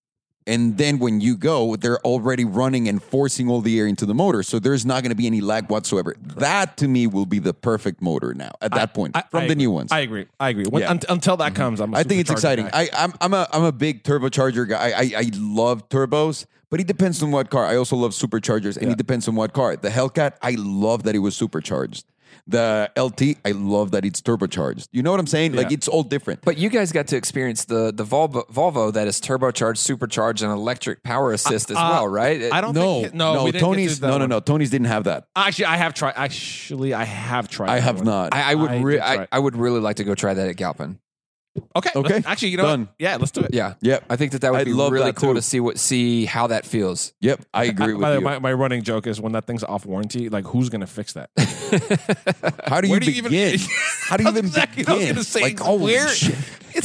S3: and then when you go, they're already running and forcing all the air into the motor. So there's not gonna be any lag whatsoever. That to me will be the perfect motor now. At that point,
S1: I-
S3: from
S1: I
S3: the new
S1: agree.
S3: ones,
S1: I
S3: I,
S1: agree. I agree. When,
S3: Yeah.
S1: un- until that comes, I'm. A
S3: think it's
S1: supercharger
S3: exciting.
S1: guy.
S3: I, I'm I'm a I'm a big turbocharger guy. I, I I love turbos. But it depends on what car. I also love superchargers, and it depends on what car. The Hellcat, I love that it was supercharged. The LT, I love that it's turbocharged. You know what I'm saying? Like
S1: Yeah.
S3: it's all different.
S2: But you guys got to experience the the Volvo, Volvo that is turbocharged, supercharged, and electric power assist as
S1: uh,
S2: well, right?
S1: I don't.
S3: no,
S1: think, no,
S3: no,
S1: we didn't get to
S3: Tony's
S1: that
S3: no, no,
S1: one.
S3: no. Tony's didn't have that.
S1: Actually, I have tried. Actually, I have tried.
S3: I
S1: that
S3: have
S1: one.
S3: not.
S2: I, I would
S1: I
S2: re-
S1: did try
S2: I,
S1: it.
S2: I would really like to go try that at Galpin.
S1: Okay.
S3: Okay.
S1: let's- Actually, you know. what?
S3: Done.
S1: Yeah, let's do it.
S2: Yeah,
S3: Yep.
S2: I think that that would
S3: I'd
S2: be
S3: love
S2: really
S3: that
S2: cool
S3: too.
S2: to see what see how that feels.
S3: yep, I
S1: By
S3: agree with
S1: the
S3: you.
S1: way, my, my running joke is when that thing's off warranty, like who's gonna fix that?
S3: How do you
S1: Where do you even-
S3: begin? How do you
S1: That's
S3: even
S1: exactly what I was
S3: begin?
S1: gonna say.
S3: like,
S1: It's
S3: holy
S1: weird.
S3: shit!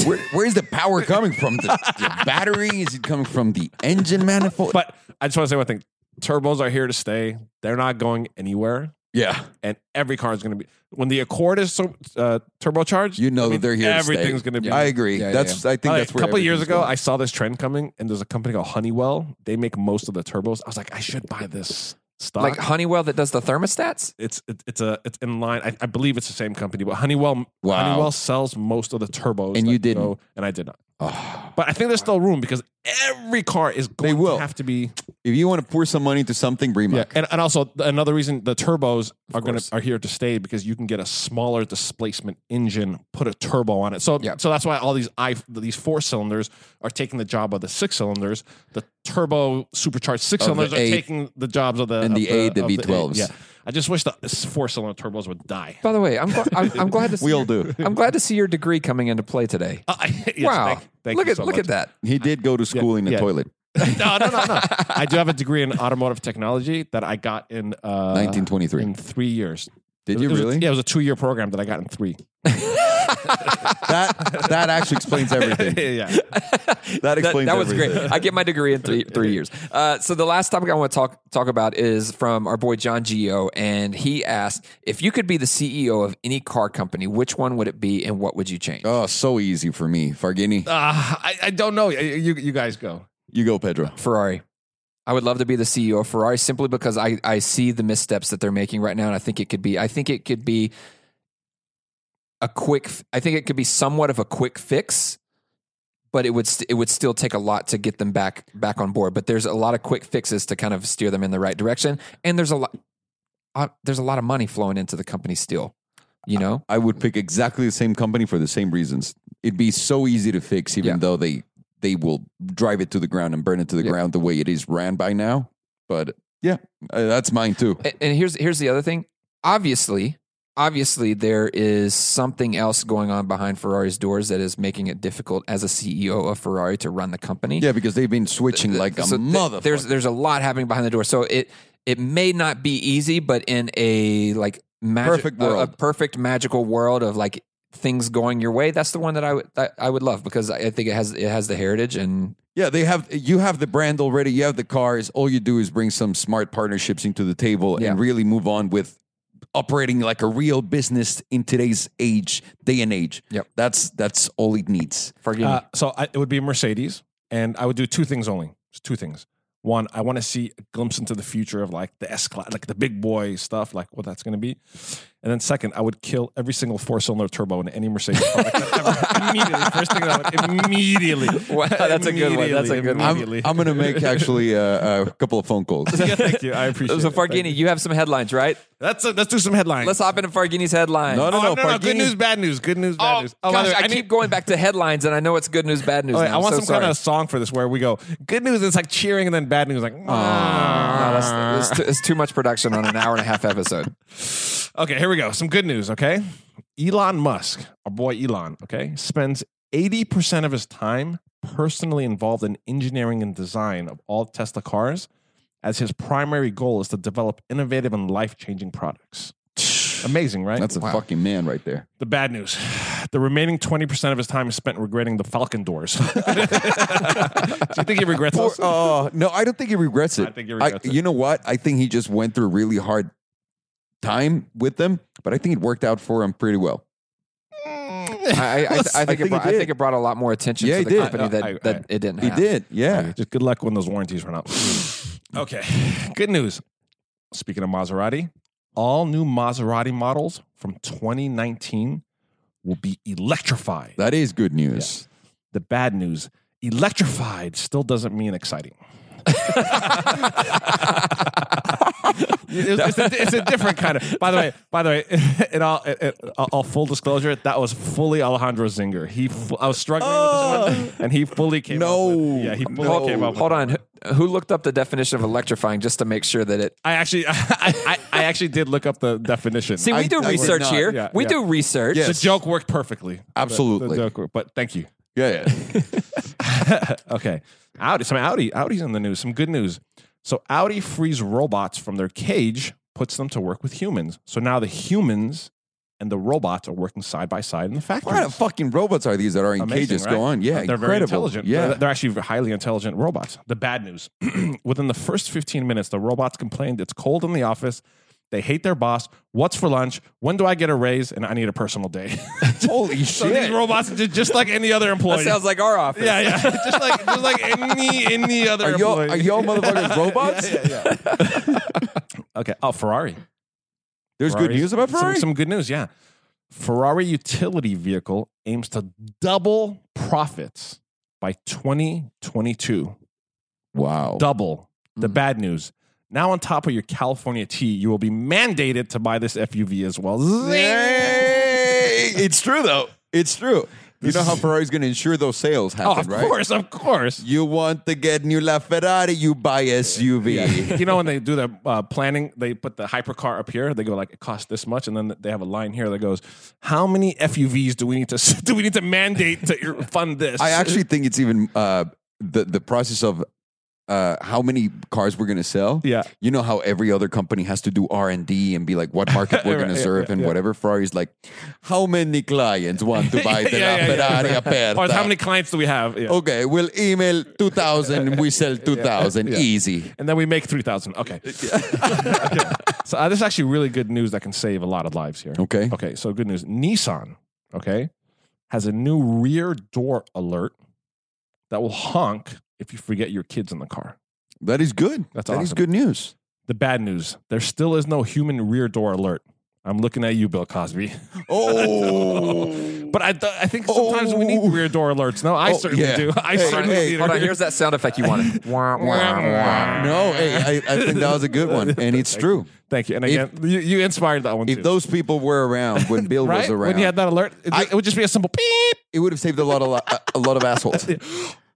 S3: Where, where's the power coming from? The, the battery? Is it coming from the engine manifold?
S1: But I just want to say one thing: turbos are here to stay. They're not going anywhere.
S3: Yeah.
S1: and every car is going to be when the Accord is so uh, turbocharged.
S3: You know
S1: I
S3: that
S1: mean,
S3: they're here. to stay.
S1: Everything's going to be.
S3: I agree.
S2: Yeah, yeah,
S3: that's. I think
S1: Like,
S3: that's
S1: a
S3: where
S1: couple of years
S3: everything's
S1: ago,
S3: going.
S1: I saw this trend coming, and there's a company called Honeywell. They make most of the turbos. I was like, I should buy this stock.
S3: Uh-huh.
S2: Like Honeywell that does the thermostats?
S1: it's it, it's a it's in line. I, I believe it's the same company, but Honeywell
S3: Wow.
S1: Honeywell sells most of the turbos.
S3: And
S1: that
S3: you didn't.
S1: go- and I did not.
S3: Oh.
S1: But I think there's still room because every car is going
S3: will.
S1: to have to be.
S3: if you want to pour some money into something, Bremac.
S1: Yeah, and, and also th- another reason the turbos are going
S2: course.
S1: to are here to stay because you can get a smaller displacement engine, put a turbo on it. So
S2: Yeah.
S1: so that's why all these i these four cylinders are taking the job of the six cylinders. The turbo supercharged six
S3: Of the
S1: cylinders are
S3: eight.
S1: taking the jobs of the
S3: And
S1: of
S3: the eight, the
S1: of eight.
S3: V12s.
S1: Yeah, I just wish the four cylinder turbos would die.
S2: By the way, I'm, gl- I'm, I'm glad to see
S3: We all
S2: your-
S3: do.
S2: I'm glad to see your degree coming into play today.
S1: Uh, yes,
S2: wow.
S1: thank- thank
S2: look
S1: you
S2: at
S1: so
S2: look
S1: much.
S2: at that.
S3: He did go to school in the
S1: yeah.
S3: toilet.
S1: no, no, no, no. I do have a degree in automotive technology that I got in uh,
S3: 1923.
S1: in three years.
S3: Did
S1: It
S3: you
S1: was a-
S3: really?
S1: yeah, it was a two-year program that I got in three.
S3: That that actually explains everything.
S1: yeah,
S3: That
S2: That,
S3: explains.
S2: that was great.
S3: everything.
S2: I get my degree in three three years. Uh, so the last topic I want to talk talk about is from our boy John Gio, and he asked if you could be the CEO of any car company, which one would it be, and what would you change?
S3: Oh, so easy for me, Fargini.
S1: Uh, I, I don't know. You, you, you guys go.
S3: You go, Pedro.
S2: Ferrari. I would love to be the CEO of Ferrari simply because I, I see the missteps that they're making right now, and I think it could be I think it could be a quick I think it could be somewhat of a quick fix, but it would st- it would still take a lot to get them back back on board. But there's a lot of quick fixes to kind of steer them in the right direction, and there's a lot uh, there's a lot of money flowing into the company still, you know.
S3: I would pick exactly the same company for the same reasons. It'd be so easy to fix, even
S2: Yeah.
S3: though they they will drive it to the ground and burn it to the
S2: Yeah.
S3: ground the way it is ran by now. But yeah, uh, that's mine too.
S2: And, and here's here's the other thing. Obviously, obviously there is something else going on behind Ferrari's doors that is making it difficult as a CEO of Ferrari to run the company.
S3: Yeah, because they've been switching
S2: Th-
S3: like a
S2: so th-
S3: motherfucker.
S2: There's there's a lot happening behind the door. So it it may not be easy, but in a like magic,
S3: Perfect
S2: a- a,
S3: world.
S2: perfect magical world of like things going your way, that's the one that I would that I would love because I I think it has it has the heritage and
S3: yeah, they have you have the brand already. You have the cars. All you do is bring some smart partnerships into the table
S2: Yeah.
S3: and really move on with operating like a real business in today's age, day and age.
S2: Yep.
S3: that's that's all it needs.
S2: forgive
S1: Uh, so I, it would be Mercedes, and I would do two things only. Just two things. One, I want to see a glimpse into the future of like the S class, like the big boy stuff, like what that's going to be. And then second, I would kill every single four cylinder turbo in any Mercedes product ever. immediately. First thing that I would immediately.
S2: Wow, that's a good one. That's a good one.
S3: I'm,
S1: Immediately.
S3: I'm gonna make actually uh, a couple of phone calls.
S1: Yeah, thank you. I appreciate
S2: me. So
S1: it. Thank
S2: Fargini,
S1: you.
S2: you have some headlines, right?
S1: Let's let's do some headlines.
S2: Let's hop into Fargini's headlines.
S3: No,
S1: oh, no, no,
S3: Fargini-
S1: Good news, bad news. Good news, bad
S2: Oh,
S1: news. by
S2: gosh,
S1: the way,
S2: I, keep going back to headlines, and I know it's good news, bad news.
S1: Oh,
S2: now.
S1: yeah, I
S2: I'm
S1: want
S2: so
S1: some kind of song for this where we go good news. It's like cheering, and then bad news. Like,
S2: sorry. No,
S1: "Ah."
S2: that's, that's too, it's too much production on an hour and a half episode.
S1: okay, here we go. Some good news. Okay, Elon Musk, our boy Elon. Okay, spends eighty percent of his time personally involved in engineering and design of all Tesla cars, as his primary goal is to develop innovative and life-changing products. Amazing, right?
S3: That's a
S2: Wow.
S3: fucking man right there.
S1: The bad news. The remaining 20% of his time is spent regretting the Falcon doors. Do you think he regrets
S3: Poor-
S1: those?
S3: oh, no, I don't think he regrets it.
S1: I think he regrets it.
S3: You know what? I think he just went through a really hard time with them, but I think it worked out for him pretty well.
S2: I, I, I, I think,
S3: think
S2: it
S3: he
S2: brought, I
S3: did.
S2: think it brought a lot more attention
S3: Yeah,
S2: to
S3: he
S2: the
S3: did.
S2: company that,
S1: I- I-
S2: that it didn't
S3: He
S2: have.
S3: did, yeah.
S1: Okay, just good luck when those warranties run out. okay, good news. Speaking of Maserati, all new Maserati models from 2019 will be electrified.
S3: That is good news.
S1: The bad news electrified still doesn't mean exciting. It's, it's a, it's a different kind of. By the way, by the way, in all, in all full disclosure, that was fully Alejandro Zinger. He, fu- I was struggling with this one, and he fully came.
S3: Oh. No.
S1: up with, yeah, he fully
S3: No.
S1: came up. With
S2: Hold on. Who- Who looked up the definition of electrifying just to make sure that it?
S1: I actually, I, I, I actually did look up the definition.
S2: See, we
S3: I-
S2: do
S3: I did
S2: research
S3: not.
S2: here.
S1: Yeah,
S2: we
S1: yeah.
S2: do research.
S1: the
S3: Yes.
S1: joke worked perfectly. The
S3: Absolutely.
S1: joke worked, but thank you.
S3: yeah, yeah.
S1: Okay, Audi. Some Audi. Audi's in the news. Some good news. So Audi frees robots from their cage, puts them to work with humans. So now the humans and the robots are working side by side in the factory.
S3: what kind of fucking robots are these that are in
S1: Amazing,
S3: cages?
S1: right?
S3: Go on. Yeah,
S1: they're
S3: incredible.
S1: very intelligent.
S3: Yeah.
S1: They're, they're actually highly intelligent robots. The bad news within the first 15 minutes, the robots complained it's cold in the office They hate their boss. What's for lunch? When do I get a raise? And I need a personal day.
S3: Holy
S1: so these
S3: shit.
S1: robots are ju- just like any other
S2: That
S1: employee.
S2: sounds like our office.
S1: yeah, yeah. just like just like any any other
S3: Are y'all,
S1: employee.
S3: are y'all motherfuckers robots?
S1: Yeah, yeah, yeah. okay. Oh, Ferrari.
S3: There's good
S1: Ferrari's-
S3: news about
S1: some-
S3: Ferrari?
S1: Some, good news, yeah. Ferrari utility vehicle aims to double profits by 2022.
S3: wow.
S1: Double the
S3: Mm-hmm.
S2: Mm.
S1: bad news. Now, on top of your California tea, you will be mandated to buy this FUV as well. Zing!
S3: Hey, it's true though. It's true. You
S1: This
S3: know
S1: is-
S3: how Ferrari's going to ensure those sales
S1: Oh,
S3: happen,
S1: of
S3: right?
S1: course, of course.
S3: You want to get new LaFerrari, you buy SUV.
S1: you know when they do the uh, planning, they put the hypercar up here. They go like, it costs this much, and then they have a line here that goes, "How many FUVs do we need to do we need to mandate to fund this?"
S3: I actually think it's even uh, the the process of uh, how many cars we're going to sell.
S1: yeah.
S3: You know how every other company has to do R and D and be like, what market we're
S1: Right,
S3: going to
S1: yeah,
S3: serve
S1: yeah,
S3: and
S1: yeah.
S3: whatever. Ferrari's like, how many clients want to buy the
S1: Yeah, yeah, yeah.
S3: LaFerrari
S1: Or
S3: aperta?
S1: how many clients do we have? Yeah.
S3: Okay, we'll email two thousand. We sell two thousand. Easy.
S1: and then we make 3000 okay, Okay. so uh, this is actually really good news that can save a lot of lives here
S3: Okay.
S1: okay so good news nissan okay has a new rear door alert that will honk if you forget your kids in the car
S3: That is good.
S1: That's
S3: That is
S1: awesome.
S3: good news.
S1: the bad news there still is no human rear door alert i'm looking at you bill cosby
S3: Oh,
S1: but i, th- I think sometimes we need
S3: Oh.
S1: rear door alerts no i
S3: Oh,
S1: certainly
S3: yeah.
S1: do i
S3: Hey,
S1: certainly
S3: hey,
S1: need a
S2: Hold on.
S1: rear-
S2: Here's that sound effect you wanted. Wah, wah, wah.
S3: no! Hey, I, I think that was a good one, and it's true.
S1: thank you and again you, you inspired that one
S3: If
S1: too
S3: those people were around when Bill was
S1: right
S3: around,
S1: when you had that alert it,
S3: I-
S1: it would just be a simple beep
S3: it would have saved a lot of li- a lot of assholes.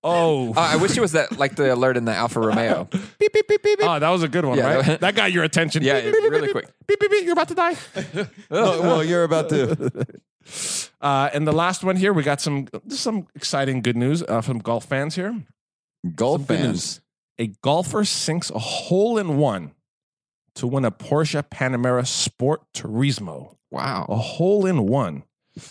S1: Oh.
S2: Uh, I wish it was that like the alert in the Alfa Romeo. Beep, beep, beep, beep, beep.
S1: Oh, that was a good one,
S2: Yeah,
S1: right?
S2: that-
S1: That, got your attention.
S2: Yeah,
S1: Beep, beep, beep,
S2: really
S1: beep,
S2: quick.
S1: Beep, beep, beep, you're about to die.
S3: No, well, you're about to.
S1: Uh, and the last one here, we got some just some exciting good news uh, from golf fans here.
S3: Golf
S1: Some good
S3: fans.
S1: A golfer sinks a hole in one to win a Porsche Panamera Sport Turismo.
S2: Wow.
S1: A hole in one.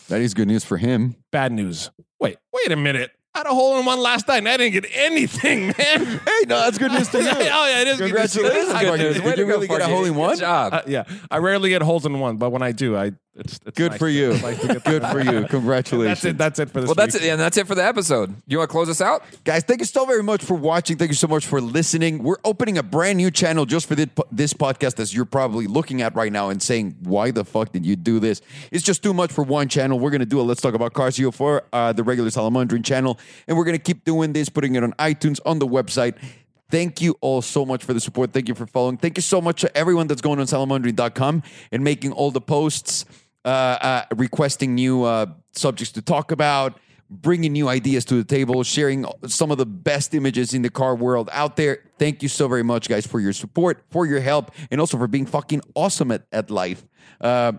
S3: That is good news for him.
S1: Bad news. Wait, wait a minute. I had a hole in one last night and I didn't get anything, man.
S3: Hey, no, that's good news to
S1: oh, yeah, it is. good to see.
S3: Congratulations,
S1: I-
S3: Mark. Did you really get a hole in one?
S2: Good job.
S1: Uh, yeah, I rarely get holes in one, but when I do, I it's, it's
S3: Good
S1: nice
S3: for
S1: to-
S3: you.
S1: it's nice to get-
S3: Good for you.
S1: That's it.
S3: Congratulations.
S1: That's it for this.
S2: well, that's
S1: week.
S2: it. And that's it for the episode. You want to close us out?
S3: Guys, thank you so very much for watching. Thank you so much for listening. We're opening a brand new channel just for thi- this podcast as you're probably looking at right now and saying, why the fuck did you do this? It's just too much for one channel. We're going to do a Let's Talk About Cars here for uh, the regular Salamandrian channel. And we're going to keep doing this, putting it on iTunes, on the website. Thank you all so much for the support. Thank you for following. Thank you so much to everyone that's going on salamandrian.com and making all the posts, uh, uh, requesting new uh, subjects to talk about bringing new ideas to the table, sharing some of the best images in the car world out there. Thank you so very much, guys, for your support, for your help, and also for being fucking awesome at, at life. Uh,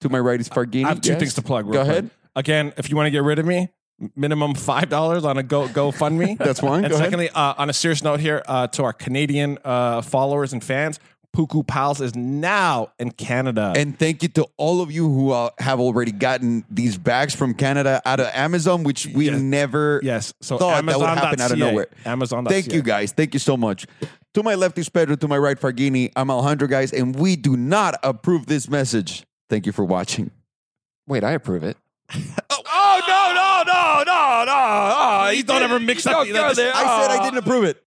S3: to my right is Fargini.
S1: I have two
S3: Yes?
S1: things to plug. Real
S3: Go
S1: quick.
S3: ahead.
S1: Again, if you want to get rid of me, m- minimum five dollars on a Go GoFundMe.
S3: That's one.
S1: And
S3: Go ahead.
S1: secondly, uh, on a serious note here, uh, to our Canadian uh, followers and fans, Puku Pals is now in Canada.
S3: And thank you to all of you who uh, have already gotten these bags from Canada out of Amazon, which we
S1: Yes.
S3: never
S1: yes, so
S3: thought that would
S1: Amazon.ca.
S3: happen out of nowhere.
S1: Amazon.
S3: Thank you, guys. Thank you so much. To my left is Pedro. To my right, Fargini. I'm Alejandro, guys, and we do not approve this message. Thank you for watching.
S2: Wait, I approve it.
S1: Oh no no no no no! Oh, you don't ever mix up.
S2: Don't go there.
S3: I said I didn't approve it.